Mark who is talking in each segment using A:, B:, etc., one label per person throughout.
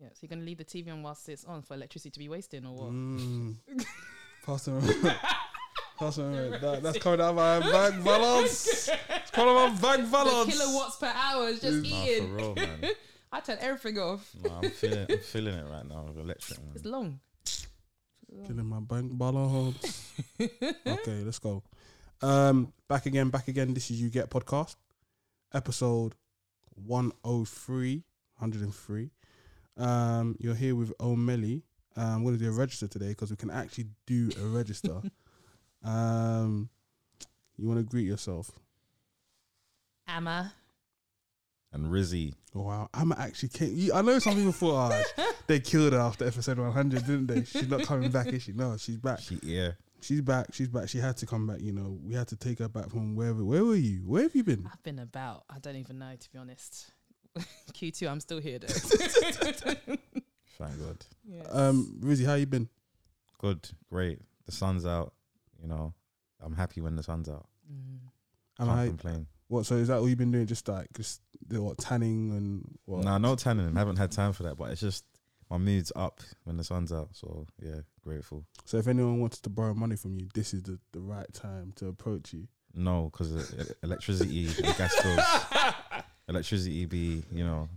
A: Yeah, so you're gonna leave the TV on whilst it's on for electricity to be wasting or what?
B: Mm. Pass them around. Pass them around. That, that's coming out of my bank balance. It's coming out of my bank
A: The
B: balance.
A: kilowatts per hour is just
C: Nah, for
A: eating.
C: real, man.
A: I turn everything off.
C: Nah, I'm feeling, I'm feeling it right now. with Electric,
A: It's
C: man.
A: long.
B: Killing my bank balance. okay, let's go. Um, back again, back again. This is You Get Podcast, episode 103. 103. Um, you're here with O'Meli. Uh, I'm going to do a register today because we can actually do a register. um, you want to greet yourself?
A: Amma.
C: And Rizzy,
B: Oh, wow, I'm actually. Came, you, I know some people thought "Ah, they killed her after episode 100, didn't they? She's not coming back, is she? No, she's back.
C: she yeah,
B: She's back. She's back. She had to come back. You know, we had to take her back from wherever. Where were you? Where have you been?
A: I've been about. I don't even know to be honest. Q2, I'm still here though.
C: thank God.
A: Yes.
B: Um, Rizzy, how you been?
C: Good, great. The sun's out. You know, I'm happy when the sun's out.
A: Mm.
B: Am
C: Can't
B: I
C: complain.
B: what? So is that all you've been doing? Just like just the what tanning and what?
C: Nah, no tanning. haven't had time for that, but it's just my mood's up when the sun's out. So yeah, grateful.
B: So if anyone wants to borrow money from you, this is the, the right time to approach you.
C: No, because electricity and gas bills, electricity be you know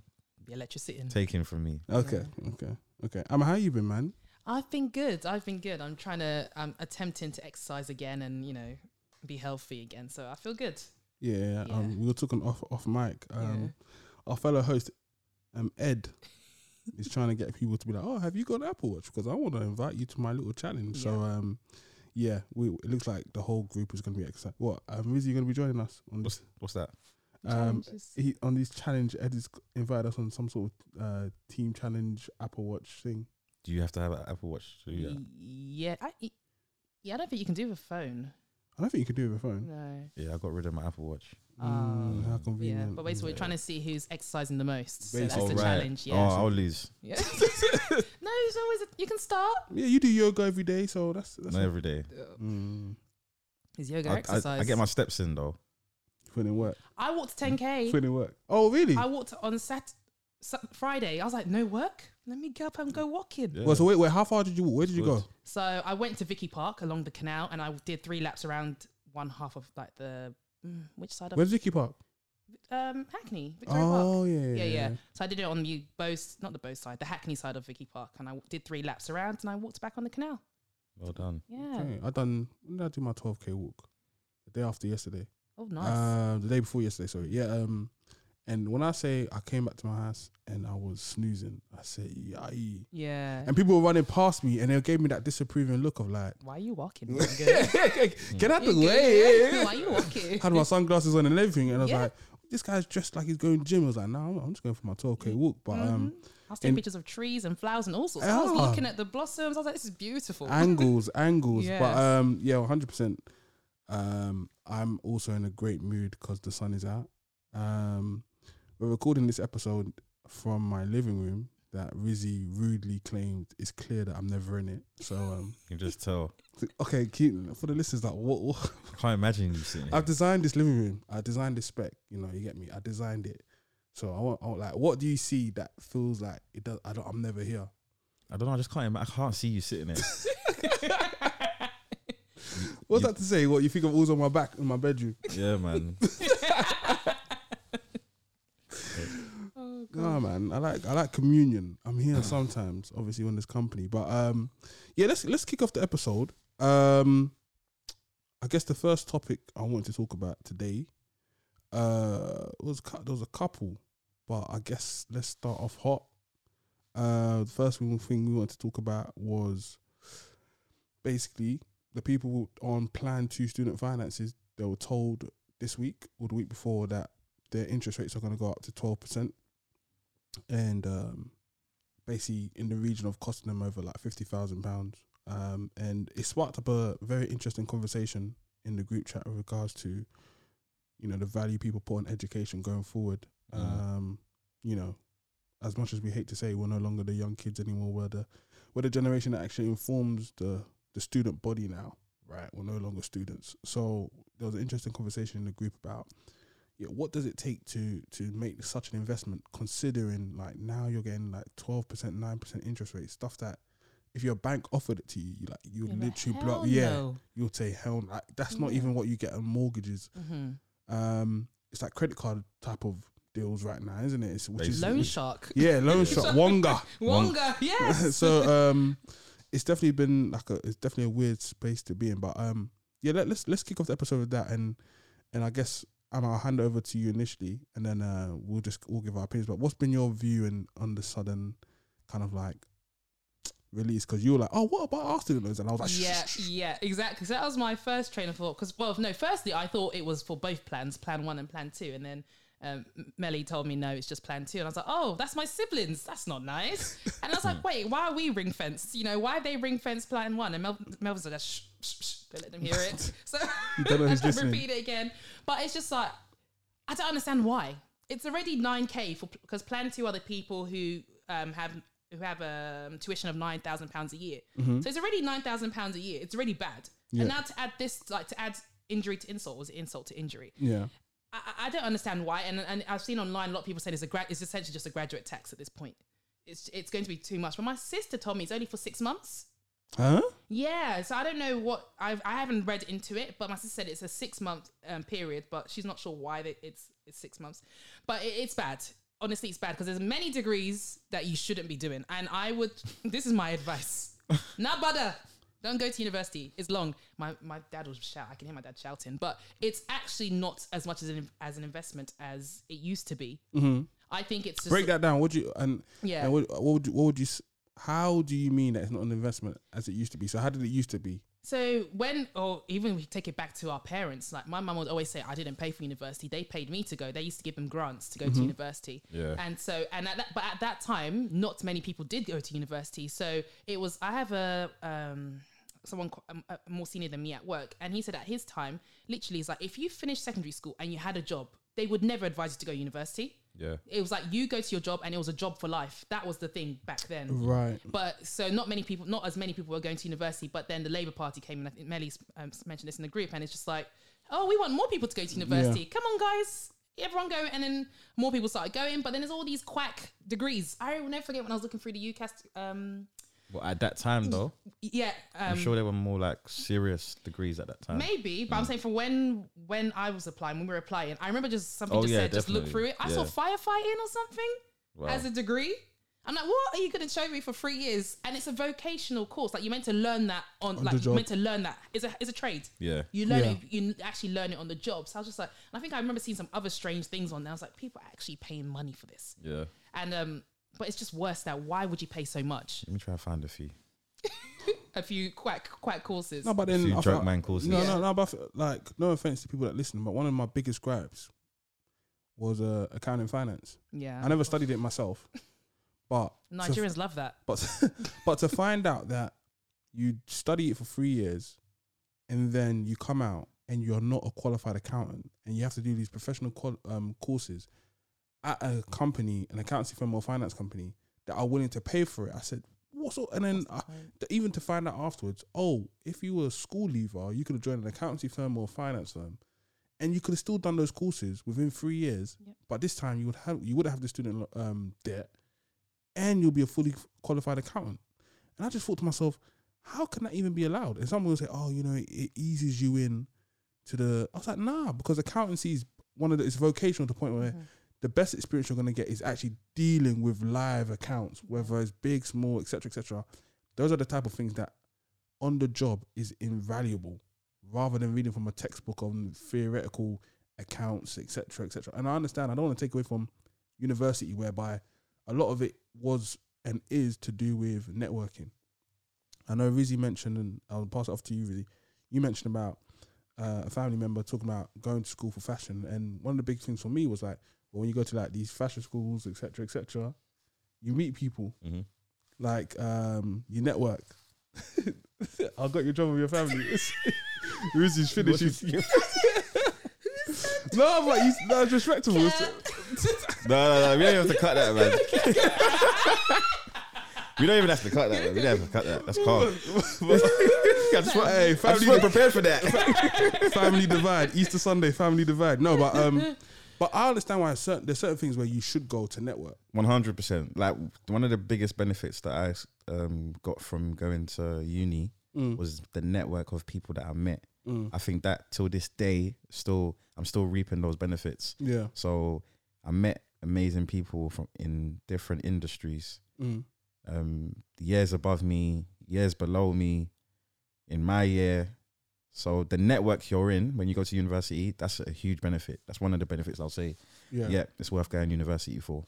A: The electricity.
C: taken from me.
B: Okay, okay, okay. Am how you been, man?
A: I've been good. I've been good. I'm trying to. I'm attempting to exercise again and you know be healthy again. So I feel good.
B: Yeah,
A: Yeah.
B: Um, we were talking off off mic. Um, our fellow host, um, Ed. is trying to get people to be like, oh, have you got an Apple Watch? Because I want to invite you to my little challenge. So,
A: Yeah.
B: um, yeah, we, it looks like the whole group is going to be excited. What? Um, Rizzy, you going to be joining us on this?
C: What's that?
B: Um,
A: Challenges.
B: he, on this challenge, Ed has invited us on some sort of uh, team challenge Apple Watch thing.
C: Do you have to have an Apple Watch to do that?
A: yeah. I, y- yeah, I don't think you can do with a phone.
B: I don't think you can do it with a phone.
A: No.
C: Yeah, I got rid of my Apple Watch.
B: Mm,
A: Um,
B: how
A: Yeah,
B: convenient.
A: but basically, we're trying to see who's exercising the most. So that's
B: uh, Basically.
A: the
C: Oh, right.
A: challenge. Yeah.
C: Oh, I'll lose.
A: yeah. no, it's always a, you can start.
B: Yeah, you do yoga every day, so that's that's.
C: Not every day.
B: Mm,
A: Is yoga
C: I, I,
A: exercise?
C: I get my steps in though.
B: wouldn't work.
A: I walked 10k.
B: Wouldn't work. Oh, really?
A: I walked on Sat, Sat Friday. I was like, no work. Let me get up and go walking.
C: Yeah.
B: Well, so wait, wait. How far did you? walk? Where did you
C: Good.
B: go?
A: So I went to Vicky Park along the canal, and I did three laps around one half of like the mm, which side of
B: Where did you keep up?
A: um Hackney Victoria Park.
B: Oh, yeah,
A: Yeah, yeah. So I did it on the both, not the both side, the Hackney side of Vicky Park, and I w- did three laps around, and I walked back on the canal.
C: Well done.
A: Yeah.
B: Okay, I done. When did I do my twelve k walk? The day after yesterday.
A: Oh, nice.
B: Um, the day before yesterday. Sorry. Yeah. Um, and when I say I came back to my house and I was snoozing, I said yay.
A: yeah.
B: And people were running past me and they gave me that disapproving look of like,
A: Why are you walking? Mango?
B: get out the
A: You
B: way.
A: good? Why are you walking?
B: Had my sunglasses on and everything, and I was
A: Yeah.
B: like, this guy's dressed like he's going gym. I was like, no, I'm just going for my twelve k
A: Mm-hmm.
B: walk. But um,
A: I was taking
B: in-
A: pictures of trees and flowers and all sorts. I was
B: Ah.
A: looking at the blossoms. I was like, this is beautiful.
B: angles, angles. But
A: Yes.
B: um, yeah, one hundred percent. Um, I'm also in a great mood because the sun is out. Um, we're recording this episode from my living room that Rizzy rudely claimed it's clear that I'm never in it. So um,
C: You can just tell.
B: okay, keep, for the listeners, like what, what
C: I can't imagine you sitting here.
B: I've designed this living room. I designed this spec. You know, you get me. I designed it. So I want, I want like, what do you see that feels like it does? I don't. I'm never here.
C: I don't know. I just can't. Ima- I can't see you sitting there.
B: What's
C: You-
B: that to say? What you think of? Alls on my back in my bedroom.
C: yeah, man.
A: Oh,
B: Nah, man. I like I like communion. I'm here sometimes, obviously when there's company. But um, yeah, let's let's kick off the episode. Um, I guess the first topic I wanted to talk about today, uh, was cou- there was a couple, but I guess let's start off hot. Uh, the first thing thing we wanted to talk about was basically the people on Plan Two student finances. They were told this week or the week before that their interest rates are going to go up to twelve percent and um, basically in the region of costing them over like fifty thousand pounds. Um, and it sparked up a very interesting conversation in the group chat with regards to, you know, the value people put on education going forward.
C: Mm.
B: Um, you know, as much as we hate to say, we're no longer the young kids anymore. We're the we're the generation that actually informs the the student body now. Right, we're no longer students. So there was an interesting conversation in the group about, yeah, what does it take to to make such an investment? Considering like now you're getting like twelve percent, nine percent interest rate stuff that if your bank offered it to you, you like you
A: You're like,
B: literally blow up.
A: "Hell
B: Yeah,
A: no."
B: you'll say hell. no." Like, that's not
A: Yeah.
B: even what you get on mortgages.
A: Mhm.
B: Um, it's like credit card type of deals right now, isn't it? It's, which is
A: Loan shark.
B: yeah, loan
C: Yeah.
B: shop Wonga.
C: Wong-
A: Wonga. Yes.
B: so um, it's definitely been like a it's definitely a weird space to be in. But um, yeah, let, let's let's kick off the episode with that, and and I guess um, I'll hand over to you initially, and then uh, we'll just all give our opinions. But what's been your view in on the sudden kind of like release? Because you were like, oh, what about our student loans? And I was like,
A: yeah, yeah, exactly. So that was my first train of thought. Because, well, no, firstly, I thought it was for both plans, plan one and plan two. And then um, M- Melly told me, no, it's just plan two. And I was like, oh, that's my siblings. That's not nice. And I was like, wait, why are we ring fenced? You know, why are they ring fenced plan one? And Mel- Melvin's like, shh, shh, shh, don't let them hear it. So
B: don't know
A: I
B: who's
A: don't
B: listening.
A: repeat it again. But it's just like, I don't understand why. It's already 9k for because plan two are the people who um, have who have a tuition of nine thousand pounds a year. So it's already nine thousand pounds a year. It's already bad.
B: Mm-hmm. Yeah.
A: And now to add this, like to add injury to insult, was it insult to injury?
B: yeah,
A: I, I- I don't understand why. And, and I've seen online a lot of people saying it's a grad, it's essentially just a graduate tax at this point. It's it's going to be too much. But my sister told me it's only for six months.
B: huh?
A: Yeah, so I don't know what I've I haven't read into it, but my sister said it's a six month um, period, but she's not sure why they, it's it's six months. But it, it's bad. Honestly, it's bad because there's many degrees that you shouldn't be doing, and I would. This is my advice. Not bother. Don't go to university. It's long. My my dad was shout. I can hear my dad shouting, but it's actually not as much as an as an investment as it used to be. I think it's just
B: Break that down. Would you and
A: Yeah.
B: and what, what would you, what would you? s- How do you mean that it's not an investment as it used to be? So how did it used to be?
A: So when, or even we take it back to our parents, like my mum would always say, I didn't pay for university. They paid me to go. They used to give them grants to go to university.
C: Yeah.
A: And so, and at that, but at that time, not many people did go to university. So it was, I have a, um, someone qu- um, uh, more senior than me at work. And he said at his time, literally it's like, if you finished secondary school and you had a job, they would never advise you to go university.
C: Yeah.
A: It was like, you go to your job and it was a job for life. That was the thing back then.
B: Right.
A: But so not many people, not as many people were going to university. But then the Labour Party came, and I think Melly's um, mentioned this in the group, and it's just like, oh, we want more people to go to university. Come on, guys, everyone go, and then more people started going. But then there's all these quack degrees. I will never forget when I was looking through the UCAS. Um,
C: Well, at that time though,
A: yeah,
C: I'm
A: um,
C: sure there were more like serious degrees at that time.
A: Maybe,
C: Mm.
A: but I'm saying for when when I was applying, when we were applying, I remember just something
C: Oh,
A: just
C: yeah,
A: said, just look
C: definitely.
A: through it. I saw
C: Yeah.
A: firefighting or something
C: Wow.
A: as a degree. I'm like, what are you going to show me for three years? And it's a vocational course. Like you're meant to learn that on,
B: the
A: like
B: job.
A: you're meant to learn that. It's a it's a trade.
C: Yeah.
A: You learn
B: Yeah.
A: it, you actually learn it on the job. So I was just like, and I think I remember seeing some other strange things on there. I was like, people are actually paying money for this.
C: Yeah.
A: And um, but it's just worse now. Why would you pay so much?
C: Let me try and find a few.
A: A few quack quack courses.
B: No, but then
C: few
B: I
C: drug
B: feel-
C: man courses.
B: No,
A: Yeah.
B: no, no. But I feel- like, no offense to people that listen, but one of my biggest gripes was uh, accounting and finance.
A: yeah.
B: I never studied it myself, but to,
A: Nigerians love that.
B: but but to find out that you study it for three years, and then you come out and you're not a qualified accountant, and you have to do these professional qual- um, courses at a company, an accountancy firm or finance company that are willing to pay for it. I said, what's all? And then I, th- even to find out afterwards, oh, if you were a school leaver, you could have joined an accountancy firm or a finance firm, and you could have still done those courses within three years.
A: Yep.
B: But this time, you would have you would have the student lo- um, debt, and you'll be a fully qualified accountant. And I just thought to myself, how can that even be allowed? And someone will say, oh, you know, it, it eases you in to the. I was like, nah, because accountancy is one of the it's vocational to the point where the best experience you're going to get is actually dealing with live accounts, whether it's big, small, etc., etc. Those are the type of things that on the job is invaluable, rather than reading from a textbook on theoretical accounts, etc., etc. And I understand. I don't want to take away from university, whereby a lot of it was and is to do with networking. I know Rizzy mentioned, and I'll pass it off to you, Rizzy. You mentioned about uh, a family member talking about going to school for fashion, and one of the big things for me was like, well, when you go to like these fashion schools, etc., etc., you meet people,
C: Mm-hmm.
B: like um, you network. I got your job with your family. Rizzy's finished. his- no, but you, that's respectable. It's-
C: No, no, no. We don't even have to cut that, man. we don't even have to cut that. Man. We don't have to cut that. That's calm. I just want,
B: Hey,
C: I just
B: family,
C: wasn't prepared for that.
B: family divide. Easter Sunday, family divide. No, but um, But I understand why certain, there's certain things where you should go to network.
C: One hundred percent. Like one of the biggest benefits that I um, got from going to uni
B: Mm,
C: was the network of people that I met. I think that till this day, still I'm still reaping those benefits.
B: Yeah.
C: So I met amazing people from in different industries,
B: Mm.
C: um, years above me, years below me, in my year. So the network you're in when you go to university, that's a huge benefit. That's one of the benefits I'll say.
B: Yeah.
C: Yeah, it's worth going university for.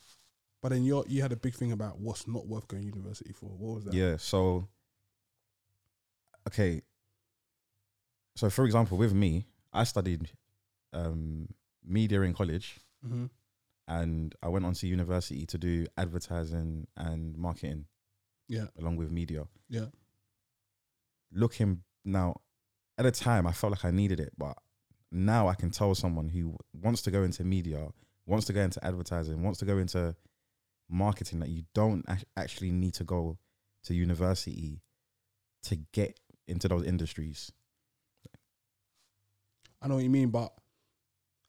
B: But then you you had a big thing about what's not worth going to university for. What was that?
C: Yeah. So, okay. So, for example, with me, I studied um, media in college,
B: Mhm.
C: and I went on to university to do advertising and marketing.
B: Yeah.
C: Along with media.
B: Yeah.
C: Looking now, at the time, I felt like I needed it, but now I can tell someone who wants to go into media, wants to go into advertising, wants to go into marketing that you don't ac- actually need to go to university to get into those industries.
B: I know what you mean, but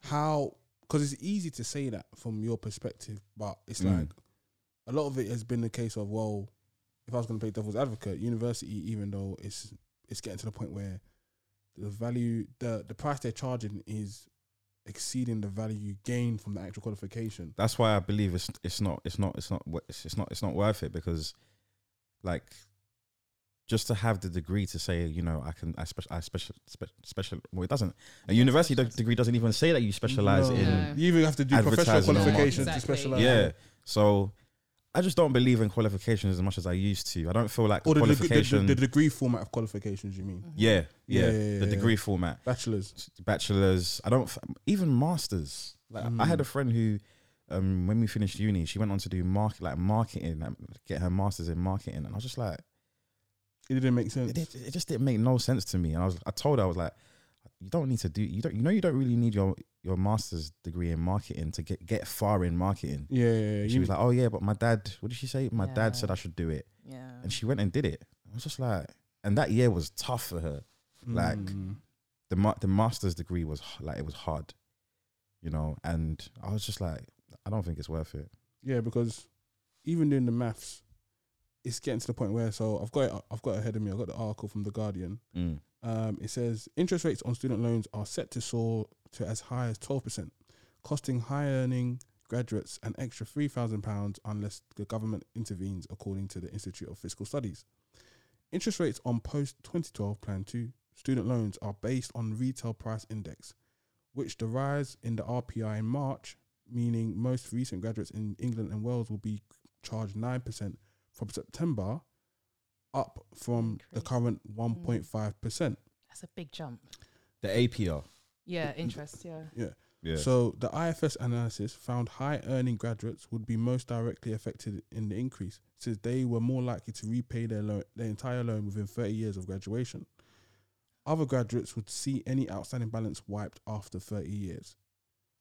B: how? Because it's easy to say that from your perspective, but it's
C: Mm.
B: like a lot of it has been the case of well, if I was going to play devil's advocate, university, even though it's it's getting to the point where the value the the price they're charging is exceeding the value you gain from the actual qualification.
C: That's why I believe it's it's not it's not it's not wo- it's, it's not it's not worth it because like just to have the degree to say you know I can I special I special spe- special well it doesn't a
A: Yeah,
C: university
A: specialise.
C: degree doesn't even say that you specialize
B: No.
C: in
A: Yeah.
B: You even have to do professional
C: Advertising or marketing.
B: qualifications to
A: Exactly.
B: specialize.
C: yeah so I just don't believe in qualifications as much as I used to I don't feel like
B: Or the, deg- the,
C: qualification
B: the degree format of qualifications, you mean?
A: Mm-hmm.
C: yeah, yeah
B: Yeah, yeah, yeah,
C: the
B: yeah.
C: degree format
B: Bachelor's.
C: bachelors. I don't f- even masters. Like I had a friend who, um, when we finished uni, she went on to do market like marketing, like, get her masters in marketing, and I was just like,
B: It didn't make
C: it,
B: sense.
C: did- it just didn't make no sense to me. And I was, I told her, I was like, you don't need to do, you don't, you know, you don't really need your your master's degree in marketing to get get far in marketing.
B: Yeah, yeah, yeah.
C: And she
B: You-
C: was like, oh yeah, but my dad, what did she say?
A: Yeah.
C: My
A: Uh-huh.
C: dad said I should do it,
A: Yeah.
C: and she went and did it. I was just like, and that year was tough for her. like-
B: Mm.
C: the ma- the master's degree was h- like it was hard, you know, and I was just like, I don't think it's worth it.
B: Yeah, because even doing the maths, it's getting to the point where so I've got it, I've got it ahead of me. I've got the article from the Guardian. Um, it says interest rates on student loans are set to soar to as high as twelve percent, costing high earning graduates an extra three thousand pounds unless the government intervenes, according to the Institute of Fiscal Studies. Interest rates on post twenty twelve Plan Two student loans are based on retail price index, which the rise in the RPI in March, meaning most recent graduates in England and Wales will be charged nine percent from September, up from the
A: Increase.
B: current one point five percent.
A: That's a big jump.
C: The APR,
A: Yeah, interest. Yeah.
C: yeah,
B: So the IFS analysis found high earning graduates would be most directly affected in the increase, since they were more likely to repay their loan, their entire loan within 30 years of graduation. Other graduates would see any outstanding balance wiped after 30 years.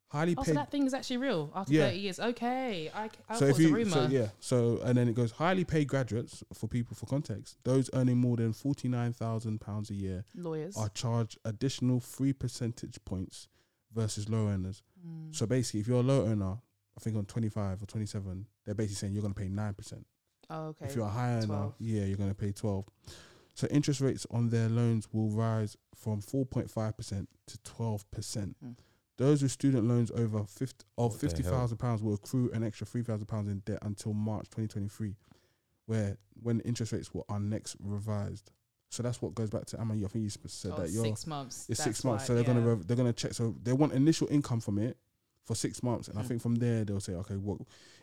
B: Highly
A: Oh, so
B: paid.
A: that thing is actually real after
B: Yeah.
A: 30 years. Okay. I, c- I
B: so
A: thought it
B: if
A: was a
B: you,
A: rumor.
B: so yeah, so and then it goes highly paid graduates for people for context. Those earning more than 49,000 pounds a year
A: Lawyers.
B: are charged additional three percentage points versus low earners.
A: Mm.
B: So basically, if you're a low earner, I think on 25 or 27, they're basically saying you're going to pay 9%.
A: Oh, okay.
B: If you're a high earner,
A: 12.
B: yeah, you're going to pay 12. So interest rates on their loans will rise from 4.5% to 12%.
A: Hmm.
B: Those with student loans over 50, of
C: What the hell?
B: £50,000 pounds will accrue an extra £3,000 pounds in debt until March 2023, where when interest rates were are next revised. So that's what goes back to, I mean, I think you sp- said
A: Oh,
B: that
A: it's
B: you're
A: six months.
B: it's six
A: That's
B: months.
A: why,
B: so they're gonna
A: yeah.
B: rev- they're gonna check. So they want initial income from it for six months, and I
A: Mm.
B: think from there they'll say, okay, what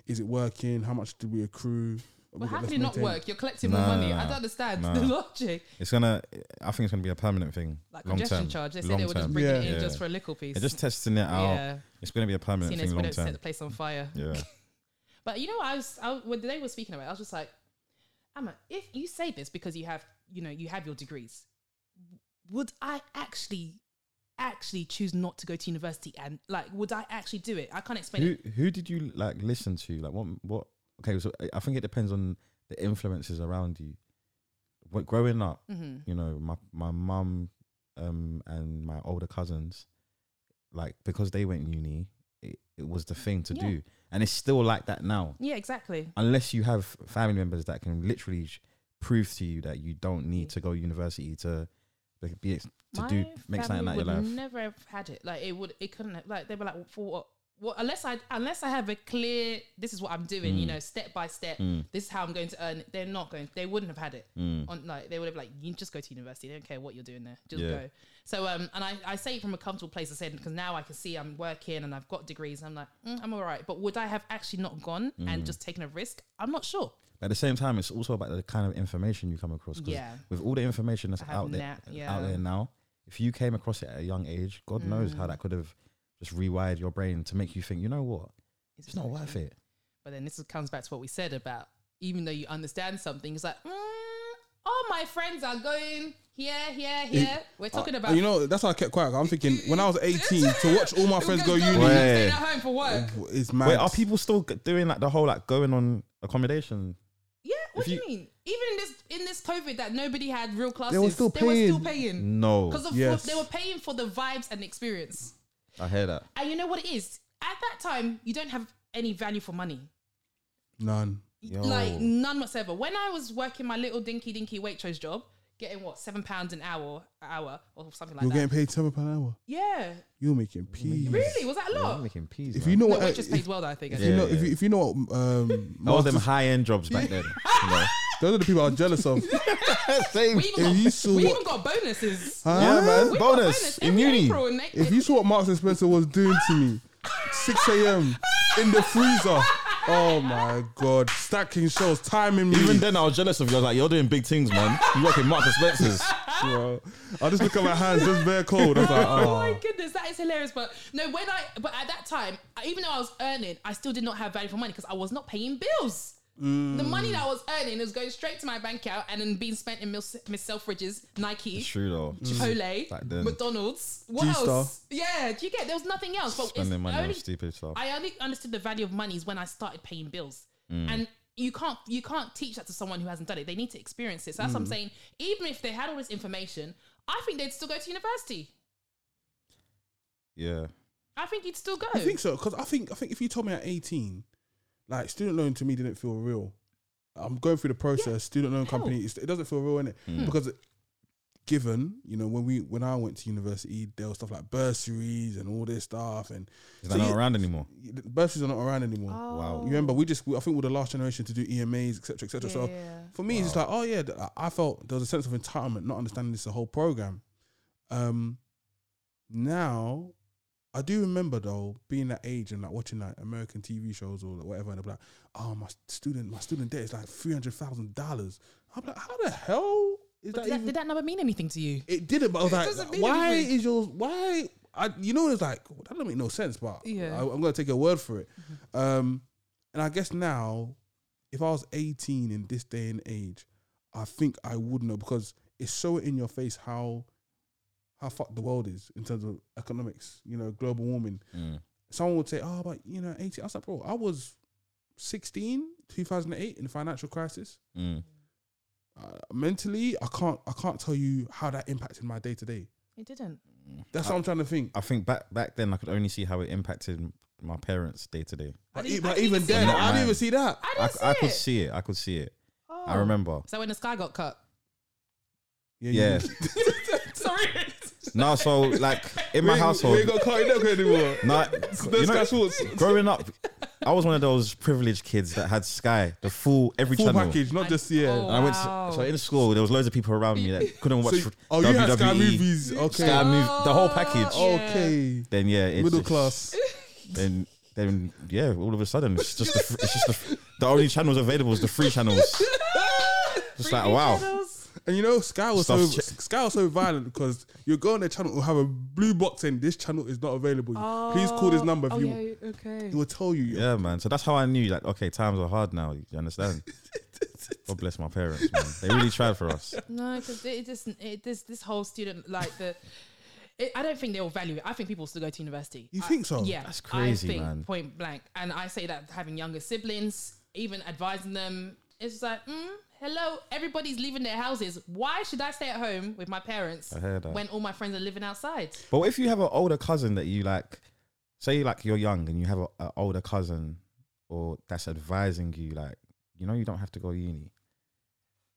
B: is it working? How much did we accrue?
A: Well, how
B: Let's
A: can it not
B: maintain-
A: work? You're collecting more
C: Nah,
A: money.
C: nah,
A: I don't
C: nah.
A: understand
C: Nah.
A: the logic.
C: it's gonna. I think it's gonna be a permanent thing.
A: Like
C: long
A: congestion
C: term.
A: charge. They said
C: long
A: they were just
C: term.
A: bringing it
B: Yeah.
A: in
C: Yeah.
A: just for a little piece.
C: They're just testing it out.
A: Yeah.
C: It's gonna be a permanent
A: Seeing as
C: thing
A: we
C: long
A: don't set
C: term.
A: the place on fire.
C: Yeah,
A: But you know what I was I, when they were speaking about, it, I was just like, Amma, if you say this because you have you know you have your degrees, would I actually actually choose not to go to university and like would I actually do it? I can't explain
C: who
A: it.
C: who did you like listen to? Like what what? Okay, so I- I think it depends on the influences around you. When, growing up,
A: Mm-hmm.
C: you know, my my mum um, and my older cousins, like because they went uni, it, it was the thing to
A: Yeah.
C: do, and it's still like that now.
A: Yeah, exactly.
C: Unless you have family members that can literally sh- prove to you that you don't need to go university to be- be ex- to do make something out
A: family
C: of your life.
A: would Never have had it. Like it would. It couldn't. Have, like they were like, for what? Well, unless I unless I have a clear, this is what I'm doing.
C: Mm.
A: You know, step by step. This is how I'm going to earn. it. They're not going. They wouldn't have had it.
C: Mm.
A: On like they would have like you just go to university. They don't care what you're doing there. Just
C: Yeah.
A: go. So um, and I I say it from a comfortable place. I said because now I can see I'm working and I've got degrees. And I'm like mm, I'm all right. But would I have actually not gone
B: Mm.
A: and just taken a risk? I'm not sure.
C: But at the same time, it's also about the kind of information you come across. 'cause
A: Yeah.
C: With all the information that's
A: I have
C: out there,
A: na- yeah.
C: out there now, if you came across it at a young age, God knows
A: Mm.
C: how that could have just rewired your brain to make you think, you know what, it's not worth it.
A: But then this is- comes back to what we said about even though you understand something, it's like, mm, all my friends are going here, here, here. We're talking about.
B: And Uh, you know, that's why I kept quiet. I'm thinking when I was 18 to watch all my friends go uni
C: Wait.
A: Staying at home for work.
B: is mad.
C: Wait, are people still g- doing like the whole like going on accommodation?
A: Yeah, what
C: If
A: do you
C: you-
A: mean? Even in this in this COVID, that nobody had real classes.
B: were still paying.
A: paying
C: No,
A: because
B: Yes.
A: they were paying for the vibes and the experience.
C: I hear that.
A: And you know what it is? At that time, you don't have any value for money.
B: None.
A: Like
C: Yo.
A: none whatsoever. When I was working my little dinky dinky waitrose job, getting what seven pounds an hour, hour or something like
B: You're
A: that.
B: getting paid seven pound an hour.
A: Yeah.
B: You're making peas.
A: Really? Was that a
C: You're
A: lot?
C: making peas.
B: If
C: man.
B: you know
A: No,
B: what, uh,
A: which just
B: if,
A: pays well, though, I think.
B: if you
A: actually.
C: Yeah,
B: know, if
C: yeah.
B: you, if you know what, um,
C: all them
B: masters-
C: high end jobs back then. you know.
B: those are the people I was jealous of.
C: Same.
A: We even,
B: If you
A: got,
B: saw
A: we
B: what-
A: even got bonuses.
B: Huh?
C: Yeah, man.
A: We got
C: Bonus in
A: every
C: uni.
A: April and they-
B: If you saw what Marks and Spencer was doing to me, 6 a.m. in the freezer. Oh my god, stacking shells, timing me.
C: Even then, I was jealous of you. I was like, you're doing big things, man. You working Marks and Spencers.
B: bro. I just look at my hands, just bare cold. I was like,
A: Oh
B: oh.
A: my goodness, that is hilarious. But no, when I but at that time, I- even though I was earning, I still did not have value for money because I was not paying bills.
C: Mm.
A: The money that I was earning was going straight to my bank account and then being spent in Miss, Miss Selfridge's, Nike,
C: It's true though. Mm.
A: Chipotle,
C: Back then.
A: McDonald's. What
B: G-Star.
A: else? Yeah, do you get? There was nothing else. But it's
C: Spending money on
A: only
C: stupid stuff.
A: I only understood the value of money is when I started paying bills.
C: Mm.
A: And you can't you can't teach that to someone who hasn't done it. They need to experience it. So
C: Mm.
A: that's what I'm saying. Even if they had all this information, I think they'd still go to university.
C: yeah.
A: I think you'd still go.
B: I think so because I think I think if you told me at 18, like student loan to me didn't feel real. I'm going through the process. Student loan company, it's, it doesn't feel real in it because given you know when we when I went to university, there was stuff like bursaries and all this stuff, and
C: Is
B: So
C: that not
B: you-
C: around anymore?
B: the bursaries are not around anymore.
C: Wow.
B: You remember we just we, I think we're the last generation to do E EMAs, etc., etc. So
A: Oh, Yeah.
B: for me, it's just like oh yeah, th- I- I felt there was a sense of entitlement, not understanding this whole program. Um, now I do remember though being that age and like watching like American TV shows or whatever, and they're like, oh my student, my student debt is like three hundred thousand dollars. I'm like, how the hell is
A: But
B: that?
A: did, that,
B: even?
A: did that number mean anything to you?
B: it didn't, but I was
A: doesn't
B: like,
A: mean
B: why
A: anything.
B: is yours? Why? I, you know, it's like oh, that doesn't make no sense, but
A: Yeah.
B: I, I'm gonna take your word for it. Um, and I guess now, if I was 18 in this day and age, I think I would know because it's so in your face how how fucked the world is in terms of economics. You know, global warming.
C: Mm.
B: Someone would say, "Oh, but you know, 18." I was like, "Bro, I was 16, 2008 in the financial crisis."
C: Mm.
B: Uh, mentally, I can't I can't tell you how that impacted my day to day.
A: It didn't.
B: That's what I'm trying to think.
C: I think back back then, I could only see how it impacted my parents day to day.
B: But,
A: didn't-
B: e-
A: I
B: but
A: didn't
B: even
A: even see
B: then,
A: that.
B: I didn't even see that.
A: I
C: I,
A: didn't see
C: I
A: it.
C: could see it. I could see it. I
A: Oh.
C: remember.
A: So when the sky got cut.
C: Yeah.
A: Sorry.
C: no, so like in my
B: we
C: household,
B: ain't got Cardi Loco anymore.
C: no, you
B: There's Sky
C: know,
B: Sports.
C: growing up, I was one of those privileged kids that had Sky, the full every
B: Full
C: channel.
B: package, not just yeah.
A: Oh.
C: And I went
A: Wow.
C: to, so in school there was loads of people around me that couldn't watch E.
B: So, oh,
C: WWE,
B: you had Sky movies. Okay.
C: Sky mov- the whole package.
A: Oh,
B: Okay.
C: Then yeah, it's
B: Middle
C: it's-
B: class.
C: Then then yeah, all of a sudden it's just the, fr- it's just the, fr- the only channels available is the free channels. It's like wow,
B: And you know, Sky was so
C: Stuff's ch-
B: Sky was so violent because you go on their channel, it'll have a blue box and this channel is not available. Please call this number if
A: Oh,
B: you. want.
A: yeah, okay.
B: It will tell you.
C: yeah, man. So that's how I knew like okay, times are hard now. You understand? God bless my parents, man. They really tried for us.
A: No, because it just it, this this whole student like the. It, I don't think they'll value it. I think people still go to university.
B: You
A: I-
B: think so?
A: Yeah,
C: That's
A: I
C: crazy,
A: think
C: man.
A: Point blank, and I say that having younger siblings, even advising them, it's just like, mm, hello, everybody's leaving their houses. Why should I stay at home with my parents
C: hear that.
A: when all my friends are living outside?
C: But what if you have an older cousin that you like say like you're young and you have a, a older cousin or that's advising you like you know you don't have to go to uni. You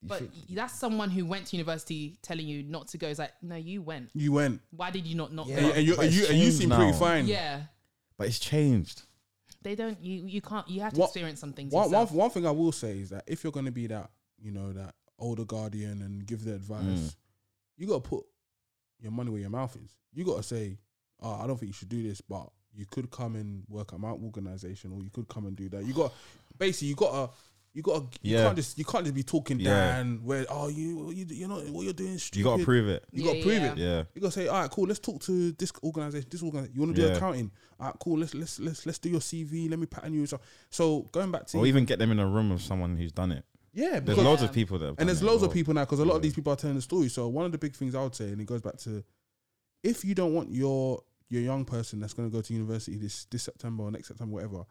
A: But
C: feel-
A: y- that's someone who went to university telling you not to go. It's like, no, you went.
B: You went,
A: Why did you not not
C: Yeah.
B: and,
A: go?
B: and you
C: But
B: and
C: it's
B: you, and you
C: changed
B: seem pretty
C: now.
B: fine.
A: Yeah,
C: but it's changed.
A: they don't. You you can't. You have to
B: What-
A: experience some things.
B: One, one,
A: yourself.
B: one thing I will say is that if you're going to be that, you know, that older guardian and give the advice,
C: Mm.
B: you got to put your money where your mouth is. You got to say, oh, I don't think you should do this, but you could come and work at my organization, or you could come and do that. You got basically, you got to. You gotta, you
C: Yeah.
B: can't just, you can't just be talking
C: Yeah.
B: down where, oh, you, you, you're not, what you're doing, is
C: You
B: stupid.
C: got to prove it.
B: you gotta
A: Yeah,
B: prove
A: yeah.
B: it.
C: Yeah.
B: You gotta say, all right, cool. Let's talk to this organization, this organization. You want to do
C: Yeah.
B: accounting? All right, cool. Let's let's let's let's do your CV. Let me pattern you. So, so going back to
C: Or even get them in a room with someone who's done it.
B: yeah,
C: There's
B: because,
C: loads
A: Yeah.
C: of people that have done
B: and there's
C: it as
B: loads of
C: well.
B: people now because a lot of
C: Yeah.
B: these people are telling the story. So one of the big things I would say, and it goes back to, if you don't want your your young person that's going to go to university this this September or next September, whatever,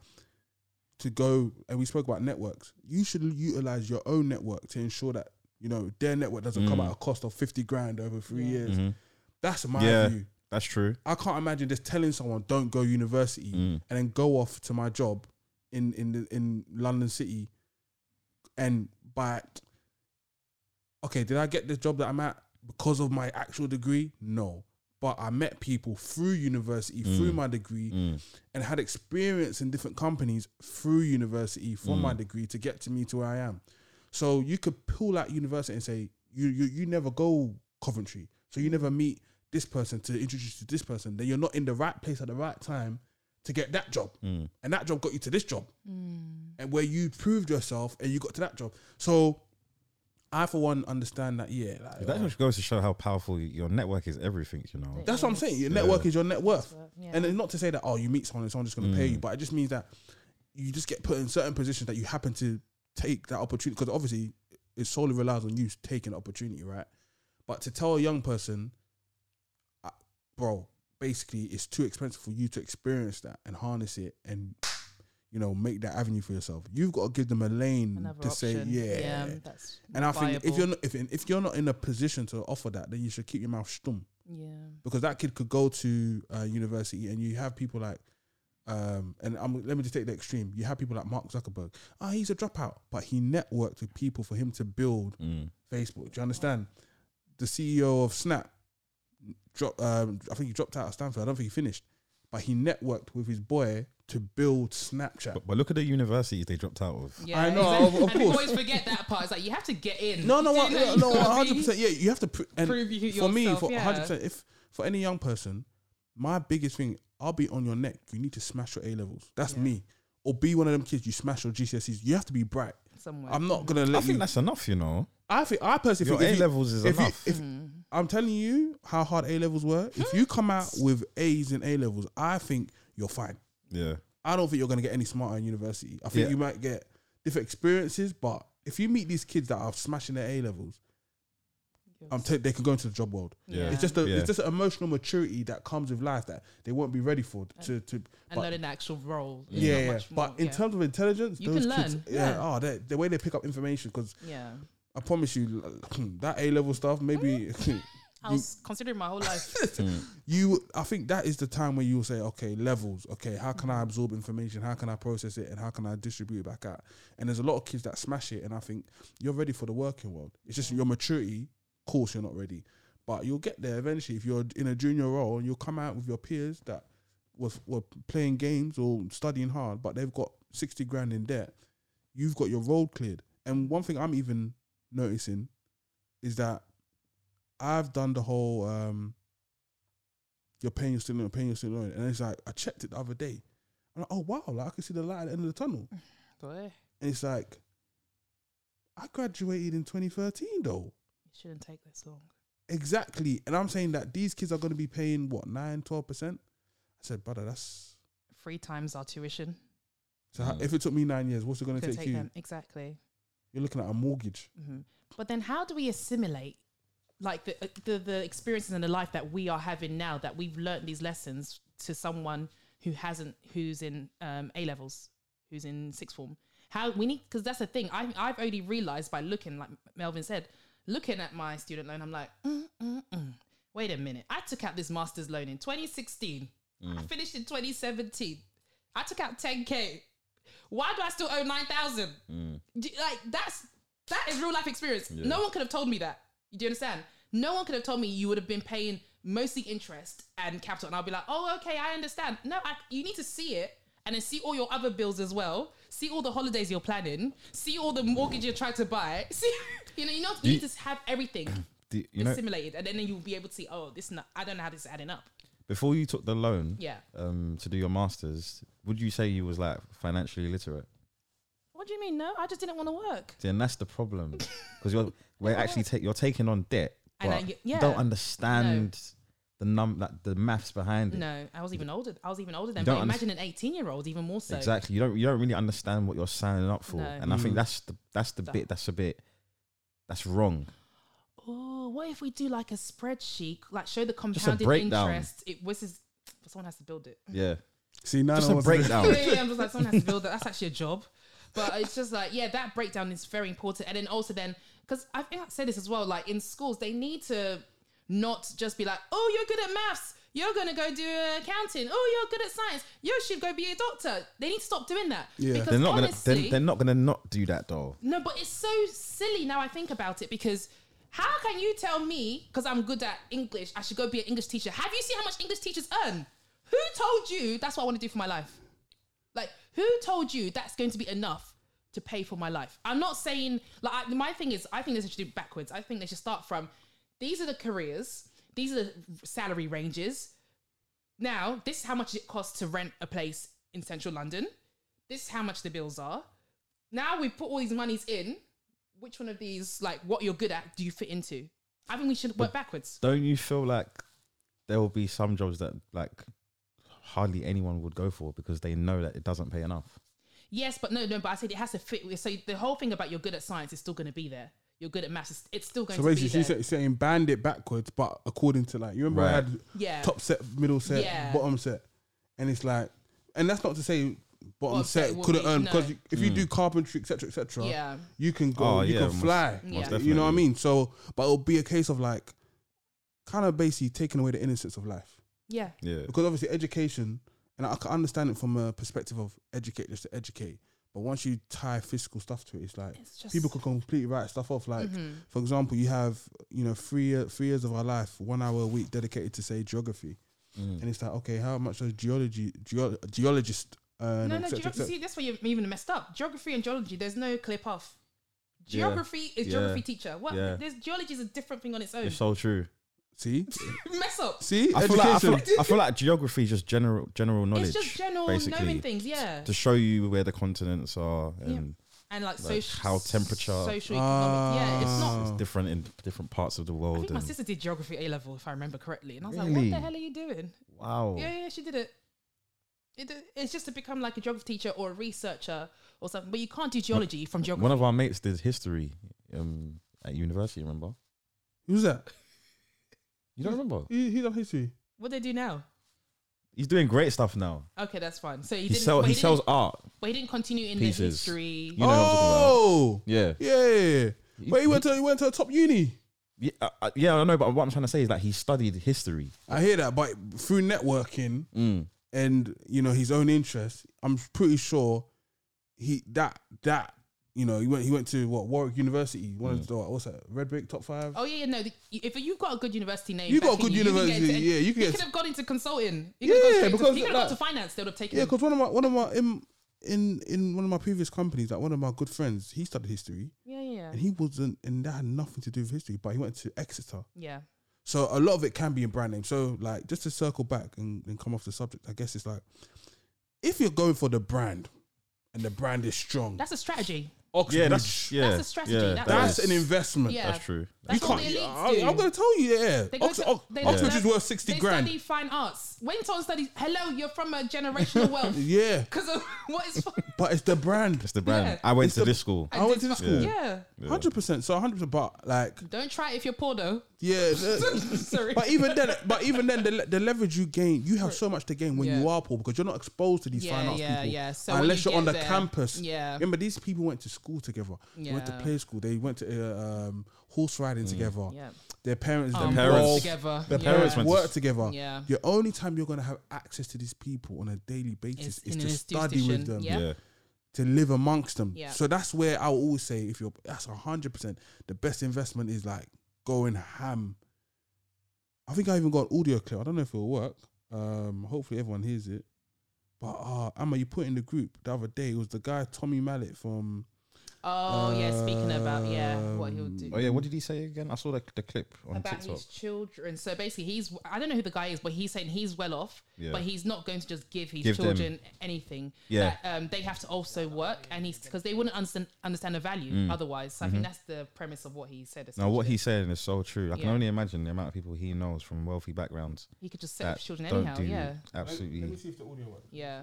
B: to go and we spoke about networks, you should utilize your own network to ensure that you know their network doesn't come
C: Mm.
B: at a cost of fifty grand over three
A: Yeah.
B: years.
C: Mhm.
B: That's my
C: Yeah.
B: view.
C: That's true.
B: I can't imagine just telling someone don't go university
C: Mm.
B: and then go off to my job in in the, in London City, and by okay, did I get the job that I'm at because of my actual degree? No, but I met people through university, through
C: Mm.
B: my degree,
C: Mm.
B: and had experience in different companies through university from
C: Mm.
B: my degree to get to me to where I am. So you could pull out university and say you you you never go Coventry, so you never meet this person to introduce you to this person. Then you're not in the right place at the right time to get that job,
C: Mm.
B: and that job got you to this job,
A: Mm.
B: and where you proved yourself and you got to that job. So I for one understand that. Yeah, like,
C: That
B: uh,
C: just goes to show how powerful your network is. Everything you know.
B: that's what I'm saying. Your network
C: Yeah.
B: is your net worth.
A: Yeah.
B: And it's not to say that oh, you meet someone and someone's just going to pay
C: Mm.
B: you, but it just means that you just get put in certain positions that you happen to take that opportunity because obviously it solely relies on you taking the opportunity, right? But to tell a young person, uh, bro, basically it's too expensive for you to experience that and harness it and you know make that avenue for yourself. You've got to give them a lane
A: Another
B: to say
A: option.
B: yeah.
A: that's
B: And I think if
A: viable.
B: you're not, if, if you're not in a position to offer that, then you should keep your mouth stum
A: yeah.
B: because that kid could go to uh, university and you have people like um and i let me just take the extreme you have people like mark zuckerberg ah he's a dropout but he networked with people for him to build
C: Mm.
B: facebook do you understand the ceo of snap drop um i think he dropped out of stanford i don't think he finished but he networked with his boy to build snapchat
C: But, but look at the universities they dropped out of.
A: Yeah,
B: I
A: exactly.
B: know, of- of
A: and people
B: course.
A: always forget that part. It's like you have to get in.
B: no no
A: You
B: what,
A: know,
B: no
A: you
B: no
A: gotta
B: 100% yeah you have to pr-
A: be-
B: and
A: prove you
B: for me,
A: yourself,
B: for
A: yeah.
B: hundred percent, if for any young person, my biggest thing, I'll be on your neck. You need to smash your A levels. That's
A: Yeah.
B: me. Or be one of them kids. You smash your GCSEs. You have to be bright.
A: somewhere.
B: I'm not gonna let
C: I think
B: you.
C: that's enough. You know,
B: I think I personally
C: your
B: think
C: A
B: if you-
C: levels is
B: if you-
C: enough.
B: if-
A: Hmm.
B: I'm telling you how hard A levels were. If you come out with A's in A levels, I think you're fine.
C: yeah.
B: I don't think you're gonna get any smarter in university. I think
C: Yeah.
B: you might get different experiences, but if you meet these kids that are smashing their A levels, I'm t- they can go into the job world.
C: Yeah.
B: It's just a,
C: Yeah.
B: it's just an emotional maturity that comes with life that they won't be ready for to to.
A: and
B: but-
A: learning the actual role. It's
B: yeah,
A: not
B: yeah.
A: much
B: but
A: more,
B: in
A: yeah.
B: terms of intelligence,
A: You
B: those
A: can
B: kids,
A: learn,
B: yeah,
A: yeah.
B: oh, they- the way they pick up information because
A: yeah,
B: I promise you that A level stuff maybe
A: I was considering my whole life.
C: Mm.
B: you I think that is the time where you will say okay levels okay how can I absorb information how can I process it and how can I distribute it back out and there's a lot of kids that smash it and I think you're ready for the working world it's just your maturity of course you're not ready but you'll get there eventually if you're in a junior role you'll come out with your peers that was were playing games or studying hard but they've got 60 grand in debt you've got your road cleared and one thing I'm even noticing is that I've done the whole um you're paying your student loan, paying your student loan. And it's like, I checked it the other day. And like, oh wow, like I can see the light at the end of the tunnel.
A: Mm. Boy,
B: And it's like, I graduated in 2013 though.
A: it shouldn't take this long.
B: Exactly. And I'm saying that these kids are gonna be paying what, nine, twelve percent? I said, brother, that's
A: Three times our tuition
B: so how-
C: Mm.
B: if it took me nine years, what's it gonna
A: could
B: take,
A: take
B: you?
A: them exactly.
B: You're looking at a mortgage.
A: hmm But then, how do we assimilate like the, uh, the the experiences and the life that we are having now that we've learned these lessons to someone who hasn't, who's in um, A levels, who's in sixth form? How we need because that's the thing. I I've only realized by looking, like Melvin said, looking at my student loan, I'm like, mm, mm, mm. wait a minute, I took out this master's loan in 2016. I finished in 2017. I took out 10k. Why do I still owe 9,000? Do- Like that's that is real life experience. No one could have told me that. Do you understand? No one could have told me you would have been paying mostly interest and capital, and I'll be like, oh, okay, I understand. No, I, you need to see it and then see all your other bills as well. See all the holidays you're planning. See all the mortgage you're trying to buy. See, you know, you know, you need to have everything
C: Do- you know,
A: assimilated, and then you'll be able to see. Oh, this, no, I don't know how this is adding up.
C: before you took the loan
A: Yeah.
C: um, to do your masters, would you say you was like financially illiterate?
A: What do you mean? No, I just didn't want to work.
C: Then that's the problem because you're we're actually ta- you're taking on debt,
A: And
C: but
A: I-
C: you
A: yeah.
C: don't understand the num like, the maths behind it.
A: No, I was even older. I was even older then.
C: Mm-hmm. You don't
A: But
C: underst-
A: imagine an 18 year old, even more so.
C: Exactly. You don't you don't really understand what you're signing up for,
A: No.
C: and I think
B: Mm.
C: that's the that's the
A: That-
C: bit that's a bit that's wrong.
A: Oh, what if we do like a spreadsheet, like show the compounded
C: breakdown.
A: interest? It this is but someone has to build it.
C: Yeah,
B: See, now
C: just
B: no
C: a
B: one's-
C: breakdown.
A: yeah, I'm just like someone has to build that. That's actually a job. But it's just like yeah, that breakdown is very important. And then also then because I think I said this as well, like in schools they need to not just be like, oh, you're good at maths. You're gonna go do accounting. Oh, you're good at science. You should go be a doctor. They need to stop doing that.
B: Yeah.
A: Because
C: they're not
A: honestly,
C: gonna they're, they're not gonna not do that though.
A: No, but it's so silly now I think about it because how can you tell me because I'm good at English, I should go be an English teacher? Have you seen how much English teachers earn? Who told you that's what I want to do for my life? Like, who told you that's going to be enough to pay for my life? I'm not saying like I, my thing is I think they should do it backwards. I think they should start from these are the careers, these are the salary ranges. Now, this is how much it costs to rent a place in central London. This is how much the bills are now we put all these monies in. Which one of these, like what you're good at, do you fit into? I think we should work backwards.
C: Don't you feel like there will be some jobs that like hardly anyone would go for because they know that it doesn't pay enough?
A: Yes, but no, no. But I said it has to fit. with- So the whole thing about you're good at science is still going to be there. You're good at maths. It's, it's still going
B: So
A: to be
B: basically,
A: there.
B: she's saying- saying band it backwards, but according to like you remember I
C: Right.
B: had
A: Yeah.
B: top set, middle set,
A: Yeah.
B: bottom set, and it's like, and that's not to say bottom
A: Bottom
B: set
A: set would
B: couldn't
A: be-
B: earn
A: no.
B: because if you do carpentry, etc., etc.,
A: Yeah.
B: you can go,
C: Mm. Oh,
B: you
C: yeah,
B: can
C: most-
B: fly.
A: most Yeah.
B: You know what I
C: definitely.
B: mean? So, but it'll be a case of like, kind of basically taking away the innocence of life
A: yeah.
C: Yeah,
B: because obviously education, and I can understand it from a perspective of educate just to educate. But once you tie fiscal stuff to it, it's like
A: It's just Mm-hmm.
B: people could completely write stuff off. Like, for example, you have you know three year, three years of our life, one hour a week dedicated to say geography,
C: Mm.
B: and it's like okay, how much does geology geo, geologist uh, earn?
A: No,
B: et
A: no.
B: cetera, et
A: Geography,
B: cetera?
A: see, that's where you even messed up. Geography and geology. There's no clear path.
C: Yeah.
A: Geography is
C: Yeah.
A: geography teacher. What?
C: Yeah.
A: There's geology is a different thing on its own.
C: it's so true.
B: see,
A: Mess up.
B: see,
C: I feel,
B: education.
C: like, I, feel like, I feel like geography is just general general knowledge.
A: It's just general knowing things. Yeah.
C: to show you where the continents are and
A: and like,
C: like,
A: social,
C: how temperature-
A: social, economic. Yeah. It's not.
B: Ah.
C: it's different in different parts of the
A: I
C: world.
A: think my
C: And
A: sister did geography A level, if I remember correctly, and I was
C: Really? Oh.
A: like, "What the hell are you doing?"
C: wow,
A: Yeah, yeah, she did it. It- It's just to become like a geography teacher or a researcher or something, but you can't do geology from geography.
C: one of our mates did history um, at university. Remember?
B: Who's that?
C: You don't remember?
B: He, he done history.
A: What they do now?
C: He's doing great stuff now.
A: Okay, that's fine. So he,
C: He,
A: didn't.
C: sell,
A: but
C: he
A: he,
C: sells
A: Didn't,
C: art.
A: but he didn't continue in the
C: pieces.
A: history.
C: You know what I'm talking about.
B: oh,
C: Yeah.
B: yeah. But he went to he went to a top uni.
C: Yeah, uh, uh, yeah, I know, but what I'm trying to say is that he studied history.
B: I hear that, but through networking and you know his own interest, I'm pretty sure he that that you know he went he went to what Warwick University, one
C: Mm.
B: of the what's that Red Brick top five.
A: Oh yeah, yeah, no. The, if you've got a good university name,
B: You got a
A: backing
B: good
A: you, you can get
B: university,
A: into-
B: yeah, you can
A: He
B: get-
A: could have gone into consulting. He
B: Yeah,
A: could have gone straight
B: because
A: into, he could have
B: like-
A: gone to finance. They would have taken.
B: Yeah,
A: him.
B: because one of my one of my in in in one of my previous companies, like one of my good friends, he studied history
A: yeah, yeah,
B: and
A: yeah.
B: he wasn't and that had nothing to do with history, but he went to Exeter.
A: yeah.
B: So a lot of it can be in brand name. So like just to circle back and, and come off the subject, I guess it's like if you're going for the brand and the brand is strong,
A: That's a strategy.
B: Oxbridge,
C: yeah,
A: That's a strategy, that's-
B: that's
A: Yes.
B: an investment.
A: Yeah.
C: that's true.
A: That's
B: You
A: what
B: can't.
A: the
B: I,
A: elites do.
B: am going to tell you, yeah.
A: They go
B: Ox,
A: to-
B: Ox-
A: they
B: Oxbridge
A: learn-
B: is worth sixty
A: they
B: grand.
A: study fine arts. When someone studies, hello, you're from a generational wealth.
B: Yeah,
A: Because of what is.
B: but it's the brand,
C: It's the brand.
A: Yeah.
C: I went
B: It's
C: to
B: the-
C: this school.
B: I went to the school.
A: Yeah.
B: hundred percent. So hundred percent. But like,
A: Don't try it if you're poor though.
B: yeah. the-
A: Sorry.
B: But even then, but even then, the, le- the leverage you gain, you have so much to gain when
A: Yeah.
B: you are poor because you're not exposed to these
A: Yeah,
B: fine arts
A: yeah,
B: people.
A: yeah. So when
B: unless
A: you
B: are on the
A: get there-
B: campus.
A: Yeah.
B: Remember, these people went to school together. They went to
A: Yeah.
B: play school. They went to uh, um, horse riding together.
A: Yeah.
B: Their parents,
A: Um,
C: Mm. parents-
A: work
B: involved,
A: together.
C: their
A: yeah.
C: parents went to-
B: work together.
A: Yeah.
B: The only time you're gonna have access to these people on a daily
A: Is
B: basis
A: in
B: is,
A: an
B: to study
A: institution,
B: with them,
A: Yeah.
B: to live amongst them.
A: Yeah.
B: So that's where I always say, if you're that's hundred percent, the best investment is like going ham. I think I even got an audio clip. I don't know if it'll work. Um, hopefully everyone hears it. But uh, Amma, you put in the group the other day. It was the guy Tommy Mallet from
A: Oh yeah. Speaking about yeah, what he'll do.
C: Oh yeah, what did he say again? I saw the, the clip on
A: about
C: TikTok.
A: his children. So basically, he's I don't know who the guy is, but he's saying he's well off,
C: Yeah.
A: but he's not going to just give his
C: Give them-
A: children anything.
C: Yeah.
A: That, um, they have to also work, and he's because they wouldn't understand understand the value otherwise. So I think that's the premise of what he said.
C: Mm. Mm-hmm. Now what
A: essentially.
C: he said is so true. I can
A: Yeah.
C: only imagine the amount of people he knows from wealthy backgrounds
A: he could just set up
C: that
A: his children
C: don't
A: anyhow.
C: do
A: Yeah,
C: absolutely.
B: see if the audio works.
A: yeah.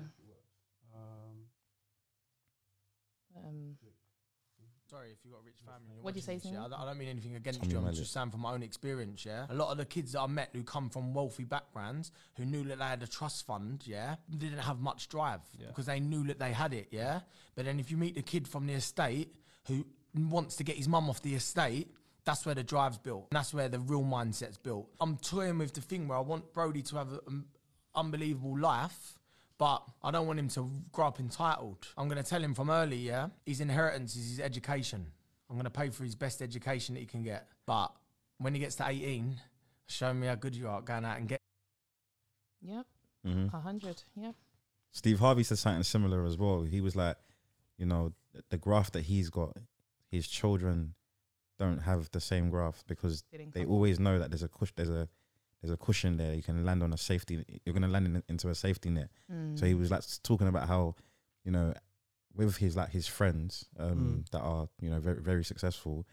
B: Um,
A: Um,
D: Sorry, if you've got a rich family. and you're
A: What'd you
D: watching
A: say,
D: this, yeah, I don't- I don't mean anything against
C: Tommy
D: you. I'm
C: Mallett.
D: just saying from my own experience, yeah. A lot of the kids that I met who come from wealthy backgrounds, who knew that they had a trust fund, yeah, didn't have much drive because they knew that they had it, yeah. But then if you meet the kid from the estate who wants to get his mum off the estate, that's where the drive's built. And that's where the real mindset's built. I'm toying with the thing where I want Brody to have an unbelievable life. But I don't want him to grow up entitled. I'm going to tell him from early, yeah, his inheritance is his education. I'm going to pay for his best education that he can get. But when he gets to 18, show me how good you are at going out and get.
A: yep.
C: Mhm.
A: A hundred. Yep.
C: Steve Harvey said something similar as well. He was like, you know, th- the graft that he's got, his children don't have the same graft because
A: Didn't
C: they
A: come.
C: always know that there's a cush, there's a there's a cushion there. You can land on a safety. You're gonna land in, into a safety net.
A: Mm.
C: So he was like s- talking about how, you know, with his like his friends um, that are you know very very successful,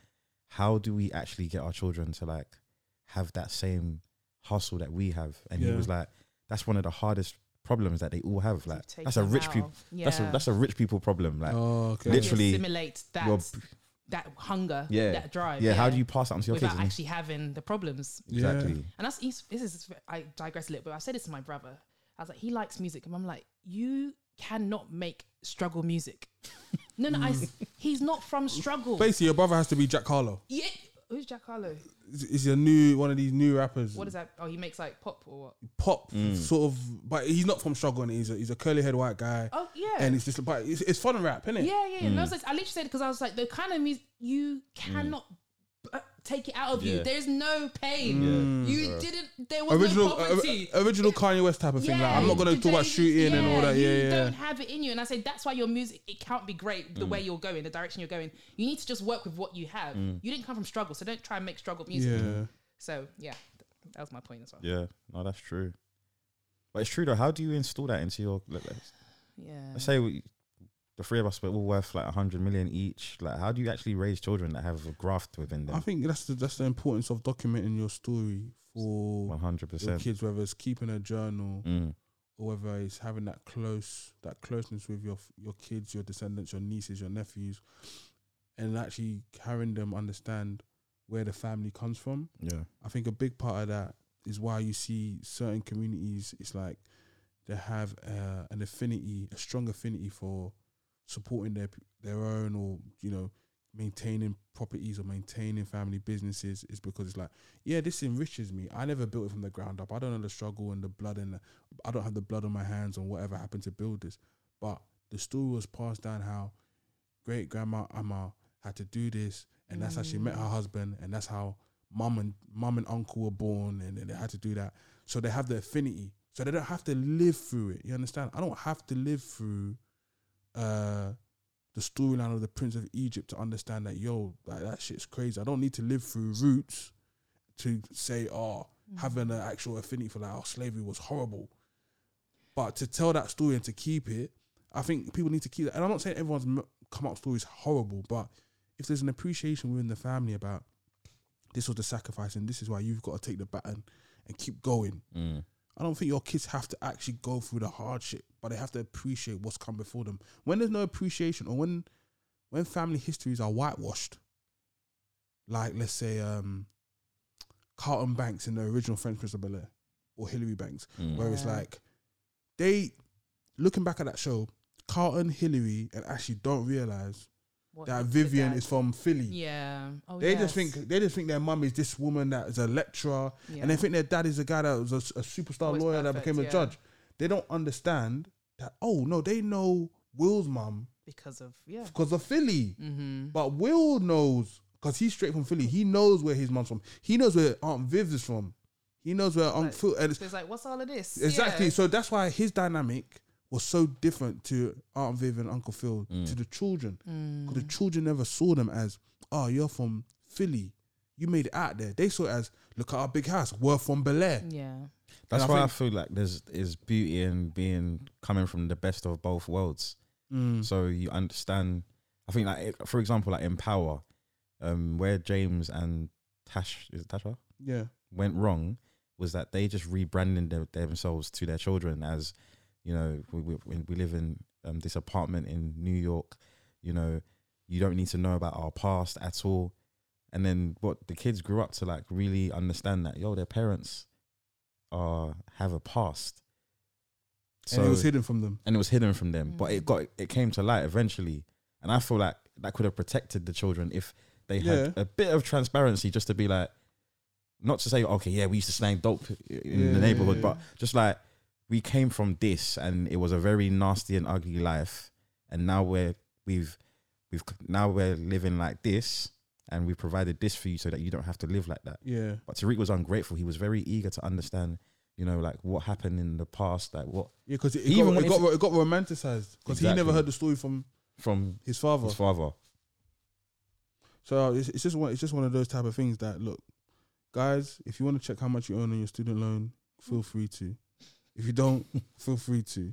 C: how do we actually get our children to like have that same hustle that we have? And he
B: Yeah.
C: was like, that's one of the hardest problems that they all have. Like
A: You've
C: that's a
A: taken
C: rich
A: out
C: people.
A: of-
C: That's a
A: yeah.
C: that's a rich people problem. Like
B: oh,
A: How do
B: okay.
A: you
C: literally,
A: assimilate that
C: you're-
A: that hunger,
C: yeah,
A: that drive.
C: Yeah, how do you pass that on to your
A: without
C: kids? And-
A: actually having the problems?
B: Yeah.
C: Exactly.
A: And that's he's- this is I digress a little bit. I said this to my brother. I was like, he likes music, and I'm like, you cannot make struggle music. no, no, I, he's not from struggle.
B: Basically, your brother has to be Jack Harlow.
A: yeah, who's Jack Harlow?
B: Is- Is a new one of these new rappers?
A: What is that? Oh, he makes like pop or what?
B: pop
C: Mm.
B: sort of, but he's not from struggle. innit? He's a, he's a curly head white guy,
A: Oh yeah.
B: and it's just but it's, it's fun and rap, isn't it?
A: yeah, yeah. yeah.
C: Mm.
A: And I was like, I literally said because I was like, the kind of music you cannot. b- Take it out of you.
C: Mm. Yeah. Mm.
A: There's no pain. You didn't. There was
B: Original,
A: no
B: uh,
A: poverty.
B: original Kanye West type of thing. Like, I'm not gonna
A: you
B: talk about
A: don't-
B: shooting and all that.
A: You
B: Yeah, yeah. Mm.
A: don't have it in you. And I say that's why your music it can't be great the way you're going, the direction you're going. You need to just work with what you have. You didn't come from struggle, so don't try and make struggle music.
B: Mm. yeah.
A: So yeah, th- that was my point as well.
C: Yeah, no, that's true. But it's true though. How do you install that into your? Let, us
A: Yeah.
C: let's say we, the three of us were all worth like hundred million each. Like, how do you actually raise children that have a graft within
B: I
C: them?
B: think that's the that's the importance of documenting your story
C: One
B: for
C: hundred
B: your
C: percent.
B: kids, whether it's keeping a journal
C: Mm.
B: or whether it's having that close that closeness with your f- your kids, your descendants, your nieces, your nephews, and actually having them understand where the family comes from.
C: Yeah.
B: I think a big part of that is why you see certain communities. It's like they have uh, an affinity, a strong affinity for supporting their their own, or you know, maintaining properties or maintaining family businesses. Is because it's like, yeah, this enriches me. I never built it from the ground up. I don't know the struggle and the blood, and the, I don't have the blood on my hands on whatever happened to build this. But the story was passed down how great grandma Amma had to do this, and that's how she met her husband, and that's how mum and mum and uncle were born, and, and they had to do that. So they have the affinity, so they don't have to live through it. You understand? I don't have to live through uh, the storyline of the Prince of Egypt to understand that yo, like, that shit's crazy. I don't need to live through roots to say, oh, having an actual affinity for like, oh, slavery was horrible. But to tell that story and to keep it, I think people need to keep that. And I'm not saying everyone's m- come up story is horrible, but if there's an appreciation within the family about this was the sacrifice and this is why you've got to take the baton and keep going.
C: Mm.
B: I don't think your kids have to actually go through the hardship, but they have to appreciate what's come before them. When there's no appreciation, or when when family histories are whitewashed, like let's say um, Carlton Banks in the original French Prince of Bel Air, or Hillary Banks,
C: Mm.
B: where it's
A: Yeah.
B: like they looking back at that show, Carlton, Hillary, and Ashley don't realize
A: what
B: that
A: happened to the
B: Vivian
A: dad.
B: is from Philly.
A: Yeah. Oh,
B: They just
A: yes.
B: think they just think their mum is this woman that is a lecturer,
A: Yeah.
B: and they think their dad is a guy that was a, a superstar
A: Was
B: lawyer that
A: perfect,
B: became a
A: yeah.
B: judge. They don't understand that. Oh no, they know Will's mum
A: because of yeah. Mm-hmm.
B: because of Philly, but Will knows because he's straight from Philly. He knows where his mum's from. He knows where Aunt Viv is from. He knows where Aunt Phil. And it's,
A: So it's like, what's all of this?
B: exactly.
A: Yeah.
B: So that's why his dynamic was so different to Aunt Viv and Uncle Phil to the children.
A: Mm.
B: 'Cause the children never saw them as, oh, you're from Philly. You made it out there. They saw it as, look at our big house. We're from Bel Air.
A: yeah.
C: That's
B: And I
C: why I feel like there's is beauty in being coming from the best of both worlds.
A: Mm.
B: Mm.
C: So you understand. I think like it- for example, like in Power, um, where James and Tash is it Tasha
B: Yeah.
C: went wrong was that they just rebranded their, themselves to their children as you know we we, we- we live in um, this apartment in New York. You know, you don't need to know about our past at all. And then what the kids grew up to like really understand that yo, their parents are have a past.
B: and it was hidden from them.
C: and it was hidden from them, but
A: Mm.
C: it got it came to light eventually. And I feel like that could have protected the children if they had
B: Yeah.
C: a bit of transparency, just to be like, not to say okay, yeah, we used to slang dope in
B: Yeah.
C: the neighborhood, but just like we came from this, and it was a very nasty and ugly life, and now we're we've we've now we're living like this, and we provided this for you so that you don't have to live like that.
B: Yeah.
C: But Tariq was ungrateful. He was very eager to understand, you know, like what happened in the past, like what
B: Yeah, because it,
C: He
B: it,
C: even
B: got, it,
C: wanted
B: got, it got romanticized because he never
C: Exactly.
B: heard the story from
C: from
B: his father.
C: his father.
B: So it's, it's just one it's just one of those type of things that look, guys, if you want to check how much you earn on your student loan, feel free to. If you don't, feel free to.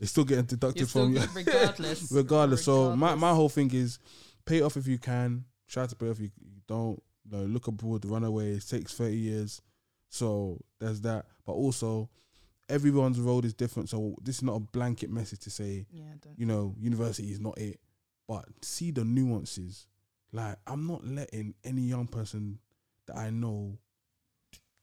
B: It's still getting deducted
A: You're
B: from
A: still
B: you.
A: good regardless.
B: regardless. So my, my
A: Regardless.
B: whole thing is pay it off if you can. Try to pay off if you, you don't. You know, look abroad, run away. It takes 30 years. So there's that. But also, everyone's road is different. So this is not a blanket message to say,
A: yeah, I don't.
B: you know, university is not it. But see the nuances. Like, I'm not letting any young person that I know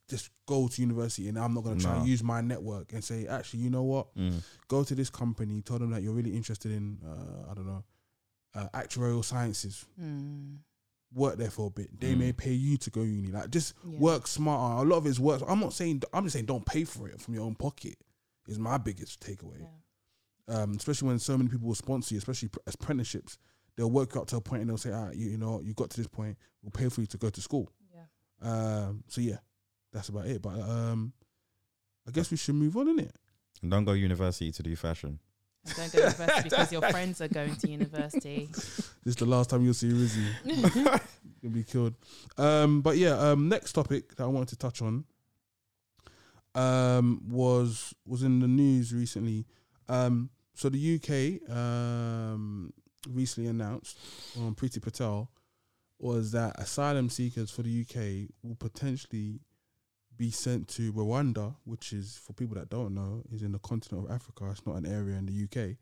B: just go to university and I'm not going to try
C: No.
B: and use my network and say, actually, you know what?
C: Mm.
B: Go to this company, tell them that you're really interested in, uh, I don't know, uh, actuarial sciences.
A: Mm.
B: Work there for a bit. They
C: Mm.
B: may pay you to go uni. Like, just
A: Yeah.
B: work smarter. A lot of it's work. I'm not saying, I'm just saying don't pay for it from your own pocket, is my biggest takeaway
A: Yeah.
B: um, especially when so many people will sponsor you, especially pr- apprenticeships. They'll work you up to a point and they'll say, ah, you, you know, what, you got to this point, we'll pay for you to go to school.
A: Yeah.
B: Um, so yeah, that's about it. But um, I guess we should move on, innit?
C: And don't go university to do fashion.
A: And don't go to university because your friends are going to university.
B: This is the last time you'll see Rizzy. You'll be killed. Um, but yeah, um, next topic that I wanted to touch on um, was was in the news recently. Um, so the UK um, recently announced on Priti Patel was that asylum seekers for the UK will potentially be sent to Rwanda, which is for people that don't know, is in the continent of Africa. It's not an area in the UK,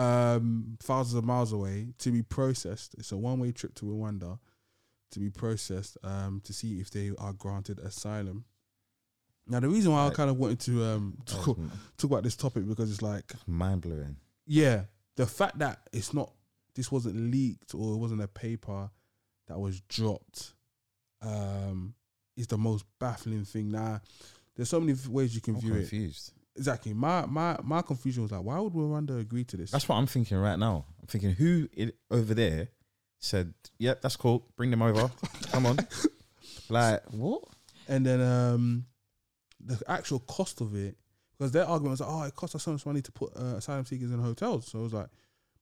B: um, thousands of miles away to be processed. It's a one-way trip to Rwanda to be processed um, to see if they are granted asylum. Now, the reason why I
C: Right.
B: kind of wanted to um,
C: That's
B: talk,
C: m-
B: talk about this topic because it's like
C: mind blowing.
B: yeah, the fact that it's not this wasn't leaked or it wasn't a paper that was dropped um is the most baffling thing. Now there's so many f- ways you can
C: I'm
B: view it.
C: confused.
B: Exactly. My my my confusion was like, why would Rwanda agree to this?
C: That's what I'm thinking right now. I'm thinking who it, over there said, "Yep, that's cool. Bring them over. Come on." Like what?
B: and then um the actual cost of it because their argument was like, oh, it costs us so much money to put uh, asylum seekers in hotels. So I was like,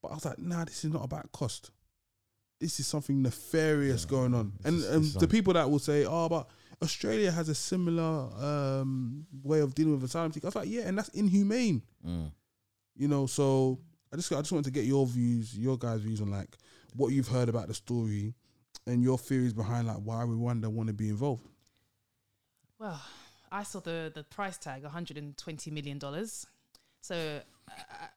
B: but I was like, nah, this is not about cost. This is something nefarious
C: Yeah,
B: going on.
C: this
B: And,
C: is-
B: and
C: this is
B: the
C: un-
B: people that will say, oh, but Australia has a similar um, way of dealing with asylum seekers. I was like, yeah, and that's inhumane.
C: Mm.
B: You know, so I just I just wanted to get your views, your guys' views on like what you've heard about the story and your theories behind like why Rwanda want to be involved.
A: Well, I saw the the price tag, one hundred and twenty million dollars. So uh,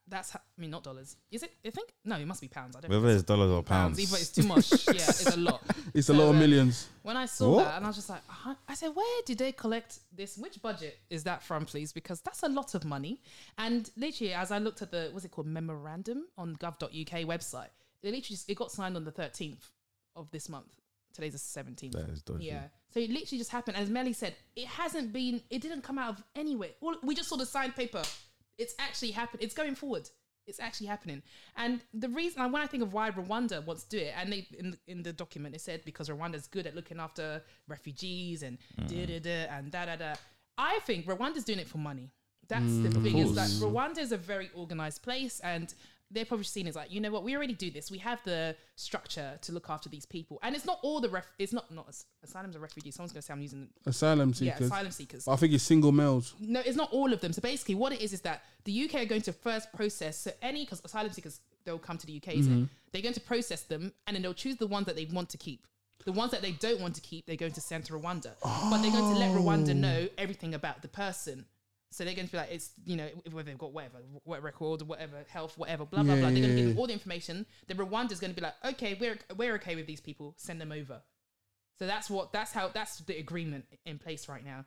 A: that's ho- I mean not dollars. Is it? I think no, it must be pounds. I don't
C: Whether
A: know.
C: it's dollars or pounds,
A: Either it's too much. yeah, it's a lot.
B: It's
A: So,
B: a lot of
A: um,
B: millions.
A: When I saw
C: What?
A: that, and I was just like, huh? I said, where did they collect this? Which budget is that from, please? Because that's a lot of money. And literally, as I looked at the what's it called memorandum on gov.uk website, They literally just, it got signed on the 13th of this month. Today's the 17th.
C: That is dodgy.
A: Yeah. So it literally just happened. As Melly said, it hasn't been, it didn't come out of anywhere. All, we just saw the signed paper. It's actually happened. It's going forward. It's actually happening. And the reason, and when I think of why Rwanda wants to do it, and they in, in the document it said because Rwanda's good at looking after refugees and
C: Mm.
A: da da da and da da da. I think Rwanda's doing it for money. That's the thing is that Rwanda is a very organized place and they're probably seen as like, you know what, we already do this. We have the structure to look after these people. And it's not all the ref it's not not as- asylums or refugees. Someone's gonna say I'm using
B: Asylum
A: yeah,
B: seekers.
A: asylum seekers.
B: But I think it's single males.
A: No, it's not all of them. So basically, what it is is that the UK are going to first process so any because asylum seekers they'll come to the UK. isn't it?
B: Mm-hmm.
A: They're going to process them and then they'll choose the ones that they want to keep. The ones that they don't want to keep, they're going to send to Rwanda. But they're going to let
B: Oh.
A: Rwanda know everything about the person. So they're going to be like, it's you know whether they've got whatever work record, whatever health, whatever, blah blah
B: Yeah,
A: blah. They're going to
B: yeah,
A: give
B: yeah.
A: them all the information. Then Rwanda's going to be like, okay, we're we're okay with these people. Send them over. So that's what that's how that's the agreement in place right now.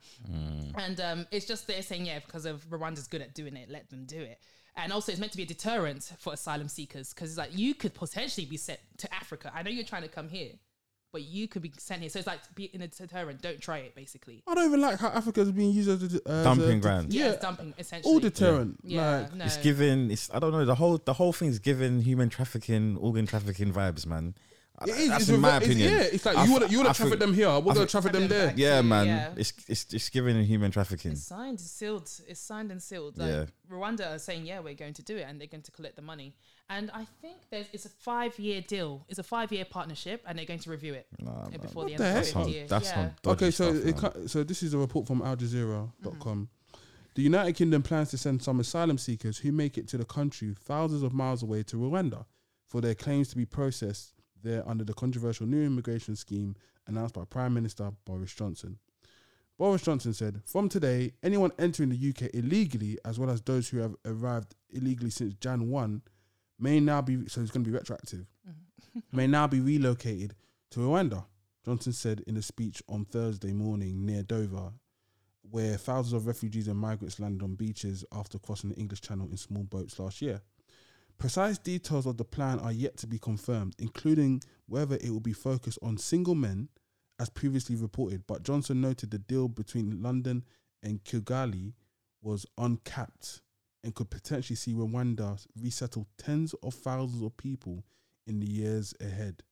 A: And um, it's just they're saying yeah because of Rwanda's good at doing it, let them do it. And also, it's meant to be a deterrent for asylum seekers because it's like you could potentially be sent to Africa. I know you're trying to come here, but you could be sent here. So it's like be in a deterrent. Don't try it, basically.
B: I don't even like how Africa's being used as a as
C: Dumping
B: a,
C: ground.
A: Yeah,
B: Yeah,
A: it's dumping essentially.
B: all deterrent.
A: yeah,
B: Like,
A: no.
C: It's giving. It's I don't know. The whole the whole thing's giving human trafficking, organ trafficking vibes, man.
B: it is.
C: That's
B: it's
C: in my
B: revo- it's-
C: opinion.
B: yeah, it's like
C: I
B: you
C: f-
B: would you would
C: I
B: have trafficked
C: think-
B: them here. We're gonna
C: think-
B: traffic them
A: Traffic them
B: there.
A: back.
C: Yeah, man.
A: Yeah.
C: It's it's it's giving human trafficking.
A: It's signed, it's sealed, it's signed and sealed. Like
C: Yeah.
A: Rwanda are saying, yeah, we're going to do it, and they're going to collect the money. And I think there's it's a five year deal, it's a five year partnership, and they're going to review it
C: Nah,
A: uh,
C: man.
A: before the
B: What
A: end of
B: the
A: the
B: heck?
A: fifth
C: Some-
A: year.
C: that's
A: yeah.
C: some dodgy
B: Okay, so
C: stuff,
B: it
C: man. Mm-hmm.
B: ca- so this is a report from Al Jazeera.com. The United Kingdom plans to send some asylum seekers who make it to the country thousands of miles away to Rwanda for their claims to be processed there under the controversial new immigration scheme announced by Prime Minister Boris Johnson. Boris Johnson said, From today, anyone entering the UK illegally, as well as those who have arrived illegally since Jan 1, may now be, so it's going to be retroactive, may now be relocated to Rwanda. Johnson said in a speech on Thursday morning near Dover, where thousands of refugees and migrants landed on beaches after crossing the English Channel in small boats last year. Precise details of the plan are yet to be confirmed, including whether it will be focused on single men, as previously reported. But Johnson noted the deal between London and Kigali was uncapped and could potentially see Rwanda resettle tens of thousands of people in the years ahead.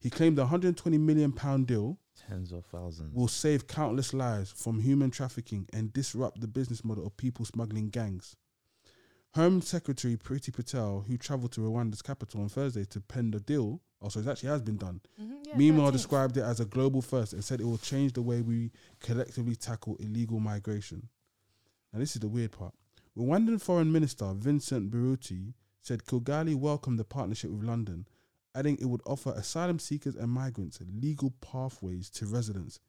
B: He claimed the 120 million pound deal
C: Tens of thousands.
B: will save countless lives from human trafficking and disrupt the business model of people smuggling gangs. Home Secretary Priti Patel, who travelled to Rwanda's capital on Thursday to pen the deal, also it actually has been done.
A: Mm-hmm. yeah,
B: Meanwhile,
A: 13th.
B: described it as a global first and said it will change the way we collectively tackle illegal migration. Now, this is the weird part. Rwandan Foreign Minister Vincent Biruti said Kigali welcomed the partnership with London, adding it would offer asylum seekers and migrants legal pathways to residence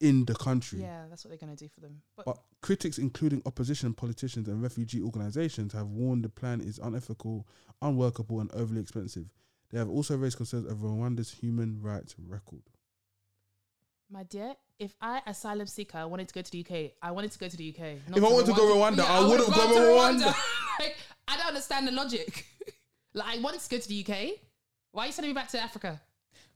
B: in the country.
A: Yeah, that's what they're going to do for them. But,
B: But critics, including opposition politicians and refugee organizations, have warned the plan is unethical, unworkable, and overly expensive. They have also raised concerns over Rwanda's human rights record.
A: my dear, if I asylum seeker, I wanted to go to the UK. I wanted to go to the UK. not
B: If I wanted to go Rwanda, I
A: would
B: would've
A: have gone
B: gone to
A: like, I don't understand the logic. like, I wanted to go to the UK. Why are you sending me back to Africa?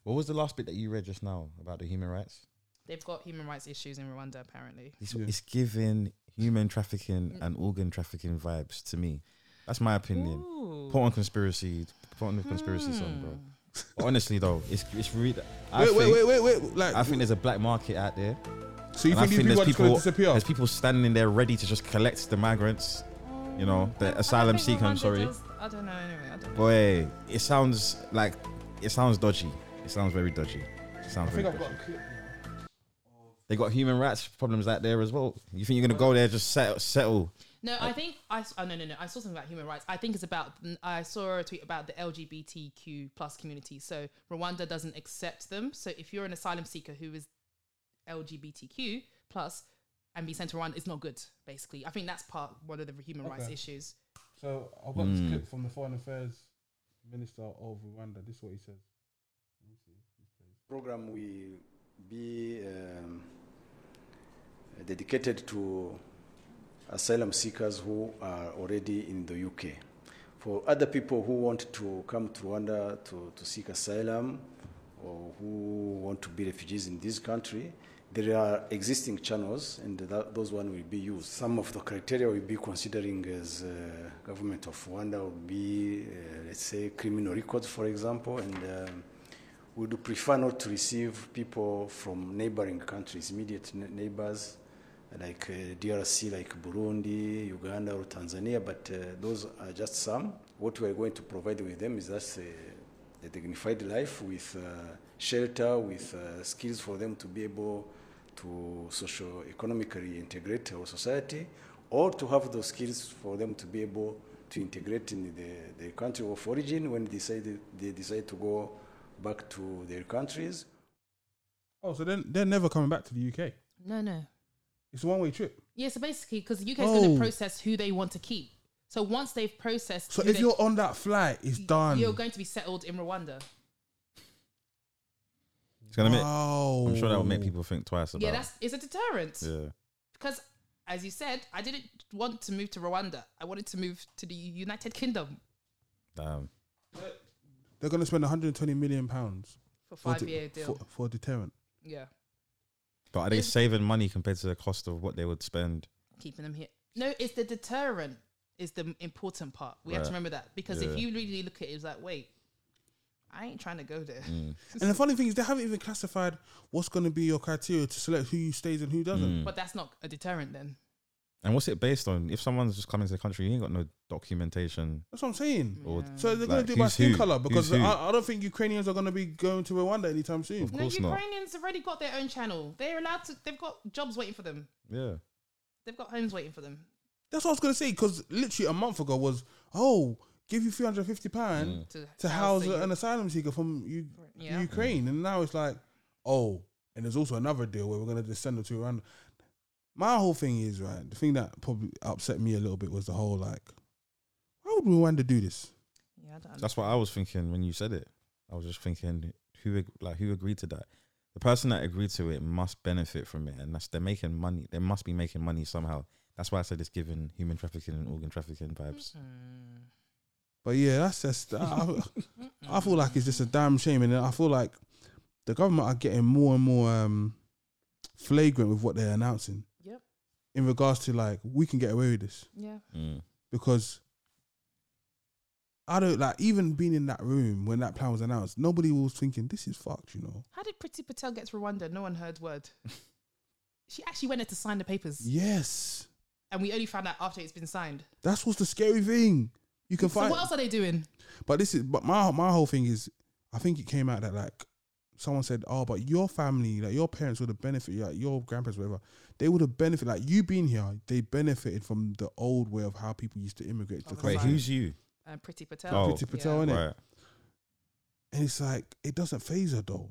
C: What was the last bit that you read just now about the human rights?
A: They've got human rights issues in Rwanda, apparently.
C: It's, it's giving human trafficking and organ trafficking vibes to me. That's my opinion.
A: Ooh.
C: Put on conspiracy. Put on the conspiracy song, bro. But honestly, though, it's it's really. I
B: Wait,
C: think,
B: wait, wait, wait, wait. Like,
C: I think there's a black market out there.
B: so you
C: and I
B: think these people are just going to disappear?
C: there's people standing there ready to just collect the migrants, you know,
A: Hmm. I- I
C: the
A: don't
C: asylum
A: think
C: seeker. I'm
A: Rwanda
C: sorry.
A: does- I don't know. Anyway, I don't know.
C: Boy, it sounds like it sounds dodgy. It sounds very dodgy. It sounds
B: I think
C: very
B: I've got
C: dodgy.
B: a clip.
C: They got human rights problems out there as well. You think you're gonna go there just settle? settle?
A: No, I think I. s- Oh, no, no, no. I saw something about human rights. I think it's about. I saw a tweet about the LGBTQ plus community. So Rwanda doesn't accept them. So if you're an asylum seeker who is LGBTQ plus and be sent to Rwanda, it's not good. Basically, I think that's part one of the human rights
B: Okay.
A: issues.
B: So I've got this
C: Mm.
B: clip from the Foreign Affairs Minister of Rwanda. This is what he says.
E: program will be um, dedicated to asylum seekers who are already in the UK. for other people who want to come to Rwanda to, to seek asylum or who want to be refugees in this country, there are existing channels and that, those one will be used. Some of the criteria will be considering as uh, government of Rwanda will be, uh, let's say, criminal records, for example, and um, would prefer not to receive people from neighboring countries, immediate ne- neighbors like uh, DRC, like Burundi, Uganda, or Tanzania, but uh, those are just some. What we are going to provide with them is just a, a dignified life with uh, shelter, with uh, skills for them to be able to socio-economically integrate our society, or to have those skills for them to be able to integrate in the, the country of origin when they decide, they decide to go back to their countries.
B: Oh, so then they're never coming back to the UK.
A: No, no.
B: It's a one way trip.
A: Yeah, so basically, because the UK is going
B: Oh.
A: to process who they want to keep. So once they've processed,
B: So
A: who
B: if
A: they-
B: you're on that flight, it's done.
A: you're going to be settled in Rwanda.
C: It's gonna make.
B: Wow.
C: I'm sure that will make people think twice about.
A: Yeah, that's it's a deterrent
C: yeah.
A: because, as you said, I didn't want to move to Rwanda. I wanted to move to the United Kingdom
C: Damn.
B: They're going to spend 120 million pounds
A: for
B: for,
A: five
B: de-
A: year deal.
B: for, for deterrent.
A: yeah,
C: But are they
A: If-
C: saving money compared to the cost of what they would spend?
A: keeping them here. No, it's the deterrent is the important part. We have to
C: Right.
A: remember that because
C: Yeah.
A: if you really look at it, it's like, wait, I ain't trying to go there.
B: Mm. And the funny thing is, they haven't even classified what's going to be your criteria to select who stays and who
C: Hmm.
B: doesn't.
A: But that's not a deterrent then.
C: And what's it based on? If someone's just coming to the country, you ain't got no documentation.
B: That's what I'm saying.
C: Or
B: So they're going to
C: Like,
B: do it by
C: who's
B: skin
C: who?
B: color because
C: Who's who?
B: I, I don't think Ukrainians are going to be going to Rwanda anytime soon.
C: Of
A: No,
C: course not.
A: Ukrainians already got their own channel. They're allowed to. They've got jobs waiting for them.
C: yeah,
A: They've got homes waiting for them
B: That's what I was going to say because literally a month ago was oh give you 350 pound
A: to,
B: to house
A: the-
B: an asylum seeker from U-
A: Yeah.
B: Ukraine, and now it's like oh, and there's also another deal where we're going to send them to Rwanda. My whole thing is right. The thing that probably upset me a little bit was the whole like, why would Rwanda do this?
A: Yeah, I don't
C: that's what I was thinking when you said it. I was just thinking who ag- like who agreed to that. The person that agreed to it must benefit from it, and that's they're making money. They must be making money somehow. That's why I said it's giving human trafficking and organ trafficking vibes.
A: Hmm.
B: But yeah, that's just I, I feel like it's just a damn shame, and I feel like the government are getting more and more um, flagrant with what they're announcing.
A: Yep.
B: In regards to like, we can get away with this
A: Yeah.
C: Mm.
B: because I don't like even being in that room when that plan was announced. Nobody was thinking this is fucked, you know.
A: How did Pretty Patel get to Rwanda? No one heard word. she actually went there to sign the papers,
B: Yes,
A: and we only found out after it's been signed.
B: that's what's the scary thing. You can
A: So
B: find,
A: what else are they doing?
B: but this is but my my whole thing is, I think it came out that like someone said, oh, but your family, like your parents would have benefited, like your grandparents, whatever, they would have benefited. Like you being here, they benefited from the old way of how people used to immigrate to
A: Oh,
B: the
C: Wait,
A: Right.
B: country.
C: who's you?
A: Uh, Pretty Patel.
C: Oh.
B: Pretty Patel, innit?
C: Right,
B: And it's like it doesn't phase her though.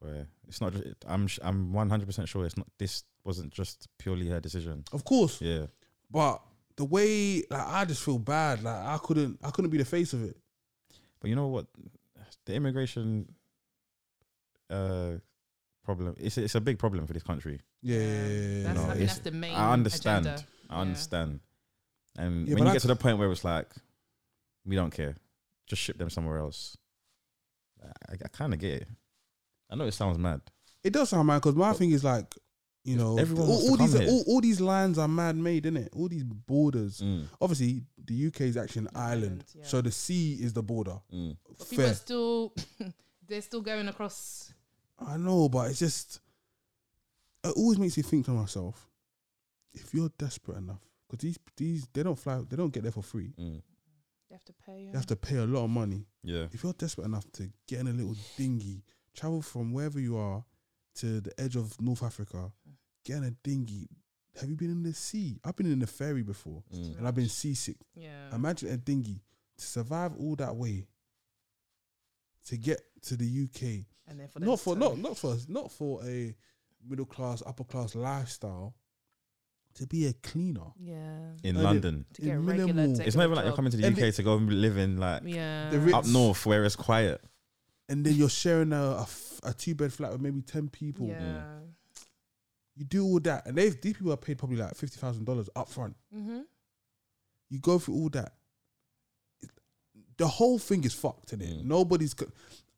C: right. It's not. ju- I'm. sh- I'm 100 percent sure it's not. This wasn't just purely her decision.
B: Of course,
C: Yeah.
B: But the way like I just feel bad. Like I couldn't I couldn't be the face of it.
C: But you know what? The immigration uh problem it's it's a big problem for this country.
B: Yeah.
A: That's,
C: No,
A: I think
C: it's-
A: that's the main.
C: I understand.
A: agenda.
C: I
A: Yeah.
C: understand. And
B: Yeah, but
C: when you
B: I-
C: get to the point where it's like, we don't care, just ship them somewhere else. I, I kind of get it. I know it sounds mad.
B: It does sound mad because my thing is like, you know, all,
C: Everyone wants to
B: all these
C: come here.
B: all, all these lines are man made, innit? All these borders.
A: Mm,
B: Obviously, the UK is actually an island,
A: Island, yeah.
B: so the sea is the border.
A: But people are
B: Fair,
A: still. they're still going across.
B: I know, but it's just it always makes you think to myself, if you're desperate enough, because these these they don't fly, they don't get there for free.
A: mm. They have to pay.
B: You have to pay a lot of money.
C: Yeah.
B: if you're desperate enough to get in a little dinghy, travel from wherever you are to the edge of North Africa, get in a dinghy. Have you been in the sea? I've been in the ferry before
A: Mm.
B: and I've been seasick.
A: Yeah.
B: Imagine a dinghy to survive all that way to get to the UK.
A: and then for them
B: Not
A: to
B: for
A: tell
B: not
A: them-
B: not for not for a middle class, upper class lifestyle. To be a cleaner.
A: Yeah.
C: In
B: I did-
C: London.
A: To get
B: in
A: regular.
B: minimal-
A: day
C: It's not even like you're
A: job.
C: coming to the
B: And
C: UK to go and live in like
A: Yeah.
B: The ri-
C: up north where it's quiet.
B: And then you're sharing a, a f- a two bed flat with maybe ten people.
A: Yeah.
B: You do all that, and they've these people are paid probably like fifty thousand dollars up front.
A: Mm-hmm.
B: You go through all that. The whole thing is fucked in it. Nobody's co-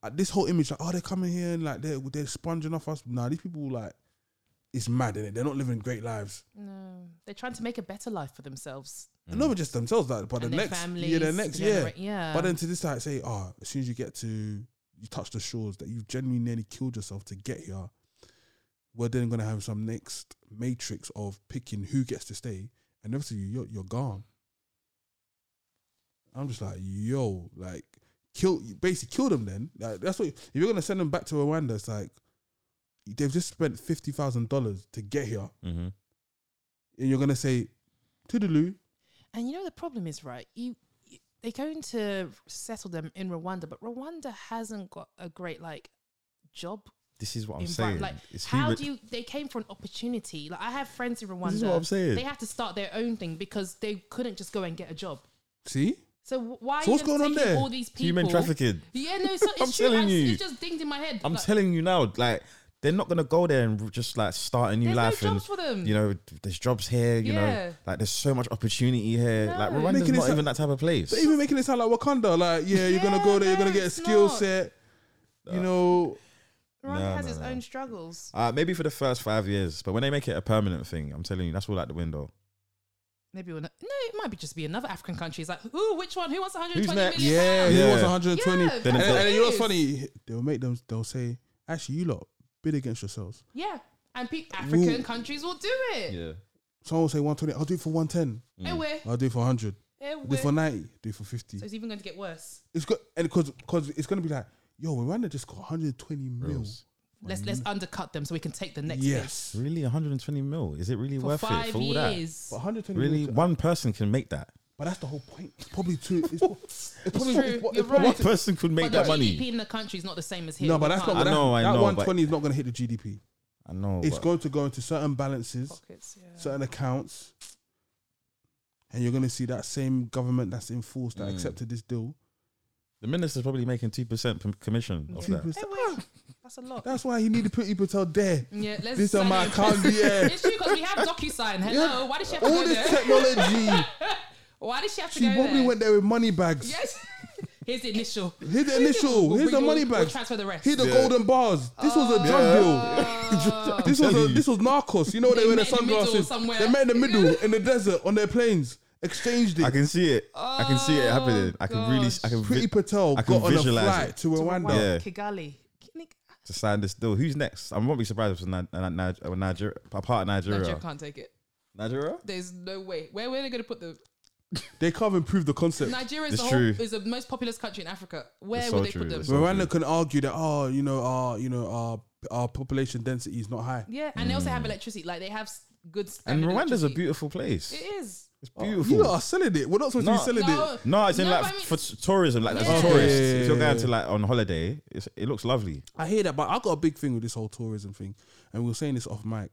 B: uh, this whole image like, oh, they're coming here and like they're they're sponging off us. Nah, these people like it's mad in it. They're not living great lives.
A: No, they're trying to make a better life for themselves.
C: Mm.
B: And not just themselves, like, but
A: And
B: the
A: their
B: next
A: families,
B: year, the next
A: their
B: year.
A: re- yeah.
B: But then to this side, say, oh, as soon as you get to, you touch the shores that you've genuinely nearly killed yourself to get here, we're then going to have some next matrix of picking who gets to stay. And obviously, you, you're, you're gone. I'm just like, yo, like, kill, you basically kill them then. Like, that's what, if you're going to send them back to Rwanda, it's like, they've just spent $50,000 to get here.
C: Mm-hmm.
B: And you're going to say, toodaloo.
A: And you know the problem is right. You, you they're going to settle them in Rwanda, but Rwanda hasn't got a great like job.
C: This is what I'm
A: envi-
C: saying.
A: Like,
C: It's who
A: how
C: re-
A: do you? They came for an opportunity. Like, I have friends in Rwanda.
C: This is what I'm saying.
A: They had to start their own thing because they couldn't just go and get a job.
B: See?
A: So wh- why are
B: So what's
A: you
B: going on
A: taking
B: there?
A: all these people?
C: Human trafficking.
A: Yeah, no, so it's
C: I'm
A: true.
C: telling
A: and
C: you.
A: It just dinged in my head.
C: I'm
A: Like,
C: telling you now, like they're not gonna go there and just like start a new
A: There's no
C: life. and
A: jobs for them.
C: You know, there's jobs here. You
A: Yeah.
C: know, like there's so much opportunity here. Like
A: No.
C: Rwanda's
B: Making it
C: not
B: so-
C: even that type of place.
B: They're even making it sound like Wakanda. Like, yeah, you're gonna
A: Yeah,
B: go there, you're gonna
A: no,
B: get a
A: it's
B: skill
A: not.
B: set. You know,
A: Rwanda
C: No,
A: has
C: no,
A: its
C: no.
A: own struggles.
C: Uh, maybe for the first five years, but when they make it a permanent thing, I'm telling you, that's all out the window.
A: Maybe we'll no, it might be just be another African country. It's like, who, which one? Who wants 120
C: Who's
A: million?
C: next?
B: yeah, he
C: Yeah.
B: wants
A: Yeah,
B: 120. and,
A: that's
B: and
A: what it
B: you know what's
A: is.
B: funny? They'll make them. They'll say, actually, you lot bid against yourselves.
A: Yeah. And pe- African
B: We'll-
A: countries will do it.
C: Yeah.
B: Someone will say 120. I'll do it for 110.
A: Eh, we're-
B: I'll do it for 100.
A: eh,
B: I'll do it for
A: we're-
B: 90. I'll do it for 50.
A: So it's even going to get worse.
B: It's good, and because because it's gonna be like, yo, Rwanda just got 120 mil.
A: Let's
B: Mm.
A: let's undercut them so we can take the next bit.
B: Yes,
C: Really, 120 mil? Is it really
A: for
C: worth
A: five
C: it for all
A: years.
B: but 120
C: that? Really,
B: mil-
C: one person can make that.
B: But that's the whole point. It's probably two. It's, it's probably
A: true.
B: it's-
A: You're
B: it's
A: right.
B: probably-
C: One person could make
A: but
C: that
A: the GDP
C: money.
A: in the country is not the same as here.
B: No,
A: We
B: but that's not.
A: can't-
C: I
B: that-
C: know, I
B: That
C: know, but-
B: 120 is not gonna hit the GDP.
C: I know.
B: it's
C: but
B: going to go into certain balances,
A: Pockets, yeah.
B: certain accounts, and you're going to see that same government that's enforced
C: Mm.
B: that accepted this deal.
C: the minister's probably making two percent commission off that.
B: 2%.
A: Eh, we're- that's a lot.
B: "Ah, That's why he needed to put Patel there.
A: Yeah, let's
B: This is
A: sign
B: my
A: it.
B: account, yeah.
A: It's true because we have DocuSign. Hello, why did she have to
B: All
A: go
B: this
A: there?
B: technology.
A: Why did she have to
B: She
A: go
B: probably
A: there?
B: went there with money bags.
A: Yes. Here's the initial.
B: Here's the initial.
A: We'll
B: Here's the
A: bring-
B: money
A: we'll-
B: bags.
A: We'll transfer the rest.
B: Here's the golden bars. This was
A: Oh.
B: a drug deal. this was a, this was narcos. You know what they,
A: They
B: wear the
A: met in the middle
B: sunglasses.
A: somewhere.
B: they met in the middle in the desert on their planes. Exchanged
C: I
B: it.
C: can see it. I can see it happening. I can really,
A: Oh, gosh.
C: I can,
B: Pretty
C: vi-
B: Patel
C: I
B: got
C: can
B: on a
C: visualize
B: flight
C: it.
B: to Rwanda.
A: Wow,
C: Yeah.
A: Kigali. Guinea-
C: to sign this deal. Who's next? I won't be surprised if it's Ni- Ni- Ni- Niger- a part of
A: Nigeria
C: Nigeria.
A: can't take it.
C: Nigeria?
A: There's no way. Where where are they going to put the
B: They can't even prove the concept.
A: Nigeria is
C: It's
A: the whole,
C: true.
A: is the most populous country in Africa. Where
C: It's
A: would
C: so
A: they
C: true.
A: put them?
C: It's so-
B: Rwanda can argue that oh, you know, our you know, our our population density is not high.
A: yeah, and they also
C: Mm.
A: have electricity. Like they have s- good.
C: And
A: standard
C: Rwanda's a
A: electricity.
C: beautiful place.
A: It is.
C: It's
B: You
C: beautiful.
B: lot are selling it. We're not supposed
C: No.
B: to be selling it.
C: no, it's in
A: No,
C: like
A: but I mean-
C: for t- tourism, like as
A: Yeah.
C: a
A: Okay.
C: tourist.
B: Yeah,
C: If you're
B: yeah,
C: going
B: yeah.
C: to like on holiday, it's, it looks lovely.
B: I hear that, but I got a big thing with this whole tourism thing, and we were saying this off mic,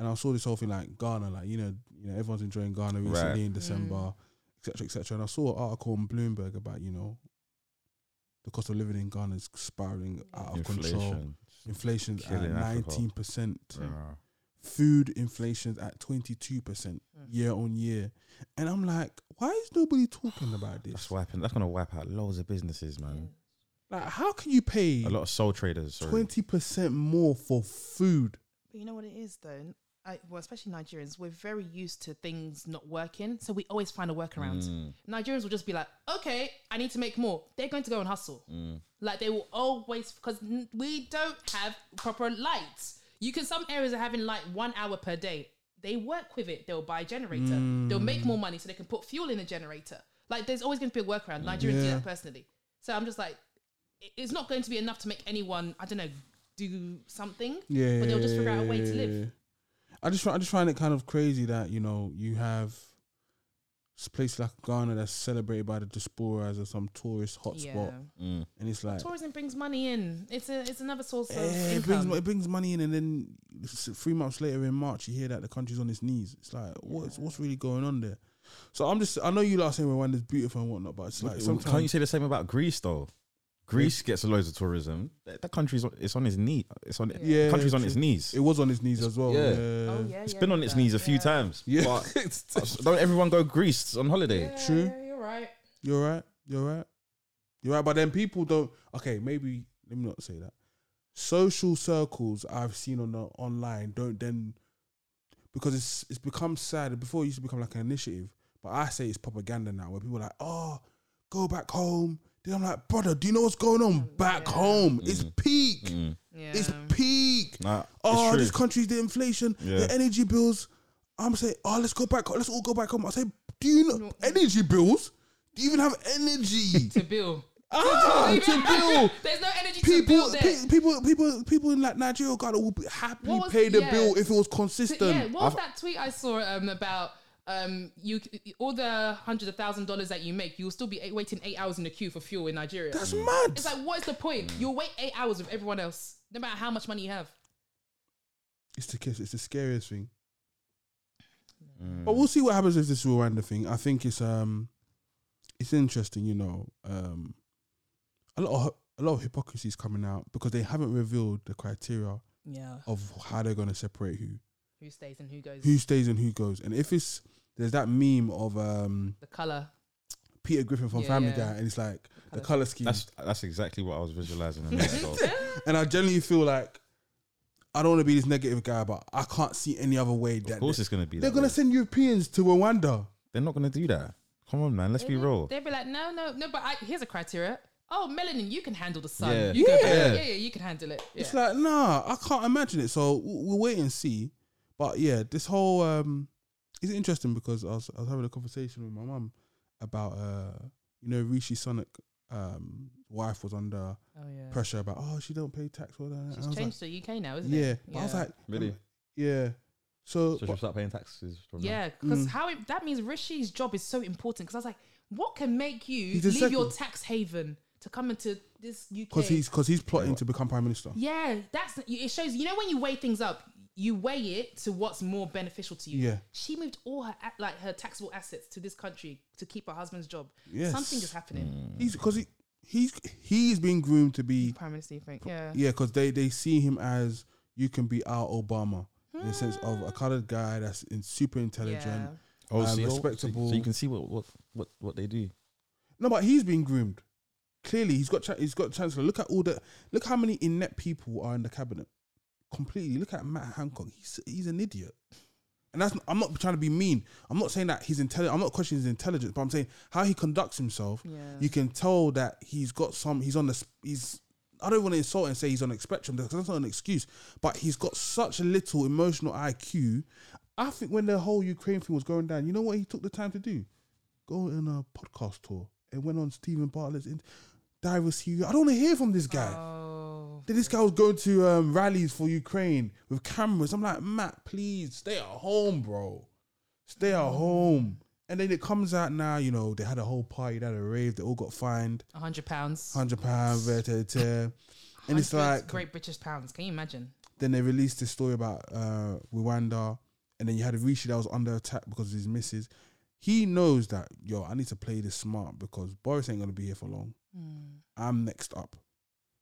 B: and I saw this whole thing like Ghana, like you know, you know, everyone's enjoying Ghana recently
C: Right.
B: in December, etc., etc. And I saw an article on Bloomberg about you know, the cost of living in Ghana is spiraling out of control.
C: Inflation.
B: Inflation's
C: Killing
B: at
C: Africa.
B: nineteen percent.
C: Yeah.
B: food inflation's at 22% year on year. And I'm like, why is nobody talking about
C: That's
B: this?
C: wiping. That's gonna wipe out loads of businesses, man.
B: Like, how can you pay
C: A lot of soul traders. Sorry.
B: 20% more for food?
A: But you know what it is though. I, well, especially Nigerians, we're very used to things not working, so we always find a workaround.
B: Mm.
A: Nigerians will just be like, "Okay, I need to make more." They're going to go and hustle.
B: Mm.
A: Like they will always because we don't have proper lights. You can some areas are having light one hour per day. They work with it. They'll buy a generator.
B: Mm.
A: They'll make more money so they can put fuel in a generator. Like there's always going to be a workaround. Nigerians do
B: Yeah.
A: that personally. So I'm just like, it- it's not going to be enough to make anyone I don't know do something.
B: Yeah.
A: But they'll just figure out a way to live.
B: I just, fi- I just find it kind of crazy that, you know, you have s- place like Ghana that's celebrated by the diaspora as a, some tourist hotspot.
A: Yeah.
C: Mm.
B: And it's like,
A: Tourism brings money in. It's a it's another source of
B: eh, it, brings,
A: income.
B: mo- it brings money in. And then s- three months later in March, you hear that the country's on its knees. It's like, what's, what's really going on there? So I'm just, I know you lot are saying Rwanda's beautiful and whatnot, but it's like,
C: Can't you
B: sometimes
C: say the same about Greece though? Greece gets loads of tourism. That, that country's on- it's on its knee. It's on
B: Yeah,
C: country's on its
B: true.
C: knees.
B: It was on his knees as well.
C: yeah.
B: Yeah.
A: Oh, yeah,
C: It's
A: yeah,
C: been on its
A: yeah.
C: knees a few times.
B: Yeah.
C: But
B: It's-
C: don't everyone go Greece on holiday?
A: Yeah,
B: True.
A: yeah, you're right.
B: You're right. You're right. You're right. But then people don't. Okay, maybe let me not say that. Social circles I've seen on the online don't then because it's it's become sad. Before it used to become like an initiative, but I say it's propaganda now, where people are like, oh, go back home. Then I'm like, brother, do you know what's going on back home? It's peak.
A: Yeah.
B: It's peak.
C: Nah, it's
B: oh,
C: true.
B: this country's the inflation,
C: Yeah.
B: the energy bills. I'm saying, oh, let's go back. home. Let's all go back home. I say, do you know energy bills? Do you even have energy?
A: to bill.
B: ah, to bill.
A: There's no energy to
B: People,
A: build there.
B: pe- people, people, people in like Nigeria, God, will be happily
A: What was-
B: pay the
A: yeah.
B: bill if it was
A: T-
B: consistent.
A: yeah, what was
C: I've-
A: that tweet I saw um, about um, you all the hundreds of thousand dollars that you make, you'll still be eight, waiting eight hours in the queue for fuel in Nigeria.
B: That's mad.
A: it's like, what is the point? You'll wait eight hours with everyone else, no matter how much money you have.
B: It's the kiss. It's the scariest thing.
C: Mm.
B: But we'll see what happens with this Rwanda thing. I think it's um, it's interesting. You know, um, a lot of a lot of hypocrisy is coming out because they haven't revealed the criteria
A: Yeah,
B: of how they're going to separate who
A: who stays and who goes?
B: who stays and who goes. And if it's there's that meme of um
A: the color.
B: Peter Griffin from
A: Yeah,
B: Family
A: yeah.
B: Guy, and it's like the color scheme.
C: That's that's exactly what I was visualizing. A minute ago.
B: and I generally feel like I don't want to be this negative guy, but I can't see any other way that
C: of course, it's gonna be.
B: they're
C: that
B: going to
C: way.
B: send Europeans to Rwanda.
C: They're not gonna do that. Come on, man. Let's be real.
A: Mm-hmm. They'd be like, no, no, no. But I, here's a criteria. Oh, melanin, you can handle the sun.
C: Yeah.
A: You go back.
C: Yeah.
A: yeah, yeah, you can handle it. Yeah.
B: It's like, nah, I can't imagine it. So w- we'll wait and see. But yeah, this whole um is interesting because I was, I was having a conversation with my mum about uh you know Rishi Sonic um wife was under
A: oh yeah,
B: pressure about oh she don't pay tax or that.
A: she's changed to UK now, isn't
B: yeah.
A: it?
B: But I was like, um,
C: Really?
B: yeah. So,
C: So
B: but-
C: she'll start paying taxes.
B: mm.
C: From now.
A: Yeah, because how it, that means Rishi's job is so important. Because I was like, what can make you
B: He's a
A: leave your
B: second-
A: tax haven to come into this UK?
B: Cause he's cause he's plotting to become prime minister.
A: yeah, that's it. Shows you know when you weigh things up, you weigh it to what's more beneficial to you.
B: Yeah.
A: she moved all her a- like her taxable assets to this country to keep her husband's job.
B: Yes.
A: something is happening.
B: He's because he he's he's being groomed to be
A: Prime Minister, you think? Yeah,
B: yeah because they they see him as you can be our Obama in the sense of a colored guy that's in super intelligent.
A: yeah.
C: Oh,
B: Um,
C: so you're-
B: respectable.
C: So, so you can see what what what what they do.
B: No, but he's been groomed. Clearly, he's got cha- he's got chancellor. Look at all the look how many inept people are in the cabinet. Completely. Look at Matt Hancock. He's he's an idiot. And that's I'm not trying to be mean. I'm not saying that he's intelligent. I'm not questioning his intelligence, but I'm saying how he conducts himself.
A: Yeah.
B: You can tell that he's got some. He's on the. sp- He's. I don't want to insult and say he's on a spectrum because that's not an excuse. But he's got such little emotional IQ. I think when the whole Ukraine thing was going down, you know what he took the time to do? Go on a podcast tour and went on Stephen Bartlett's in Dive with you. I don't want to hear from this guy.
A: Oh,
B: Then this guy was going to um, rallies for Ukraine with cameras. I'm like, Matt, please stay at home, bro. Stay at home. And then it comes out now, you know, they had a whole party, they had a rave, they all got fined,
A: hundred pounds.
B: hundred pounds, and it's like
A: Great British pounds. Can you imagine?
B: then they released this story about uh, Rwanda, and then you had Rishi that was under attack because of his misses. He knows that yo, I need to play this smart because Boris ain't gonna be here for long. I'm next up.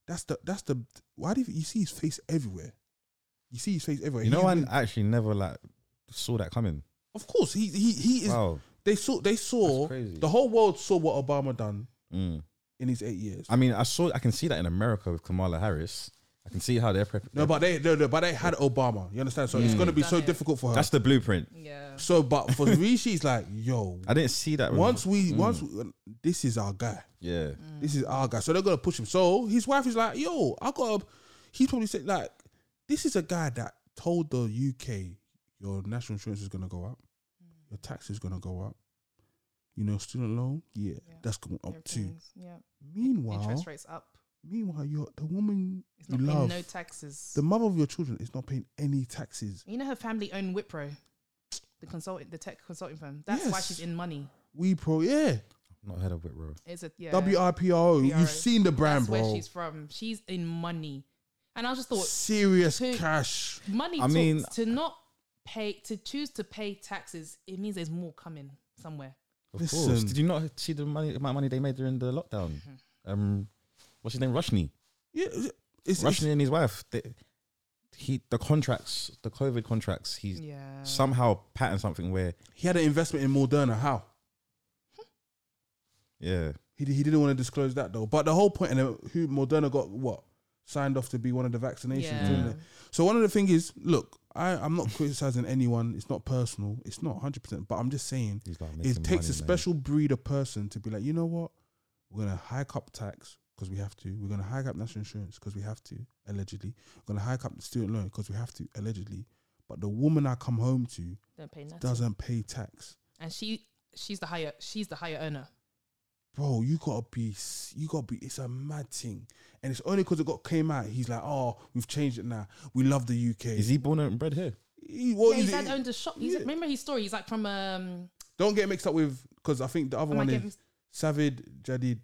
B: That's the that's the why do you, you see his face everywhere? You see his face everywhere.
C: You know,
B: He's
C: I
B: been-
C: actually never like saw that coming.
B: of course he he he is.
C: Wow.
B: They saw they saw
C: That's crazy.
B: the whole world saw what Obama done
C: Mm.
B: in his eight years.
C: I mean, I saw. I can see that in America with Kamala Harris. I can see how they're prepping.
B: no, but they no, no, but they had Obama. You understand? So it's gonna be so difficult for her.
C: that's the blueprint.
A: Yeah.
B: so, but for Rishi, it's like yo,
C: I didn't see that with-
B: Once Mm. we, once we, this is our guy.
C: yeah.
B: This is our guy. So they're gonna push him. So his wife is like, "Yo, I got." A, he probably said like, "This is a guy that told the UK your national insurance is gonna go up,
A: Mm.
B: your tax is gonna go up, you know, student loan, yeah, that's going up too."
A: Everything's- Yeah.
B: Meanwhile,
A: Interest rates up.
B: meanwhile, you're the woman
A: It's not
B: you
A: paying
B: love,
A: no taxes.
B: the mother of your children, is not paying any taxes.
A: You know her family owned Wipro, the consultant, the tech consulting firm. That's why
B: Yes.
A: she's in money.
B: We pro, yeah,
C: Not heard of Whitrow.
A: It's a yeah.
B: WIPRO.
A: PRO.
B: You've seen the brand,
A: That's where
B: bro.
A: she's from. She's in money, and I just thought
B: Serious
A: Who-
B: cash.
A: money.
C: I
A: I
C: mean-
A: mean, to not pay to choose to pay taxes, it means there's more coming somewhere.
C: Of
B: Listen.
A: Mm-hmm.
C: course. Did you not see the money, amount of money they made during the lockdown? Um, what's his name? Rushney.
B: Yeah, it's- it's, it's
C: Rushney and his wife. They, he the contracts, the COVID contracts. He's
A: Yeah.
C: somehow patterned something where
B: he had an investment in Moderna. How
C: yeah,
B: he he didn't want to disclose that though. But the whole point and uh, who Moderna got what signed off to be one of the vaccinations. didn't
A: Yeah.
B: it? So one of the things is, look, I I'm not criticizing anyone. It's not personal. It's not 100. percent But I'm just saying
C: he's like
B: it
C: making
B: takes a
C: money, man.
B: special breed of person to be like, you know what, we're gonna hike up tax because we have to. We're gonna hike up national insurance because we have to allegedly. We're gonna hike up the student loan because we have to allegedly. But the woman I come home to
A: Don't pay nothing.
B: doesn't pay tax.
A: And she she's the higher she's the higher earner.
B: bro, you gotta be, s- you gotta be. It's a mad thing, and it's only because it got came out. He's like, oh, we've changed it now. We love the UK.
C: Is he born and bred here?
B: He- what
A: yeah,
B: is
A: his dad
B: it?
A: owned a shop. He's,
B: Yeah.
A: Remember his story? He's like from um
B: Don't get mixed up with because I think the other
A: am I
B: one
A: getting-
B: is Savid Jadid.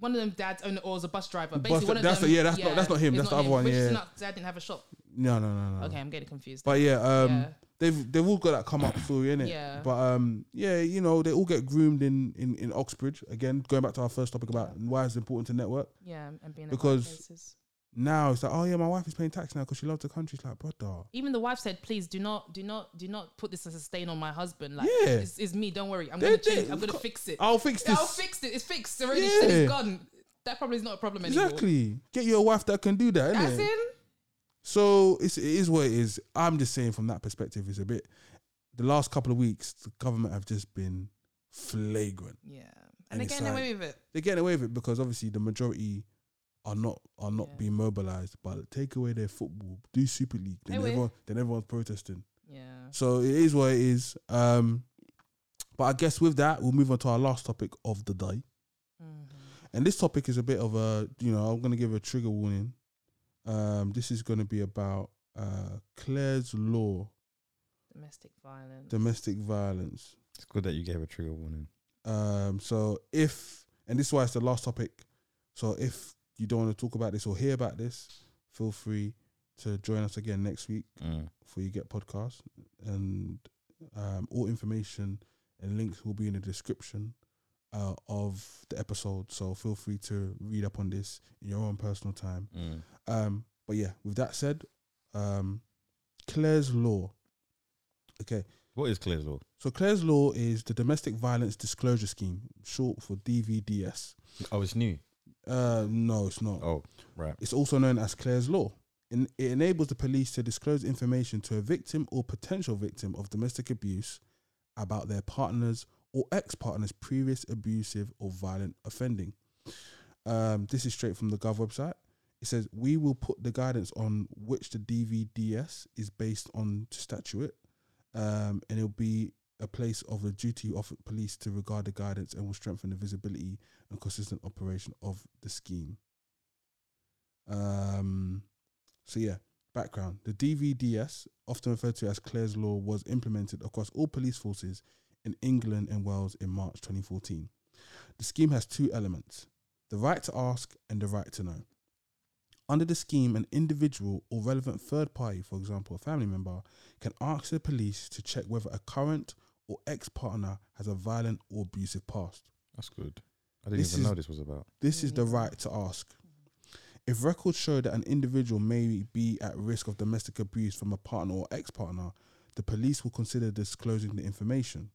A: one of them dads owned or was a bus driver.
B: Bus-
A: Basically, one of
B: that's
A: them,
B: the- yeah, that's not- that's not him,
A: it's
B: that's the other one,
A: Richardson
B: yeah.
A: not- dad didn't have a shop.
B: No, no, no, no.
A: Okay, I'm getting confused.
B: But yeah, um,
A: Yeah.
B: they've they've all got that come up story in it.
A: Yeah.
B: But um, yeah, you know, they all get groomed in in in Oxbridge again. Going back to our first topic about why it's important to network.
A: yeah, and being
B: because-
A: because places.
B: Now it's like, oh yeah, my wife is paying tax now because she loves the country. It's like, brother,
A: even the wife said, "Please do not, do not, do not put this as a stain on my husband. Like,
B: Yeah.
A: it's, it's me. Don't worry. I'm
B: They-
A: gonna
B: they-
A: change. I'm gonna fix it.
B: I'll fix this.
A: I'll fix it. It's fixed already. She said
B: Yeah.
A: It's gone. That probably is not a problem anymore.
B: Exactly. Get you a wife that can do that.
A: That's
B: Innit?
A: in.
B: So it's, it is what it is. I'm just saying from that perspective, it's a bit. The last couple of weeks, the government have just been flagrant.
A: Yeah.
B: And
A: And,
B: it's
A: again,
B: like-
A: away with it.
B: They're getting away with it because obviously the majority are not are not
A: Yeah.
B: being mobilized. But take away their football, do Super League, then
A: They will.
B: everyone then everyone's protesting.
A: Yeah.
B: So it is what it is. Um, but I guess with that, we'll move on to our last topic of the day.
A: Mm-hmm.
B: And this topic is a bit of a, you know, I'm going to give a trigger warning. Um, this is going to be about uh, Claire's Law,
A: Domestic violence.
B: domestic violence.
C: It's good that you gave a trigger warning.
B: Um, so if, and this is why it's the last topic. So if you don't want to talk about this or hear about this, feel free to join us again next week
C: Mm.
B: for you get podcast. And um, all information and links will be in the description uh, of the episode. So feel free to read up on this in your own personal time.
C: Mm.
B: Um, but yeah, with that said, um, Claire's Law. Okay,
C: What is Claire's law?
B: so Claire's Law is the Domestic Violence Disclosure Scheme, short for DVDS.
C: Oh, it's new.
B: Uh, no, it's not.
C: Oh, right.
B: It's also known as Claire's Law. In, it enables the police to disclose information to a victim or potential victim of domestic abuse about their partner's or ex partner's previous abusive or violent offending. Um, this is straight from the Gov website. It says, We will put the guidance on which the DVDS is based on to statute, um, and it'll be a place of the duty of police to regard the guidance and will strengthen the visibility and consistent operation of the scheme. Um, so yeah, background: the DVDS, often referred to as Clare's Law, was implemented across all police forces in England and Wales in March 2014. The scheme has two elements: the right to ask and the right to know. Under the scheme, an individual or relevant third party, for example, a family member, can ask the police to check whether a current or ex partner has a violent or abusive past.
C: That's good. I didn't
B: This
C: even
B: is-
C: know this was about.
B: This is the right to ask. If records show that an individual may be at risk of domestic abuse from a partner or ex partner, the police will consider disclosing the information.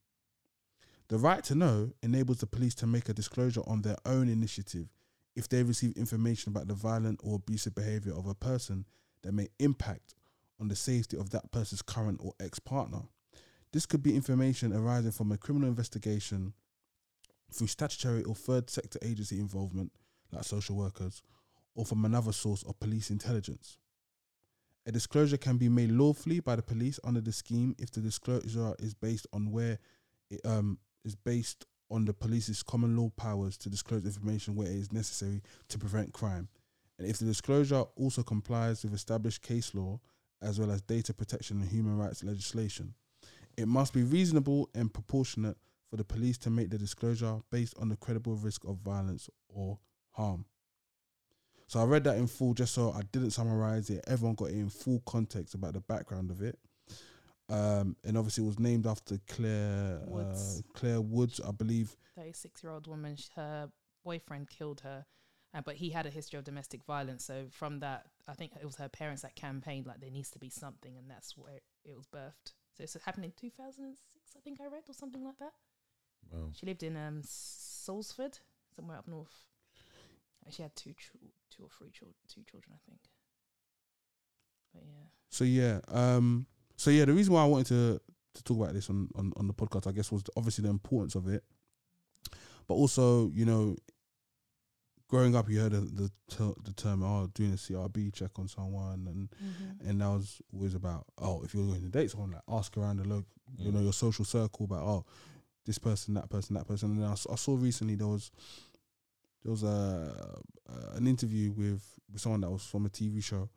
B: The right to know enables the police to make a disclosure on their own initiative if they receive information about the violent or abusive behavior of a person that may impact on the safety of that person's current or ex partner. This could be information arising from a criminal investigation, through statutory or third sector agency involvement, like social workers, or from another source of police intelligence. A disclosure can be made lawfully by the police under the scheme if the disclosure is based on where it um, is based on the police's common law powers to disclose information where it is necessary to prevent crime, and if the disclosure also complies with established case law as well as data protection and human rights legislation. It must be reasonable and proportionate for the police to make the disclosure based on the credible risk of violence or harm. So I read that in full just so I didn't summarize it. Everyone got it in full context about the background of it. Um, and obviously it was named after Claire Woods.
A: Woods.
B: Claire Woods, I believe.
A: 36 year old woman, sh- her boyfriend killed her Uh, but he had a history of domestic violence. So from that, I think it was her parents that campaigned like there needs to be something, and that's where it was birthed. So it's happened in 2006, I think I read, or something like that.
C: Wow.
A: She lived in um, Salford, somewhere up north. And she had two, chil- two or three children, two children, I think. But yeah.
B: So yeah, um, so yeah, the reason why I wanted to to talk about this on on, on the podcast, I guess, was obviously the importance of it, but also you know, growing up, you heard the the, ter- the term "oh, doing a CRB check on someone," and and that was always about oh, if you're going to date someone, like ask around the local, you
C: Mm.
B: know, your social circle about oh, this person, that person, that person. And then I, s- I saw recently there was there was a uh, an interview with with someone that was from a TV show,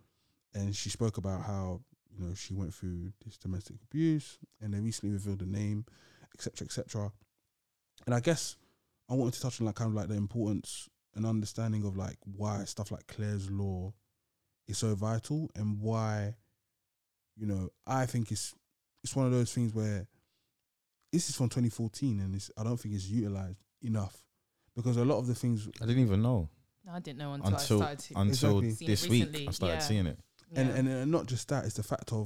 B: and she spoke about how you know she went through this domestic abuse, and they recently revealed the name, etc., etc. And I guess I wanted to touch on like kind of like the importance and understanding of like why stuff like Claire's law is so vital, and why you know I think it's it's one of those things where this is from 2014, and it's I don't think it's utilized enough because a lot of the things
C: I didn't even know
A: No, I didn't know until,
C: until
A: I started to.
C: until
B: Exactly.
A: Seen it
C: this week
A: recently,
C: I started
A: yeah.
C: seeing it.
B: and,
A: yeah.
B: and and not just that, it's the fact of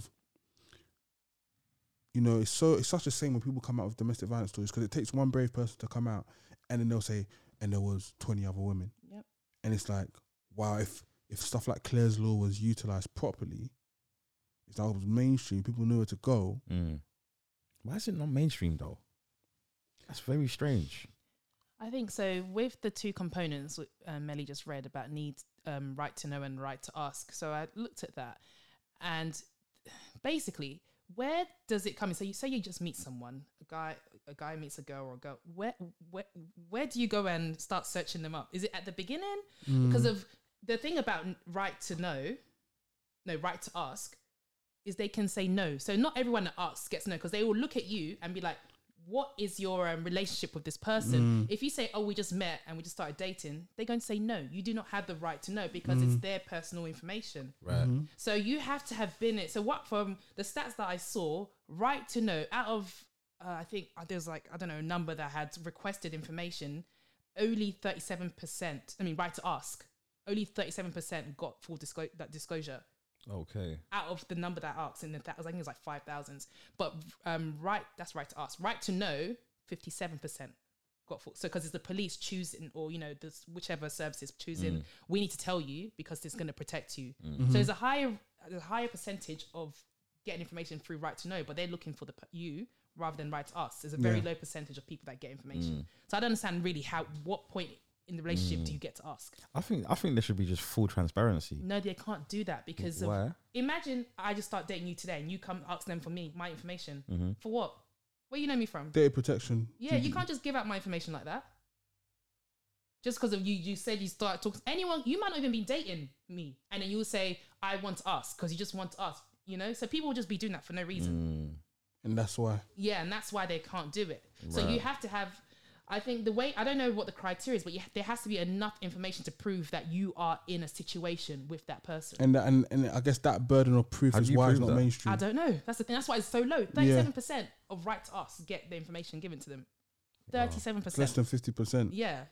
B: you know it's so it's such a shame when people come out with domestic violence stories because it takes one brave person to come out and then they'll say and there was twenty other women.
A: Yep.
B: And it's like wow, if if stuff like Claire's law was utilized properly, if that was mainstream, people knew where to go.
C: Mm. Why is it not mainstream though? That's very strange.
A: I think so. With the two components wh- um, Melly just read about need, um, right to know, and right to ask. So I looked at that, and basically, where does it come in? So you say you just meet someone, a guy, a guy meets a girl or a girl. Where, where, where do you go and start searching them up? Is it at the beginning? Because of the thing about n- right to know, no right to ask, is they can say no. So not everyone that asks gets no because they will look at you and be like, "What is your um, relationship with this person?" If you say, "Oh, we just met and we just started dating," they're going to say no. You do not have the right to know because it's their personal information.
C: Right.
A: So you have to have been it. So what from the stats that I saw, right to know out of uh, I think uh, there's like I don't know a number that had requested information, only 37 percent. I mean, right to ask, only 37 percent got full disclo- that disclosure
C: Okay.
A: out of the number that asked in the thou- I think it was like five thousands. But um, right, that's right to ask. Right to know, fifty seven percent got full. So because it's the police choosing, or you know, this whichever services choosing, we need to tell you because it's going to protect you. So there's a higher, there's a higher percentage of getting information through right to know, but they're looking for the p- you rather than right to us. There's a very
B: Yeah.
A: low percentage of people that get information. So I don't understand really how what point in the relationship do you get to ask?
C: I think I think there should be just full transparency.
A: No, they can't do that because Mm. of
C: Why?
A: Imagine I just start dating you today and you come ask them for me, my information. For what? Where you know me from?
B: Data protection.
A: yeah, you can't just give out my information like that. Just because of you, you said you start talking. Anyone, you might not even be dating me, and then you'll say, "I want to ask," because you just want to ask, you know. So people will just be doing that for no
C: Mm-hmm.
A: reason.
B: And that's why.
A: Yeah, and that's why they can't do it. So you
C: Right.
A: have to have. I think the way I don't know what the criteria is, but you, there has to be enough information to prove that you are in a situation with that person.
B: And that, and and I guess that burden of proof
C: How
B: is
C: do you
B: why it's
C: prove
B: not
C: that?
B: mainstream.
A: I don't know. That's the thing. That's why it's so low. Thirty-seven percent of right to us get the information given to them. Thirty-seven
B: It's less
A: percent.
B: than fifty percent.
A: Yeah,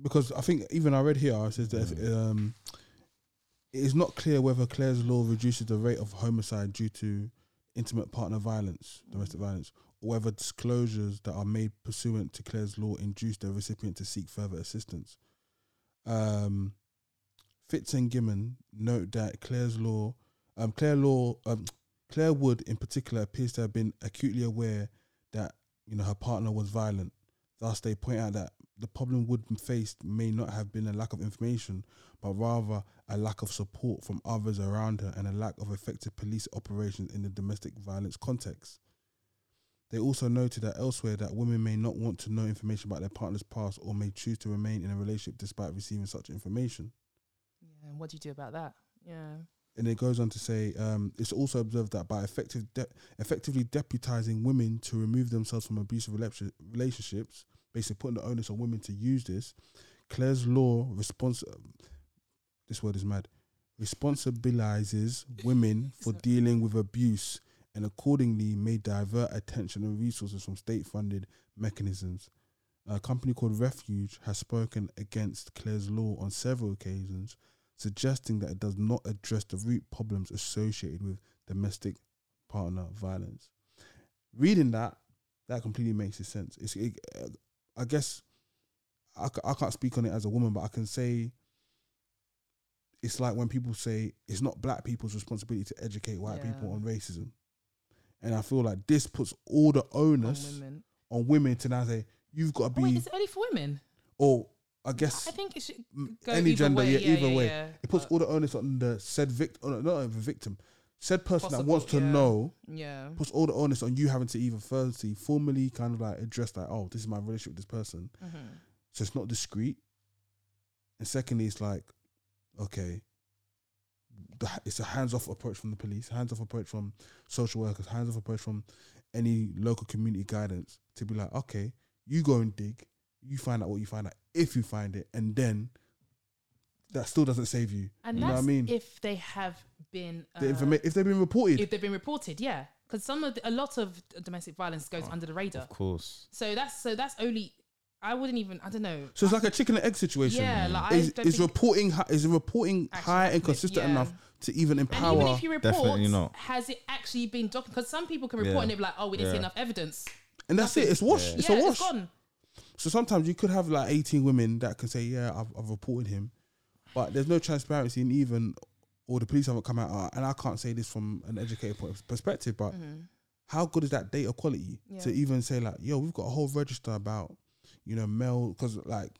B: because I think even I read here it says that if, um, it is not clear whether Claire's law reduces the rate of homicide due to intimate partner violence, domestic violence, or whether disclosures that are made pursuant to Claire's law induce the recipient to seek further assistance. Um, Fitz and Gimmon note that Claire's law, um, Claire law, um, Claire Wood in particular appears to have been acutely aware that you know her partner was violent. Thus, they point out that the problem Wood faced may not have been a lack of information, but rather a lack of support from others around her and a lack of effective police operations in the domestic violence context. They also noted that elsewhere that women may not want to know information about their partner's past or may choose to remain in a relationship despite receiving such information.
A: yeah. And what do you do about that? Yeah,
B: And it goes on to say, um, it's also observed that by effective de- effectively deputizing women to remove themselves from abusive relation- relationships, basically putting the onus on women to use this, Claire's law respons- this word is mad, responsibilizes women for dealing with abuse and accordingly may divert attention and resources from state funded mechanisms A company called Refuge has spoken against Claire's law on several occasions, suggesting that it does not address the root problems associated with domestic partner violence. Reading that, that completely makes it sense. It's, it, uh, I guess, I, ca- I can't speak on it as a woman, but I can say it's like when people say it's not black people's responsibility to educate white people
A: Yeah.
B: on racism. And I feel like this puts all the onus
A: on women.
B: on women to now say you've got to
A: Oh, wait,
B: be
A: is it only for women?
B: or I guess
A: I think it should
B: m-
A: go
B: any
A: either
B: gender,
A: way,
B: yeah,
A: yeah,
B: either
A: yeah,
B: way,
A: yeah, Uh,
B: it puts
A: but-
B: all the onus on the said victim, not the victim, said person that
A: Possible,
B: wants to
A: yeah.
B: know.
A: yeah.
B: Puts all the onus on you having to either firstly formally kind of like address that. Oh, this is my relationship with this person,
A: Mhm.
B: so it's not discreet. And secondly, it's like, okay, the, h- it's a hands-off approach from the police, hands-off approach from social workers, hands-off approach from any local community guidance to be like, okay, you go and dig, you find out what you find out if you find it, and then that still doesn't save you.
A: And
B: you know
A: that's
B: what I mean?
A: if they have been uh,
B: the informa- if they've been reported,
A: if they've been reported, yeah. Because some of the, a lot of domestic violence
B: Oh,
A: goes under the radar.
C: Of course.
A: So that's so that's only I wouldn't even I don't know.
B: so it's like a chicken and egg situation.
A: Yeah, like, I
B: is,
A: don't
B: is
A: think-
B: reporting hi- is reporting
A: Actually
B: high and
A: happening,
B: consistent
A: yeah.
B: enough to even
A: And
B: empower?
A: even if you report,
C: Definitely not.
A: has it actually been documented? Because some people can report
C: Yeah.
A: and they're like, "Oh, we didn't see
C: Yeah.
A: enough evidence."
B: and that's it. It's wash. It's
A: yeah,
B: a
A: it's
B: wash.
A: gone.
B: So sometimes you could have like 18 women that can say, yeah, I've, I've reported him, but there's no transparency in even, or the police haven't come out. uh, And I can't say this from an educated point of perspective, but
A: Mm-hmm.
B: how good is that data quality to
A: Mm. Yeah.
B: even say like, yo, we've got a whole register about, you know, male, because like,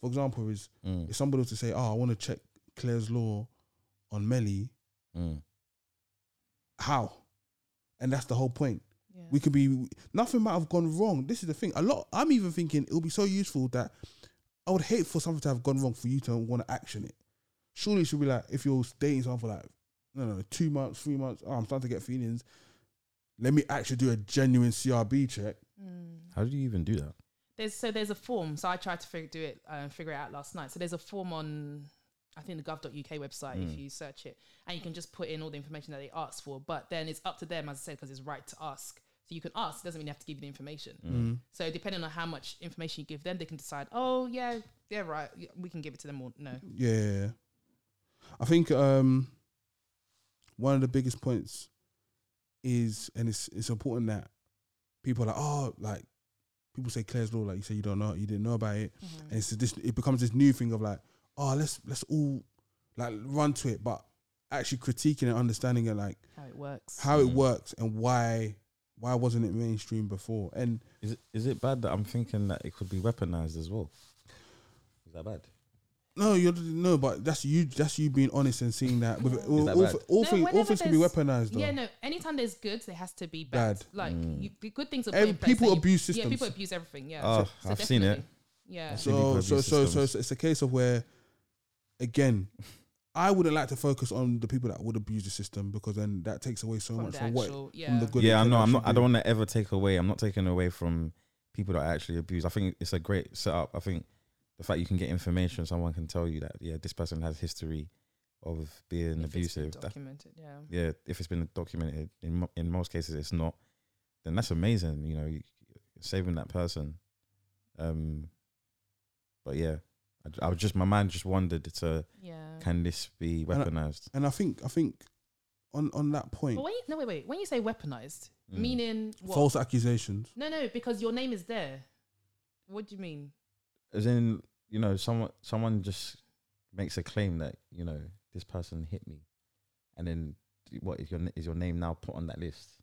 B: for example, is
C: Mm.
B: if somebody was to say, oh, I want to check Claire's law on Melly,
C: Mm.
B: how? And that's the whole point.
A: Yeah.
B: We could be nothing might have gone wrong. This is the thing. A lot. I'm even thinking it'll be so useful that I would hate for something to have gone wrong for you to want to action it. Surely it should be like if you're dating someone for like no no two months, three months. Oh, I'm starting to get feelings. Let me actually do a genuine CRB check.
C: How do you even do that?
A: Mm. There's so there's a form. So I tried to figure, do it uh, figure it out last night. So there's a form on I think the gov.uk website
B: Mm.
A: if you search it, and you can just put in all the information that they asked for. But then it's up to them, as I said, because it's right to ask. So you can ask. Doesn't mean you have to give you the information.
C: Mm.
A: So depending on how much information you give them, they can decide. Oh yeah, they're right. y- We can give it to them or no.
B: Yeah, I think um one of the biggest points is, and it's it's important that people are like, oh, like people say Claire's law, like you say you don't know, you didn't know about it, and it's this, it becomes this new thing of like, oh, let's let's all like run to it, but actually critiquing and understanding it, like
A: How it works.
B: how it works and why why wasn't it mainstream before, and
C: Is it is it bad that I'm thinking that it could be weaponized as well? Is that bad?
B: No, you no, but that's you. That's you being honest and seeing that. With, all,
C: that
B: all,
C: bad?
B: all
A: No,
B: things, all
A: whenever
B: things can be
A: there's-
B: weaponized. Though.
A: Yeah, no. Anytime there's goods, there has to be bad.
B: Bad.
A: Like
C: Mm.
A: you, the good things are put
B: Every-
A: in place
B: people
A: that you-
B: abuse
A: Yeah, people
B: systems.
A: abuse everything. Yeah,
C: Oh, I've seen it.
A: definitely, Yeah,
C: I've seen
B: So,
C: people
B: so,
C: abuse
B: so, so,
C: systems.
B: so it's a case of where, again, I wouldn't like to focus on the people that would abuse the system because then that takes away so
A: From
B: much
A: the
B: from what
A: actual-
B: from the
A: yeah.
B: good.
C: yeah,
B: it
C: I
B: can
C: know. I'm
B: actually
C: not. I
B: do.
C: don't want to ever take away. I'm not taking away from people that actually abuse. I think it's a great setup. I think the fact you can get information, someone can tell you that yeah, this person has history of being
A: If it's been
C: abusive. That,
A: Documented. Yeah.
C: yeah, if it's been documented, in mo- in most cases it's not. Then that's amazing. You know, you, saving that person. Um, but yeah, I, j- I was just my mind just wandered to
A: Yeah.
C: can this be
B: I-
C: weaponized?
B: And I think, I think, on on that point,
A: But wait, no, wait, wait. When you say weaponized,
C: Mm.
A: meaning what?
B: false accusations.
A: No, no, because your name is there. What do you mean?
C: as in you know someone someone just makes a claim that you know this person hit me and then what is your n- is your name now put on that list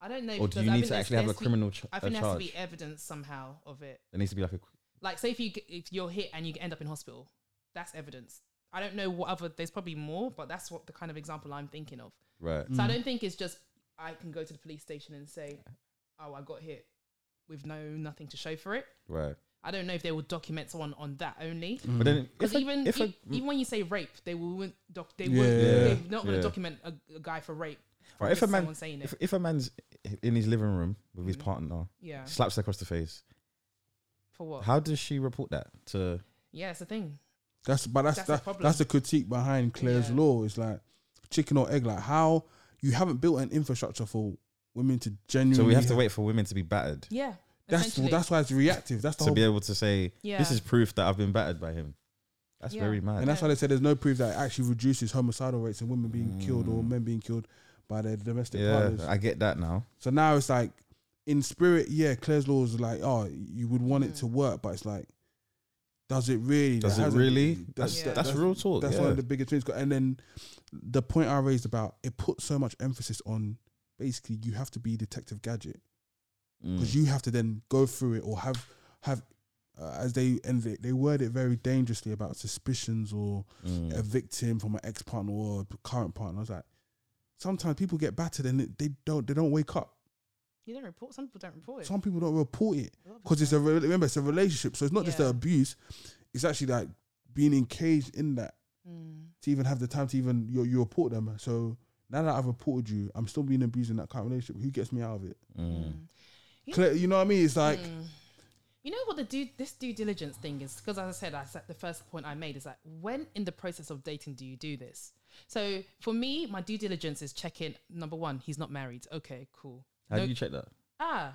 A: I don't know.
C: or
A: because
C: do you
A: I
C: need
A: think
C: to
A: there's-
C: actually have a
A: there's to be-
C: criminal ch-
A: I
C: a
A: think there has to
C: charge
A: be evidence somehow of it.
C: there needs to be like a cr-
A: Like, say if you g- if you're hit and you end up in hospital, that's evidence. I don't know what other. There's probably more, but that's what the kind of example I'm thinking of.
C: right
A: So I don't think it's just I can go to the police station and say, "Oh, I got hit," with no nothing to show for it.
C: right
A: I don't know if they will document someone on that only.
C: but then
A: Mm. Because
C: if a-
A: even
C: if
A: e-
C: a-
A: even when you say rape, they will not doc. They
B: Yeah.
A: will. They're not going to
C: Yeah.
A: document a, a guy for rape.
C: right, if a
A: just
C: man
A: someone saying it.
C: if, if a man's in his living room with his
A: Mhm.
C: partner
A: Yeah.
C: slaps her across the face
A: For what?
C: how does she report that to
A: Yeah, it's a thing.
B: That's but that's
A: That's
B: that's
A: the
B: that,
A: problem.
B: that's the critique behind Claire's
A: Yeah.
B: law. It's like chicken or egg. Like how you haven't built an infrastructure for women to genuinely.
C: so we have to wait for women to be battered
A: Yeah.
B: That's
A: essentially.
B: that's why it's reactive. That's the
C: to
B: whole,
C: be able to say
A: Yeah.
C: this is proof that I've been battered by him. That's
A: Yeah.
C: very mad.
B: and that's why they said there's no proof that it actually reduces homicidal rates and women being killed or men being killed by their domestic
C: Mm. yeah,
B: partners.
C: I get that now.
B: So now it's like, in spirit, yeah, Claire's law is like, oh, you would want it to work, but it's like, does it really?
C: Does
B: That
C: it
B: hasn't-
C: really?
B: That's,
C: That's
A: Yeah.
B: that-
C: that's real talk.
B: That's
C: yeah.
B: one of the biggest things. And then the point I raised about it put so much emphasis on basically you have to be Detective Gadget because
C: Mm.
B: you have to then go through it or have have uh, as they and they, they word it very dangerously about suspicions or
C: Mm.
B: a victim from an ex partner or a current partner. I was like, sometimes people get battered and they- they don't they don't wake up.
A: You don't report. Some people don't report it.
B: Some people don't report it because it's a re- remember it's a relationship, so it's not just the
A: Yeah.
B: abuse. It's actually like being engaged in that
A: Mm.
B: to even have the time to even you, you report them. So now that I've reported you, I'm still being abused in that kind of relationship. Who gets me out of it?
C: Mm.
A: Yeah.
B: Clear- You know what I mean? It's like
A: Mm. You know what the due, this due diligence thing is? Because as I said, I said the first point I made is that when in the process of dating do you do this? So for me, my due diligence is checking number one, he's not married. Okay, cool.
C: How
A: No-
C: do you check that?
A: ah,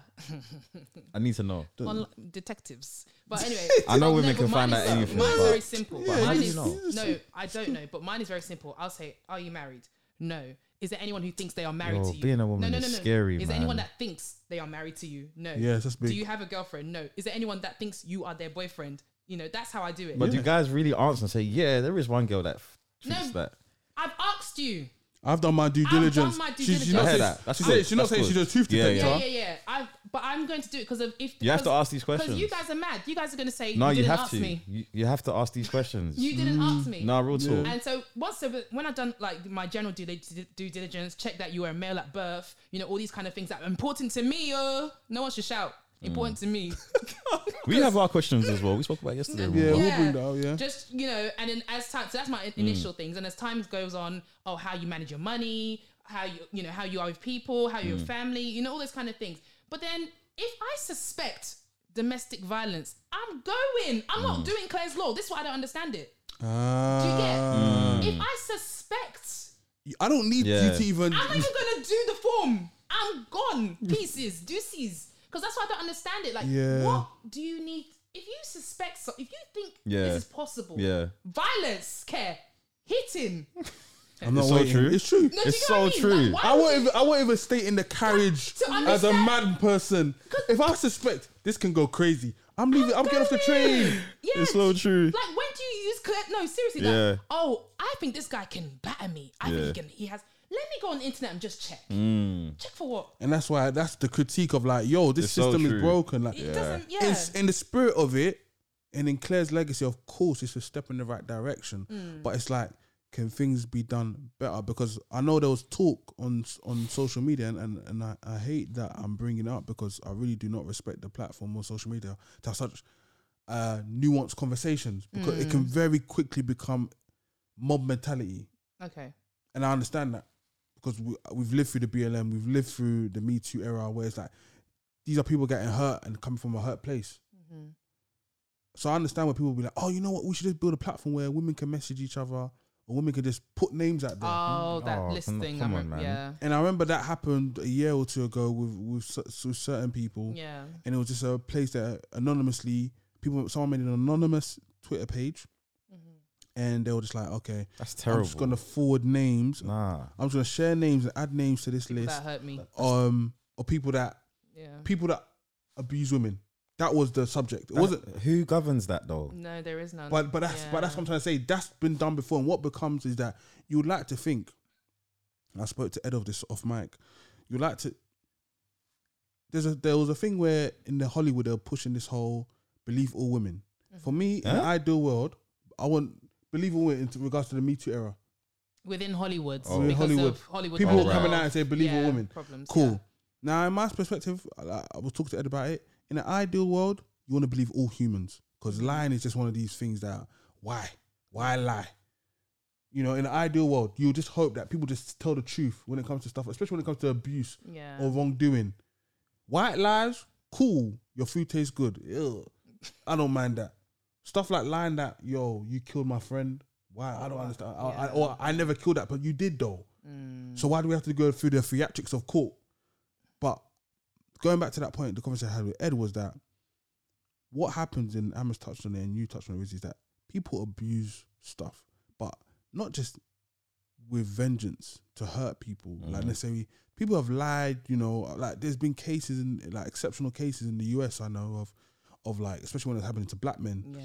C: I need to know.
A: Onli- detectives. But anyway,
C: I know
A: no,
C: women
A: but
C: can
A: mine
C: find
A: is-
C: out anything,
A: Mine is
C: but-
A: very simple.
C: Yeah,
A: mine
C: you
A: is,
C: just
A: no, I don't know. But mine is very simple. I'll say, are you married? No. Is there anyone who thinks they are married
C: Yo,
A: to you?
C: being a woman
A: no, no,
C: is
A: no, no.
C: scary,
A: Is there anyone
C: man.
A: that thinks they are married to you? No.
B: Yes, that's
A: Do
B: big.
A: you have a girlfriend? No. Is there anyone that thinks you are their boyfriend? You know, that's how I do it.
C: But do guys really answer and say, yeah, there is one girl that f-
A: No.
C: thinks that?
A: I've asked you.
B: I've done my due
A: I've done
B: diligence.
A: my due
B: She's, she's
A: diligence.
B: not
A: I hear
B: saying,
C: that. That's
B: she's
C: good.
B: saying- she's not
C: That's
B: saying she's
C: good.
B: a truth
C: Yeah,
B: detector.
A: Yeah,
C: yeah.
A: yeah, yeah. I've, but I'm going to do it because of if
C: You have to
A: because-
C: ask these
A: Because
C: questions.
A: you guys are mad. You guys are going to say you,
C: No, you,
A: didn't
C: have
A: ask
C: to.
A: me.
C: You, you have to ask these questions.
A: You didn't ask me.
C: no, real talk.
A: And so once I've- when I've done like my general due, due diligence, check that you were a male at birth, you know all these kind of things that are important to me. Oh, no one should shout. Important to me.
C: We have our questions as well. We spoke about it yesterday.
B: Yeah,
C: remember?
B: we'll bring that out, yeah.
A: Just you know, and then as time, so that's my in- initial things. And as time goes on, oh, how you manage your money, how you you know how you are with people, how your family, you know all those kind of things. But then if I suspect domestic violence, I'm going. I'm not doing Claire's law. This is why I don't understand it. Do you get?
B: Ah.
A: If I suspect
B: I don't need you
C: Yeah.
B: to even.
A: I'm not even gonna do the form. I'm gone. Pieces, deuces. Because that's why I don't understand it. Like,
B: Yeah.
A: what do you need? If you suspect, so, if you think
C: Yeah.
A: this is possible,
C: Yeah.
A: violence, care, hitting.
B: I'm not
C: It's so
B: waiting.
C: true.
B: It's true.
A: No, do you
C: It's
A: get what
C: so
A: I mean?
C: true.
A: Like, why
B: I
A: would
B: won't
A: you-
B: even. I won't even stay in the carriage
A: To
B: as a
A: understand-
B: mad person. If I suspect this can go crazy, I'm leaving. I'm, getting off the
A: going.
B: train.
A: Yeah.
C: It's so true.
A: Like, when do you use Claire? No, seriously.
C: Yeah.
A: Like, oh, I think this guy can batter me. I
C: Yeah. Hmm.
A: think he can. He has. Let me go on the internet and just check. Check for what?
B: And that's why that's the critique of like, yo, this
C: It's so
B: system
C: true.
B: is broken. Like,
A: It doesn't. Yeah.
B: it's in the spirit of it, and in Claire's legacy, of course, it's a step in the right direction. But it's like, can things be done better? Because I know there was talk on on social media, and and, and I, I hate that I'm bringing it up because I really do not respect the platform or social media to have such uh, nuanced conversations because it can very quickly become mob mentality
A: okay.
B: and I understand that because we, we've lived through the BLM, we've lived through the Me Too era, where it's like these are people getting hurt and coming from a hurt place.
A: Mm-hmm.
B: So I understand where people be like, "Oh, you know what? We should just build a platform where women can message each other, or women can just put names out there."
A: Oh, that
C: Oh,
A: list
C: come on-
A: thing.
C: come
A: I
C: on,
A: remember-
C: man.
B: and I remember that happened a year or two ago with with, cer- with certain people,
A: Yeah. Yeah.
B: and it was just a place that anonymously people someone made an anonymous Twitter page, Mm-hmm. and they were just like, "Okay,
C: That's
B: I'm
C: terrible.
B: just gonna forward names.
C: nah.
B: I'm just gonna share names and add names to this list."
A: That hurt me.
B: um or people that
A: Yeah.
B: people that abuse women. That was the subject. It wasn't
C: Who governs that though?
A: No, there is none.
B: but but that's but that's what I'm trying to say. That's been done before. And what becomes is that you would like to think I spoke to Ed of this off mic. You would like to there's a there was a thing where in the Hollywood they were pushing this whole believe all women. For me, in the
C: Huh?
B: ideal world, I want believe all women in regards to the Me Too era.
A: within Hollywood.
C: Oh.
A: Because
B: Hollywood.
A: of Hollywood.
B: People
C: were coming
B: out and say, "Believe all women."
A: Problems,
B: Cool. Now, in my perspective, I, I was talking to Ed about it. In an ideal world, you want to believe all humans because lying is just one of these things that why, why lie? You know, in an ideal world, you just hope that people just tell the truth when it comes to stuff, especially when it comes to abuse
A: Yeah.
B: or wrongdoing. White lies, cool. Your food tastes good. Ew. I don't mind that. Stuff like lying that, yo, you killed my friend. Why? I don't understand. I, I, or I never killed that, but you did though. So why do we have to go through the theatrics of court? But going back to that point, the conversation I had with Ed was that what happens in Amos touched on it and you touched on it Riz, is that people abuse stuff, but not just with vengeance to hurt people.
C: Mm-hmm.
B: Like necessarily, people have lied. You know, like there's been cases in like exceptional cases in the US I know of, of like especially when it's happening to black men
A: Yeah.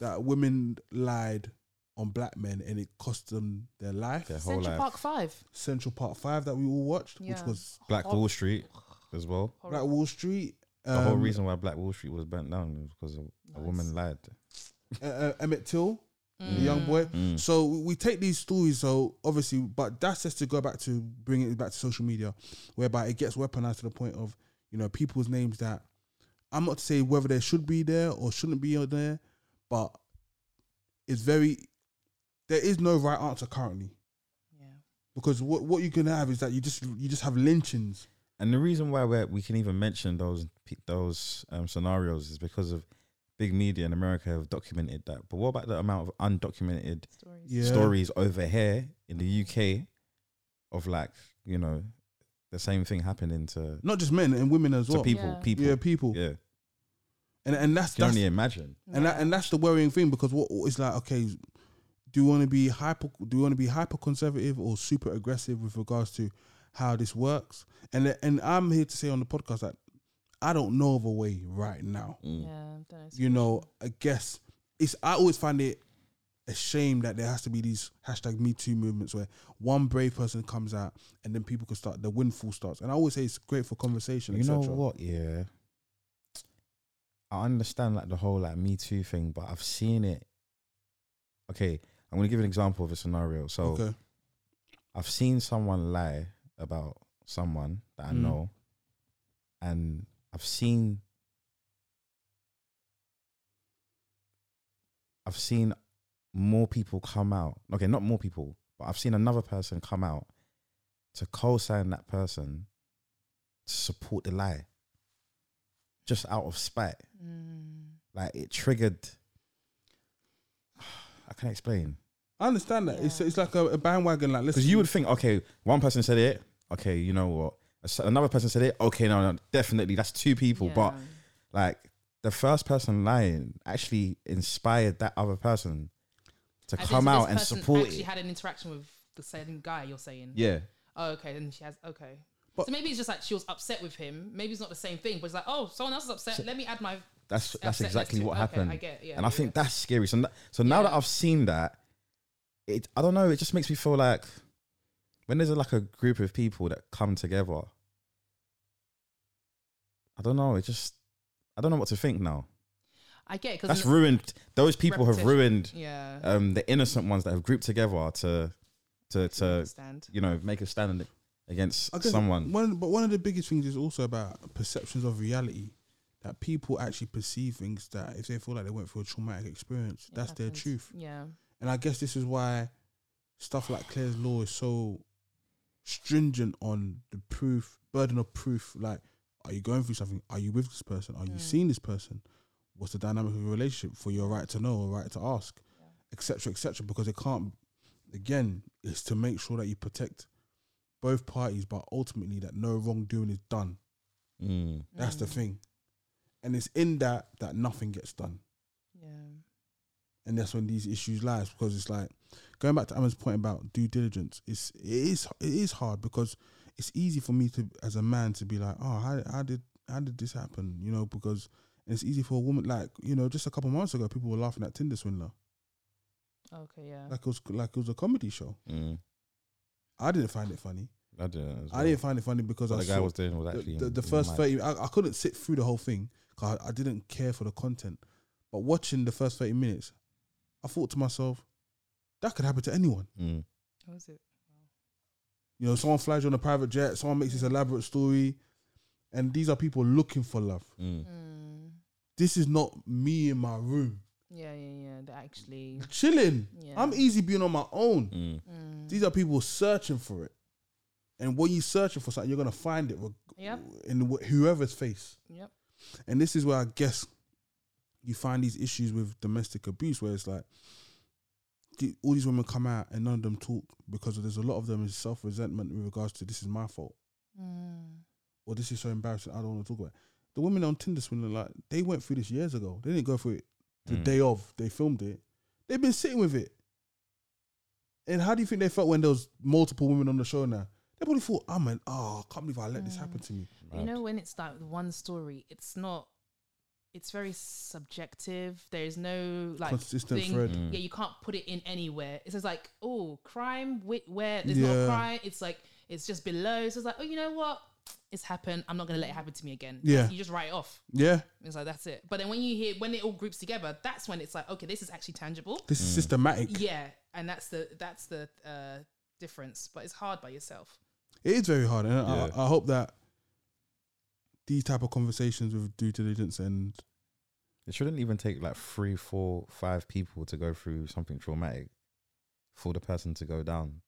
B: that women lied on black men and it cost them their life.
C: Their whole
A: Central
C: life.
A: Park Five.
B: Central Part Five that we all watched,
A: Yeah.
B: which was
C: Black Wall Street as well.
B: Black Wall Street.
C: The whole
B: um,
C: reason why Black Wall Street was burnt down was because a, a woman lied.
B: uh, uh, Emmett Till, the young boy.
C: Mm.
B: So we we take these stories. So obviously, but that's just to go back to bring it back to social media, whereby it gets weaponized to the point of you know people's names that I'm not to say whether they should be there or shouldn't be on there, but it's very there is no right answer currently
A: Yeah.
B: because what what you can have is that you just you just have lynchings.
C: And the reason why we we can even mention those pe- those um, scenarios is because of big media in America have documented that. But what about the amount of undocumented
A: Stories.
B: Yeah.
C: stories over here in the UK of like you know the same thing happening to
B: Not just men and women as
C: to
B: well.
C: people
A: Yeah.
C: people
B: Yeah, people.
C: yeah.
B: And and that's
C: Can
B: that's
C: only imagine.
B: and that, and that's the worrying thing because what it's like okay do you want to be hyper do you want to be hyper conservative or super aggressive with regards to how this works and and i'm here to say on the podcast that i don't know of a way right now
A: Yeah. Don't know.
B: you know i guess it's i always find it a shame that there has to be these hashtag me too movements where one brave person comes out and then people can start the windfall starts and i always say it's great for conversation
C: You know
B: etc.
C: what? Yeah, I understand like the whole like Me Too thing, but I've seen it. Okay, I'm gonna give an example of a scenario. So
B: okay
C: I've seen someone lie about someone that I
B: Mm.
C: know, and I've seen I've seen more people come out. Okay, not more people, but I've seen another person come out to co-sign that person to support the lie, just out of spite. Like it triggered. I can't explain.
B: i understand that it's,
A: Yeah.
B: it's like a, a bandwagon like listen
C: Because you would think, okay, one person said it, okay, you know what? As- Another person said it, okay, no, no, definitely, that's two people. But like the first person lying actually inspired that other person to come out and support
A: Actually
C: it.
A: had an interaction with the same guy. You're saying.
C: Yeah,
A: Oh, okay. Then she has. Okay.
B: But-
A: so maybe it's just like she was upset with him. Maybe it's not the same thing, but it's like, oh, someone else is upset. Let me add my.
C: that's that's
A: upsetness
C: exactly
A: to-
C: what
A: okay,
C: happened.
A: I get. Yeah.
C: and I
A: yeah,
C: think
A: yeah.
C: that's scary. So, n- so now that
A: Yeah.
C: I've seen that, it I don't know. It just makes me feel like when there's like a group of people that come together, I don't know. It just I don't know what to think now.
A: I get because
C: That's ruined. Those people have
A: Repetition.
C: ruined
A: Yeah.
C: um, the innocent ones that have grouped together to to to
A: understand.
C: you know make a stand against
B: I guess
C: someone.
B: One, but one of the biggest things is also about perceptions of reality. That people actually perceive things that if they feel like they went through a traumatic experience,
A: It
B: that's their
A: happens.
B: truth.
A: Yeah.
B: And I guess this is why stuff like Claire's law is so stringent on the proof, burden of proof. Like, are you going through something? Are you with this person? Are
A: Mm.
B: you seeing this person? What's the dynamic of your relationship for your right to know or right to ask, etc., etc.? because it can't. Again, is to make sure that you protect both parties, but ultimately that no wrongdoing is done.
C: Mm.
B: That's the thing, and it's in that that nothing gets done
A: Yeah.
B: and that's when these issues lies because it's like going back to Aman's point about due diligence. It's it is it is hard because it's easy for me to as a man to be like, oh, how, how did how did this happen? You know, because it's easy for a woman like you know. Just a couple months ago, people were laughing at Tinder swindler
A: Okay. Yeah.
B: like it was like it was a comedy show.
C: Mm.
B: I didn't find it funny.
C: I didn't. As well.
B: I didn't find it funny because
C: What
B: I
C: the guy
B: saw-
C: was doing was
B: the-
C: actually
B: the, the first
C: mad.
B: 30 I, I couldn't sit through the whole thing 'cause I, I didn't care for the content but watching the first 30 minutes i thought to myself that could happen to anyone
C: Mm.
A: What was it?
B: you know someone flies you on a private jet someone makes this elaborate story and these are people looking for love
C: Mm.
A: Mm.
B: this is not me in my room
A: Yeah. Yeah. Yeah. That actually.
B: chilling
A: Yeah.
C: e-
B: i'm easy being on my own
C: Mm.
A: Mm.
B: these are people searching for it and when you're searching for something you're going to find it reg-
A: Yep.
B: in wh- whoever's face
A: Yep.
B: And this is where I guess you find these issues with domestic abuse, where it's like the- all these women come out and none of them talk because there's a lot of them is self resentment with regards to this is my fault.
A: Mm.
B: or this is so embarrassing, I don't want to talk about it. The women on Tinder swindling, like they went through this years ago. They didn't go through it the
C: Mm.
B: day of. They filmed it. They've been sitting with it. And how do you think they felt when there was multiple women on the show now? They probably thought, I'm an oh, I can't believe I let this happen to me.
A: You
C: Mad.
A: know, when it's like one story, it's not. It's very subjective. There is no like
B: Consistent thread.
C: Mm.
A: Yeah, you can't put it in anywhere. It's just like oh, crime wi- where there's not
B: Yeah.
A: a crime. It's like it's just below. So it's like oh, you know what? It's happened. I'm not gonna let it happen to me again.
B: Yeah.
A: That's- you just write it off.
B: Yeah.
A: It's like that's it. But then when you hear when it all groups together, that's when it's like okay, this is actually tangible.
B: This
C: Mm.
B: is systematic.
A: Yeah, and that's the that's the uh, difference. But it's hard by yourself.
B: It is very hard, and
C: Yeah.
B: I, I hope that these type of conversations with due diligence and
C: It shouldn't even take like three, four, five people to go through something traumatic for the person to go down.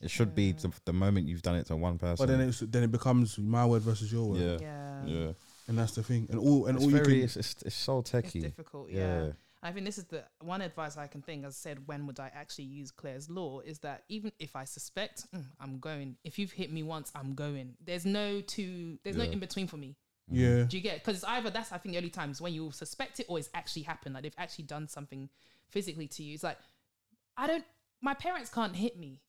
C: It should be
A: Yeah.
C: the, the moment you've done it to one person.
B: but then it's then it becomes my word versus your word,
C: yeah,
A: Yeah,
C: yeah.
B: and that's the thing. And all and
C: It's
B: all you
C: very,
B: can
C: it's, it's, it's so
A: it's
C: techie.
A: difficult. yeah.
C: Yeah,
A: I think this is the one advice I can think. As I said, when would I actually use Claire's law? Is that even if I suspect, mm, I'm going. If you've hit me once, I'm going. There's no two. There's no
C: Yeah.
A: in between for me.
C: Mm.
B: yeah
A: Do you get? Because it's either that's I think the only times when you suspect it or it's actually happened. Like they've actually done something physically to you. It's like I don't. My parents can't hit me.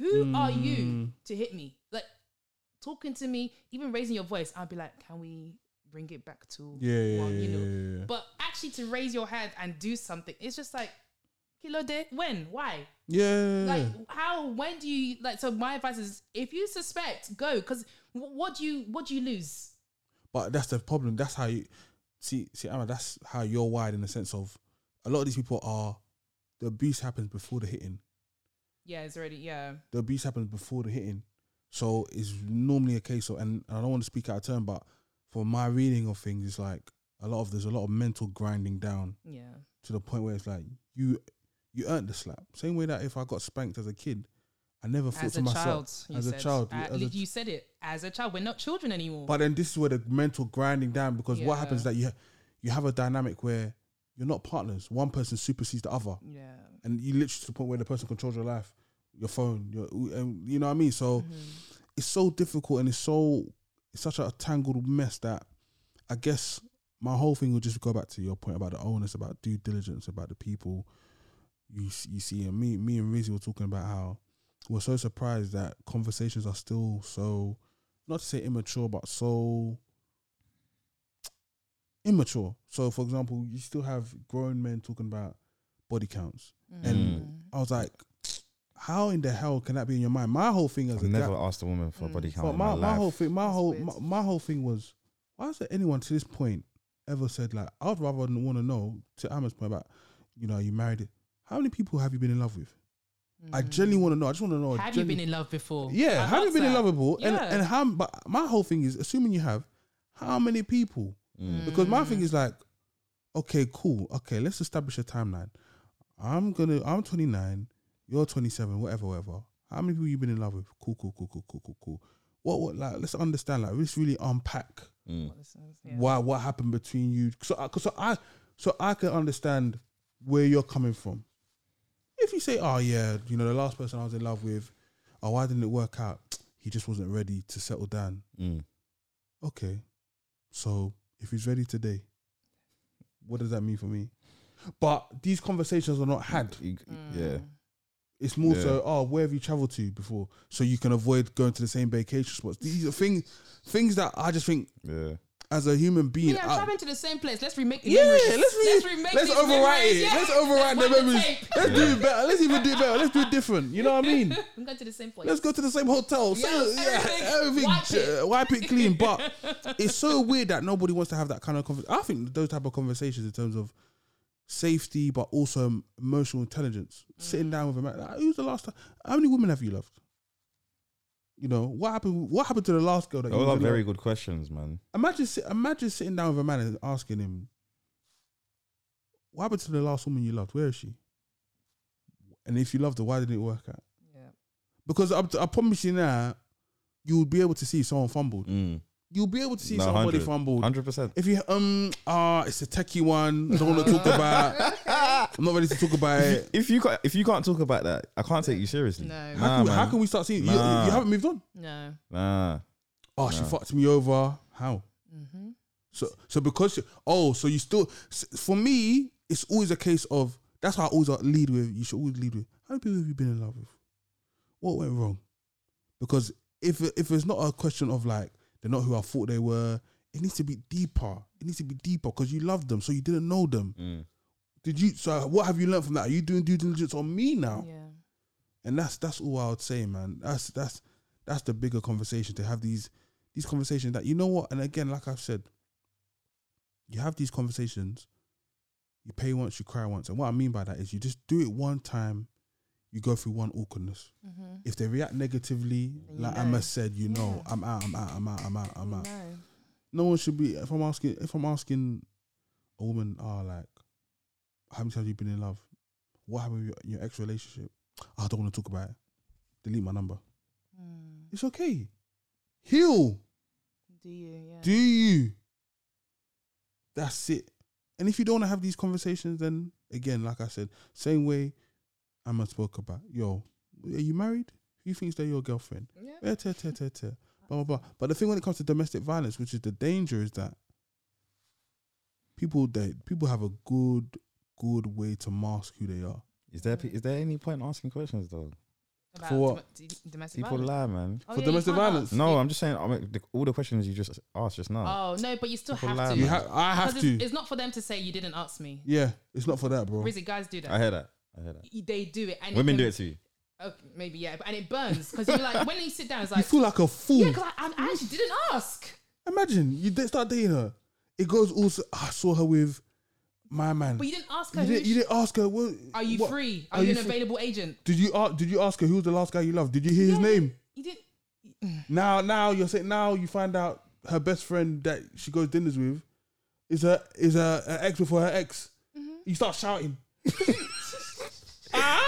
A: Who are
B: Hmm.
A: you to hit me? Like talking to me, even raising your voice, I'd be like, can we bring it back to
B: yeah yeah,
A: one,
B: yeah,
A: you know?
B: yeah, yeah.
A: But actually, to raise your hand and do something, it's just like, kilo de, when, why,
B: yeah.
A: like how, when do you like? So my advice is, if you suspect, go because what do you what do you lose?
B: But that's the problem. That's how you see see Amma, That's how you're wired in the sense of a lot of these people are the abuse happens before the hitting.
A: Yeah, it's already yeah.
B: the abuse happens before the hitting. So it's normally a case of, and I don't want to speak out of turn, but for my reading of things, it's like a lot of there's a lot of mental grinding down
A: Yeah,
B: to the point where it's like you you earned the slap. Same way that if I got spanked as a kid, I never thought
A: as
B: to
A: a
B: myself
A: child, you
B: as
A: said.
B: a child.
A: Uh,
B: as a-
A: you said it as a child. We're not children anymore.
B: but then this is where the mental grinding down because what
A: Yeah.
B: happens is that you ha- you have a dynamic where you're not partners. One person supersedes the other
A: yeah,
B: and you literally to the point where the person controls your life, your phone, your and you know what I mean. So
A: Mm-hmm.
B: it's so difficult and it's so it's such a tangled mess that I guess my whole thing will just go back to your point about the onus, about due diligence, about the people you s- you see. And me me and Rizzy were talking about how we're so surprised that conversations are still so not to say immature, but so immature. So for example, you still have grown men talking about body counts. And I was like, how in the hell can that be in your mind? My whole thing as
C: I've
B: a
C: never
B: guy,
C: asked a woman
A: Mm.
C: for a body count
B: but
C: in
B: my,
C: my,
B: my
C: life.
B: whole thing, my
A: That's
B: whole
A: weird.
B: my, my whole thing was, why is there anyone to this point ever said like, I'd rather want to know to Amma's point about, you know, you married. How many people have you been in love with? I genuinely want to know. I just want to know.
A: Mm-hmm. Mm. have you been
B: genuinely-
A: in love before?
B: yeah,
A: I
B: have you
A: love
B: been in
A: that.
B: love before? And
A: Yeah.
B: and how? But my whole thing is assuming you have, how many people? Because my thing is like, okay, cool, okay, let's establish a timeline. I'm gonna, I'm 29, you're 27, whatever, whatever. How many people you been in love with? Cool, cool, cool, cool, cool, cool, cool. What, what? Like, let's understand. Like, let's really unpack
C: Mm,
A: Yeah.
B: why what happened between you so I, 'cause so I so I can understand where you're coming from. If you say, "Oh yeah, you know the last person I was in love with, oh why didn't it work out? He just wasn't ready to settle down."
C: Mm.
B: Okay, so if he's ready today, what does that mean for me? But these conversations are not had.
C: You-
A: Mm.
C: Yeah,
B: It's more
C: Yeah.
B: so, oh, where have you traveled to before? So you can avoid going to the same vacation spots. These are things, things that I just think
C: yeah.
B: as a human being,
A: Yeah,
B: I-
A: I'm traveling to the same place. Let's remake the
B: Uh, Yeah,
A: memories.
B: let's re- let's,
A: remake these
B: overwrite
A: memories.
B: it.
A: Yeah.
B: Let's overwrite the
A: wind the
B: memories.
A: tape.
B: Let's do it better. Let's even do it better. Let's do it different. You know what I mean?
A: I'm going to the same place.
B: Let's go to the same hotel. So,
A: Yes, everything. Wipe it.
B: uh, wipe it clean. But it's so weird that nobody wants to have that kind of conversation. I think those type of conversations in terms of safety, but also um, emotional intelligence.
A: Mm.
B: Sitting down with a man. like, Who's the last time? How many women have you loved? You know what happened? What happened to the last girl that you
C: All
B: was
C: are
B: in love-
C: very good questions, man.
B: Imagine, si- imagine sitting down with a man and asking him, "What happened to the last woman you loved? Where is she? And if you loved her, why didn't it work out?
A: Yeah.
B: Because I, I promise you now, you would be able to see if someone fumbled.
C: Mm.
B: You'll be able to see if somebody fumbled.
C: Hundred percent.
B: If you um ah, it's a techie one. I don't want to talk about. I'm not ready to talk about it.
C: If you can't, if you can't talk about that, I can't take you seriously.
A: No.
C: Nah,
B: How can, we-
C: man.
B: how can we start seeing? You,
C: Nah.
B: you haven't moved on.
A: No.
C: Nah.
B: Oh, she fucked me over. How?
A: Mm-hmm.
B: So, so because she, oh, so you still s- for me, it's always a case of that's how I always lead with. You should always lead with how many people have you been in love with? What went wrong? Because if if it's not a question of like they're not who I thought they were, it needs to be deeper. It needs to be deeper because you loved them, so you didn't know them.
C: mm.
B: Did you? So what have you learned from that? Are you doing due diligence on me now?
A: Yeah.
B: And that's that's all I would say, man. That's that's that's the bigger conversation to have these these conversations that you know what. And again, like I've said, you have these conversations. You pay once, you cry once, and what I mean by that is you just do it one time. You go through one awkwardness.
A: Mm-hmm.
B: If they react negatively,
A: Then you
B: like
A: know.
B: Emma said, you know,
A: Yeah.
B: I'm out, I'm out, I'm out, I'm out, I'm out.
A: No.
B: No one should be. If I'm asking, if I'm asking a woman, ah, like, how many times have you been in love? What happened with your, your ex relationship? "Ah, I don't want to talk about it. Delete my number.
A: Mm.
B: It's okay. Heal.
A: Do you? Yeah.
B: Do you? That's it. And if you don't want to have these conversations, then again, like I said, same way Emma spoke about, yo, are you married? Who thinks they're your girlfriend?
A: yeah.
B: Eh, teh, teh, teh, teh. Blah, blah, blah. But the thing when it comes to domestic violence, which is the danger, is that people they, people have a good good way to mask who they are.
C: Is there is there any point asking questions though?
A: About
B: For what?
A: dom- d- domestic
C: People
A: violence.
C: lie, man.
A: Oh,
B: for
A: you
B: domestic
A: can't
B: violence.
A: ask.
C: No, I'm just saying. I mean, the, all the questions you just asked just now.
A: Oh no, but you still
C: People
A: have
C: lie,
A: to.
B: You
C: man.
B: ha- I have
A: 'Cause it's,
B: to.
A: It's not for them to say you didn't ask me.
B: yeah, it's not for that, bro.
A: Rizzy, guys do that.
C: I hear that. I hear that.
A: Y- they do it. Oh. And
C: Women
A: can-
C: do it to you.
A: Okay, maybe yeah, but- and it burns because you're like when you sit down, it's
B: you
A: like
B: feel like a fool.
A: yeah, because I, I actually didn't ask.
B: Imagine you did start dating her. It goes also. I saw her with my man.
A: But you didn't ask her.
B: You
A: who
B: didn't, you
A: she-
B: didn't ask her. What,
A: are you
B: what-
A: free? Are,
B: are
A: you,
B: you
A: an
B: free?
A: available agent?
B: Did you ask? Did you ask her who was the last guy you loved? Did you hear his
A: Yeah.
B: name?
A: You didn't.
B: Now, now you're saying now you find out her best friend that she goes dinners with is her is her, her ex before her ex.
A: Mm-hmm.
B: You start shouting. ah!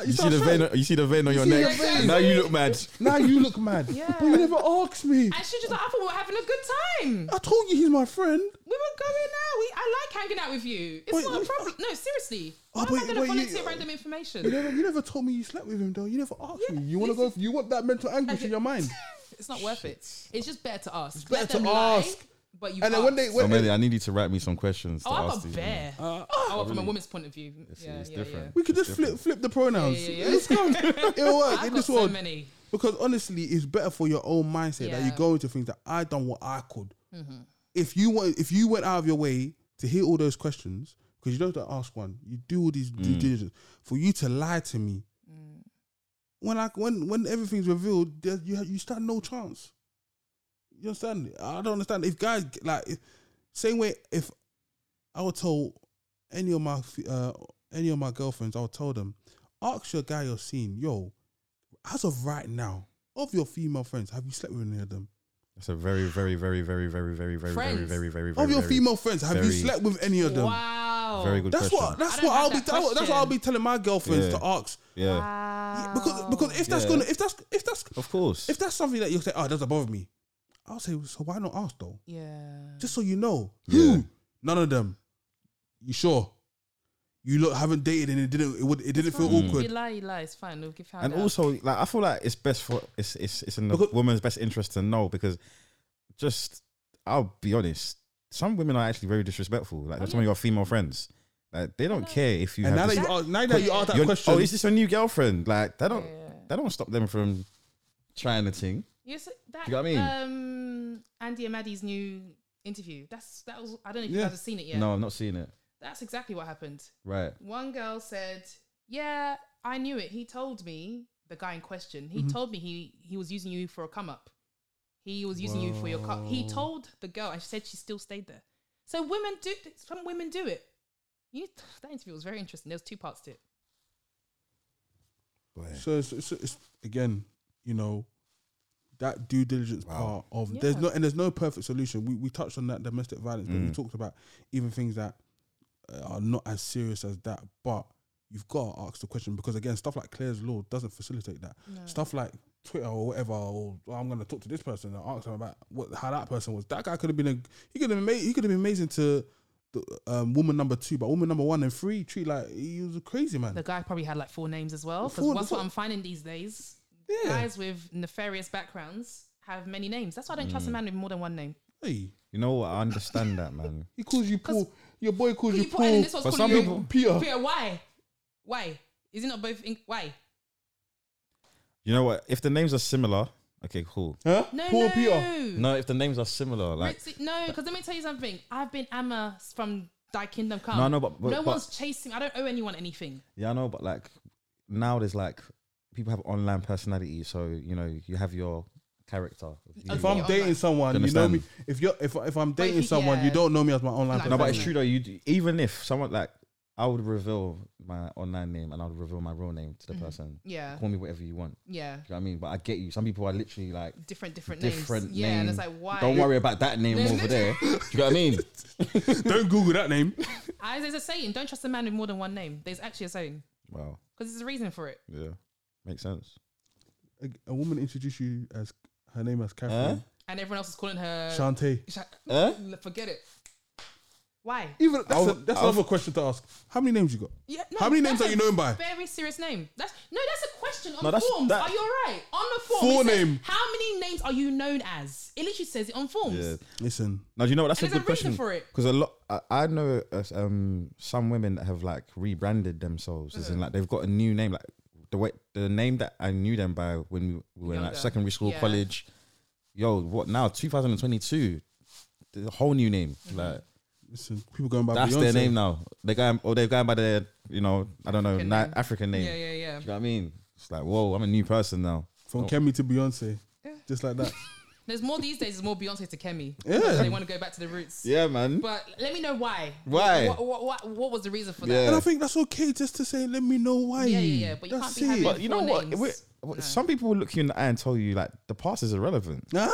B: You,
C: You see
B: start
C: the
B: shouting.
C: vein. You see the vein on your
B: see the
C: neck.
B: vein?
C: Now you look mad.
B: Now you look mad.
A: Yeah.
B: But you never asked me.
A: And she just like I thought we were having a good time.
B: I told you he's my friend.
A: We were going out. We, I like hanging out with you. It's
B: Wait,
A: not a
B: wait.
A: problem. No, seriously.
B: Oh,
A: Why am
B: wait,
A: I going to
B: wait, you-
A: volunteer random
B: You
A: information?
B: never, you never told me you slept with him though. You never asked
A: Yeah,
B: me. You want to go?
A: listen.
B: You want that mental anguish in your mind?
A: It's not worth it. It's just better to ask. It's
B: better to ask.
A: but you.
B: And then when they
A: asked.
B: when
C: oh,
B: they,
C: Melly, I need you to write me some questions.
A: oh,
C: to
A: I'm
C: ask
A: a
C: you.
A: bear.
B: Uh,
A: oh, from a woman's point of view.
C: It's,
A: yeah,
C: it's
A: yeah,
C: different.
B: we could just flip flip the pronouns.
A: Yeah, yeah, yeah.
B: It's come- It'll
A: yeah.
B: work
A: I've
B: in
A: got
B: this
A: so
B: world.
A: many.
B: Because honestly, it's better for your own mindset that you
A: Yeah.
B: go into things that I done what I could. If you want, if you went out of your way to hear all those questions, because you don't have to ask one, you do all these
C: Mm.
B: due diligence for you to lie to me. When I when when everything's revealed, there, you ha- you stand no chance. You understand? I don't understand. If guys like, if, same way, if I would tell any of my f- uh, any of my girlfriends, I would tell them, ask your guy you're seeing, yo, as of right now, of your female friends, have you slept with any of them?
C: That's a very, very, very, very, very, very, very, very,
A: Friends.
C: very, very, very.
B: Of your
C: very-
B: female friends, have you
C: very-
B: slept with any
A: Mm.
B: of them?
A: Wow.
C: Very good
B: That's
C: question.
B: what. That's
A: I don't
B: what
A: have
B: I'll be.
A: that
B: tell- that's what I'll
A: question.
B: be telling my girlfriends
C: Yeah.
B: to ask.
C: Yeah.
A: Wow.
B: Yeah, because because if that's
C: Yeah.
B: gonna if that's if that's
C: Of course.
B: if that's something that you'll say, oh, it doesn't bother me. I'll say, so why not ask though?
A: yeah.
B: Just so you know,
C: Yeah.
B: who? None of them. You sure? You look haven't dated and it didn't. It would. It didn't feel
A: fine.
C: Mm.
B: awkward.
A: You lie, you lie. It's fine. We'll give her
C: and
A: that.
C: also like I feel like it's best for it's it's it's in the
B: Because-
C: woman's best interest to know because just I'll be honest, some women are actually very disrespectful.
A: Oh,
C: Like some of your female friends, like they don't care if you
B: And now
C: have.
B: that,
C: this-
B: you ask, now that you asked that
C: your-
B: question,
C: oh, is this your new girlfriend? Like they don't
A: Yeah.
C: they don't stop them from trying the thing.
A: Yes, that.
C: You got what I
A: Um, Andy and Maddie's new interview. That's that was. I don't know if you
B: Yeah.
A: guys have seen it yet.
C: No, I'm not seeing it.
A: That's exactly what happened.
C: Right.
A: One girl said, "Yeah, I knew it. He told me the guy in question. He told me he he was using you for a come up. He was using you for your come. He
B: Wow.
A: told the girl, and she said she still stayed there. So women do. Some women do it. You that interview was very interesting. There's two parts to it.
B: So it's, it's, it's again, you know, that due diligence part of there's
A: Yeah.
B: no and there's no perfect solution. We we touched on that domestic violence, but we
C: Mm.
B: talked about even things that uh, are not as serious as that. But you've got to ask the question because again, stuff like Claire's law doesn't facilitate that. Stuff like Twitter or whatever, or "Oh, I'm going to talk to this person and ask them about what how that person was. That guy could have been a he could have been ama- he could have been amazing to. The, um, woman number two, but woman number one and three treat like he was a crazy man.
A: The guy probably had like four names as well. Because
B: Four-
A: that's
B: four-
A: what I'm finding these days.
B: Yeah.
A: Guys with nefarious backgrounds have many names. That's why I don't trust a man with more than one name.
B: Hey,
C: You know what? I understand that, man.
B: he calls you Paul. Your boy calls
A: You
B: you,
A: put it in
B: Paul.
A: this one's
C: But
A: calling
C: some
A: you
C: people-
B: Peter.
A: Peter, why? Why? Is it not both? In- why?
C: You know what? If the names are similar, okay, cool.
B: Huh?
A: No,
B: Paul
A: no.
B: Peter.
C: No, if the names are similar, like
A: Ritzy- no, because let me tell you something. I've been Amma from Thy Kingdom Come.
C: No, I know, but- but-
A: no
C: but-
A: one's chasing. I don't owe anyone anything.
C: yeah, I know, but like now there's like people have online personality, so you know you have your character.
B: If
A: Okay,
B: I'm
A: online.
B: dating someone,
C: Do you
B: you know me.
C: understand?
B: If you're if if I'm dating
A: he-
B: someone, you
A: yeah.
B: don't know me as my online.
A: Like-
C: No,
B: person.
C: but it's true though. You do, even if someone like I would reveal my online name and I would reveal my real name to the
A: Mm-hmm.
C: person.
A: Yeah,
C: Call me whatever you want.
A: yeah.
C: Do you know what I mean? But I get you. Some people are literally like
A: Different, different,
C: different
A: names. Yeah, and
C: name.
A: it's like why?
C: Don't worry about that name
A: There's
C: over there. Do you know what I mean?
B: Don't Google that name.
A: As there's a saying, don't trust a man with more than one name. There's actually a saying
C: Wow.
A: because there's a reason for it.
C: Yeah. Makes sense.
B: A, a woman introduced you as her name as Catherine
A: And everyone else is calling her.
B: Shantae.
A: Sha-
C: Huh?
A: Forget it. Why?
B: Even that's,
C: I'll-
B: a, that's
C: I'll-
B: another question to ask. How many names you got?
A: Yeah,
B: How many
A: that's
B: names are
A: a
B: you known by?
A: Very serious name. That's no, that's a question on
C: No,
A: the
C: that's-
A: forms.
C: that-
A: are you alright? On the form,
B: Full
A: it says,
B: name.
A: How many names are you known as? It literally says it on forms.
C: Yeah.
B: Listen,
C: Now, do you know what? That's
A: And
C: a
A: there's
C: good
A: a reason
C: question
A: for it.
C: because a lot. I, I know uh, um, some women that have like rebranded themselves, as
A: Mm.
C: in like they've got a new name, like the way the name that I knew them by when we were in like
A: Younger.
C: secondary school,
A: Yeah.
C: college. Yo, what now? 2022, the whole new name.
A: Mm-hmm.
C: Like
B: listen. People going by
C: that's
B: Beyonce.
C: their name now. They going or they're going by their you know I don't know
A: African
C: na-
A: name.
C: African name.
A: Yeah, yeah, yeah.
C: Do you know what I mean? It's like whoa, I'm a new person now.
B: From
C: Oh.
B: Kemi to Beyonce, just like that.
A: There's more these days. There's more Beyonce to Kemi.
B: Yeah.
A: So they want to go back to the roots.
C: Yeah, man.
A: But let me know why.
C: Why?
A: What, what, what, what was the reason for
C: Yeah.
B: and I think that's okay, just to say, let me know why.
A: Yeah, yeah, yeah, but you
B: that's
A: can't be
B: it.
A: having-
C: but you know
A: Four
C: what?
A: names.
C: We're- Some people will look you in the eye and tell you like the past is irrelevant.
B: Ah,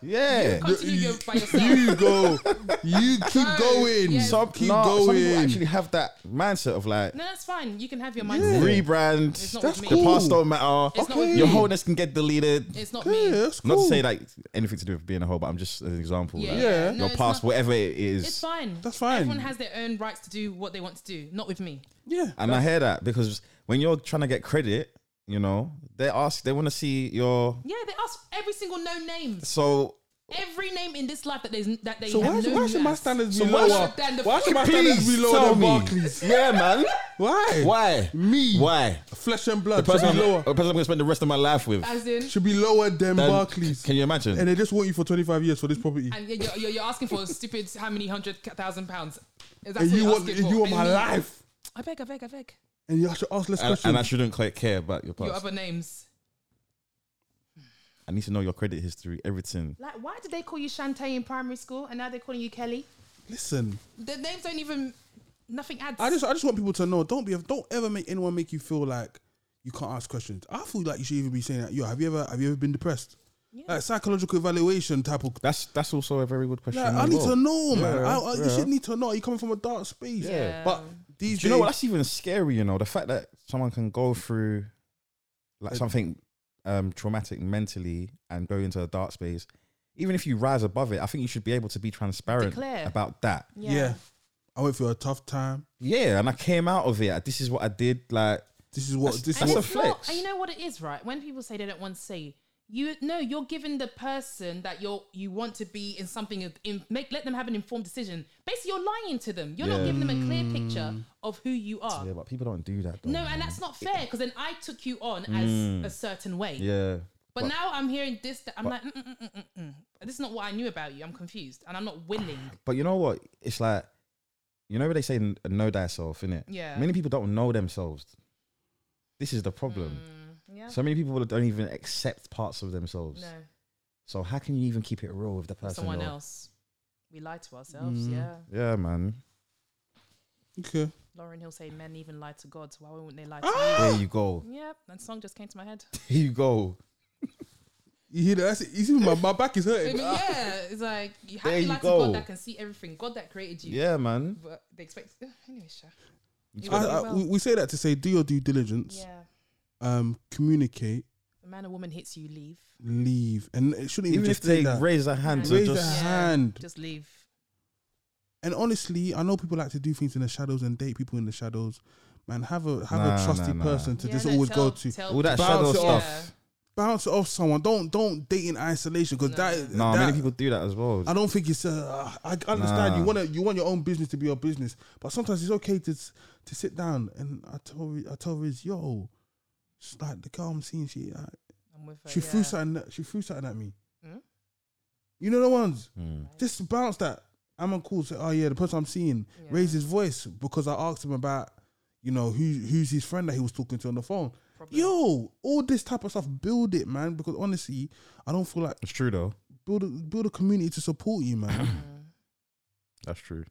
C: Yeah.
A: that? Continue
B: You-
A: going by yourself.
B: you go, you keep going,
A: yeah.
C: Some,
B: keep
C: nah, Some people
B: going.
C: actually have that mindset of like
A: no, that's fine. You can have your mindset.
C: rebrand.
A: It's not
B: That's
A: with
C: The
A: me.
B: cool.
C: past don't matter.
A: It's not with
C: Your
A: me.
C: wholeness can get deleted.
A: It's not
B: yeah,
A: me.
B: that's cool.
C: Not to say like anything to do with being a whole, but I'm just an example.
A: Yeah,
C: like,
A: yeah. No,
C: your
A: it's
C: past,
A: not-
C: whatever it is.
A: It's fine.
B: That's fine.
A: Everyone has their own rights to do what they want to do. Not with me.
B: yeah,
C: And I hear that because when you're trying to get credit, you know, they ask, they want to see your.
A: Yeah, they ask every single no name.
C: So
A: Every name in this life that they that they
B: So
A: have
B: why,
A: known
B: why
A: you
B: should my
A: as.
B: standards
C: So
B: be
C: why
B: lower?
A: should- than the
B: Why should my standards be
C: please
B: lower
C: tell
B: than
C: me.
B: Barclays?
C: Yeah, man.
B: Why?
C: Why?
B: Me.
C: Why?
B: Flesh and blood
C: The person,
B: should
C: I'm,
B: be lower.
C: the person I'm going to spend the rest of my life with.
A: As in,
B: Should be lower than
C: Then
B: Barclays.
C: Can you imagine?
B: and they just want you for 25 years for this property.
A: and you're, you're, you're asking for a stupid how many hundred thousand pounds? Is that what
B: And you
A: you're
B: want
A: asking for?
B: you want
A: And
B: my
A: you-
B: life.
A: I beg, I beg, I beg.
B: And you should ask less
C: and, and I
B: questions.
C: shouldn't quite care about your past.
A: Your other names.
C: I need to know your credit history, everything.
A: Like, why did they call you Shantae in primary school and now they're calling you Kelly?
B: Listen,
A: The names don't even. Nothing adds.
B: I just I just want people to know. Don't be don't ever make anyone make you feel like you can't ask questions. I feel like you should even be saying that. Yo, have you ever have you ever been depressed? Like psychological evaluation type of.
C: That's that's also a very good question.
B: Like, I
C: as
B: need
C: well.
B: to know, man. I,
C: Yeah,
B: I, You
C: yeah.
B: should need to know. Are you coming from a dark space?
C: Yeah.
B: But these
C: Do you know what?
B: days-
C: That's even scary. You know, the fact that someone can go through like
B: Uh,
C: something um, traumatic mentally and go into a dark space. Even if you rise above it, I think you should be able to be transparent
A: Declare.
C: about that.
B: yeah. I went through a tough time.
C: Yeah, and I came out of it. This is what I did. Like,
B: This is what
C: That's-
B: this is
C: that's a
B: what
A: it's
C: flex.
A: not- and you know what it is, right? When people say they don't want to say, you no, you're giving the person that you're you want to be in something of in, make let them have an informed decision. Basically, you're lying to them. You're not
C: Yeah. Mm.
A: giving them a clear picture of who you are.
C: yeah, but people don't do that. Though,
A: Ah. No,
C: man. Mm.
A: and that's not fair because then I took you on as a certain way.
C: yeah.
A: But, now I'm hearing this. That I'm like, mm, mm, mm, mm, mm. this is not what I knew about you. I'm confused, and I'm not willing.
C: But you know what? It's like, you know what they say, n- know thyself, innit?
A: Yeah.
C: Many people don't know themselves. This is the problem.
A: Mm, yeah.
C: So many people don't even accept parts of themselves.
A: No,
C: So how can you even keep it real with the person?
A: someone
C: or-
A: else. We lie to
C: Mm.
A: ourselves. Yeah.
C: Yeah, man.
B: okay.
A: Lauren Hill saying men even lie to God. Why wouldn't they lie to you?
B: Ah!
C: There you go.
A: Yep, that song just came to my head.
C: There you go.
B: You hear that? That's it. You see, my, my back is
A: I mean,
B: hurting.
A: yeah, it's like you have
C: There
A: to
C: you
A: like to
C: go.
A: God that can see everything. God that created you.
C: Yeah, man.
A: But they expect anyway, sure.
B: I, I, we, we say that to say do your due diligence,
A: Yeah.
B: um, communicate,
A: A man or woman hits you, leave.
B: leave, and it shouldn't even,
C: Even if
B: just
C: they
B: take that.
C: raise a hand to
B: Raise
C: just.
B: their hand.
A: Just leave.
B: and honestly, I know people like to do things in the shadows and date people in the shadows. Man, have a have
C: Nah,
B: a trusty
C: nah, nah.
B: person to
A: Yeah,
B: just
A: no,
B: always
A: tell-
B: go to.
A: tell
C: All that
A: people.
B: Bounce
C: shadow
B: it
C: stuff.
A: off.
B: bounce it off someone. Don't don't date in isolation because that,
C: No,
B: that-
C: many people do that as well.
B: I don't think it's. Uh, I I understand you
C: Nah.
B: want to you want your own business to be your business, but sometimes it's okay to s- to sit down and I tell Riz- I tell Riz, yo, it's like the girl I'm seeing, she uh,
A: I'm with her.
B: she
A: yeah.
B: threw something at- she threw something at me.
A: Hmm?
B: You know the ones
C: Mm.
B: just bounce that. I'm on call. Say, oh yeah, the person I'm seeing
A: Yeah.
B: raised his voice because I asked him about you know who who's his friend that he was talking to on the phone.
A: Problem.
B: Yo, all this type of stuff, build it, man. Because honestly, I don't feel like
C: It's true though.
B: build a, build a community to support you, man.
A: Mm.
C: That's true.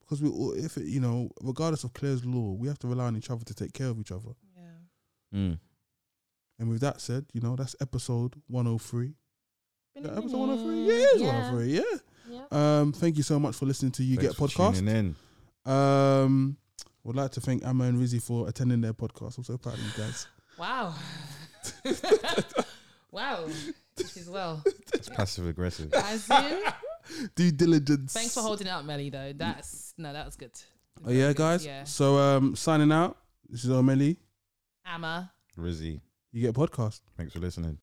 B: because we all, if it, you know, regardless of Claire's law, we have to rely on each other to take care of each other.
A: Yeah.
C: Mm.
B: And with that said, you know, that's episode 103.
A: Been
B: Yeah,
A: a
B: episode 103? Yeah, oh
A: minute.
B: it is
A: Yeah.
B: 103, yeah.
A: Yeah.
B: Um, thank you so much for listening to You
C: Thanks
B: Get
C: for
B: Podcast.
C: tuning in.
B: Um, would like to thank Amma and Rizzy for attending their podcast. I'm so proud of you guys.
A: Wow. wow. She's well.
C: It's passive aggressive.
A: As in,
B: Due diligence.
A: thanks for holding it up, Melly. Though that's no, that was good.
B: Oh, yeah, guys.
A: Yeah.
B: So, um, signing out. This is O'Malley.
A: Amma.
C: Rizzy,
B: You Get Podcast.
C: thanks for listening.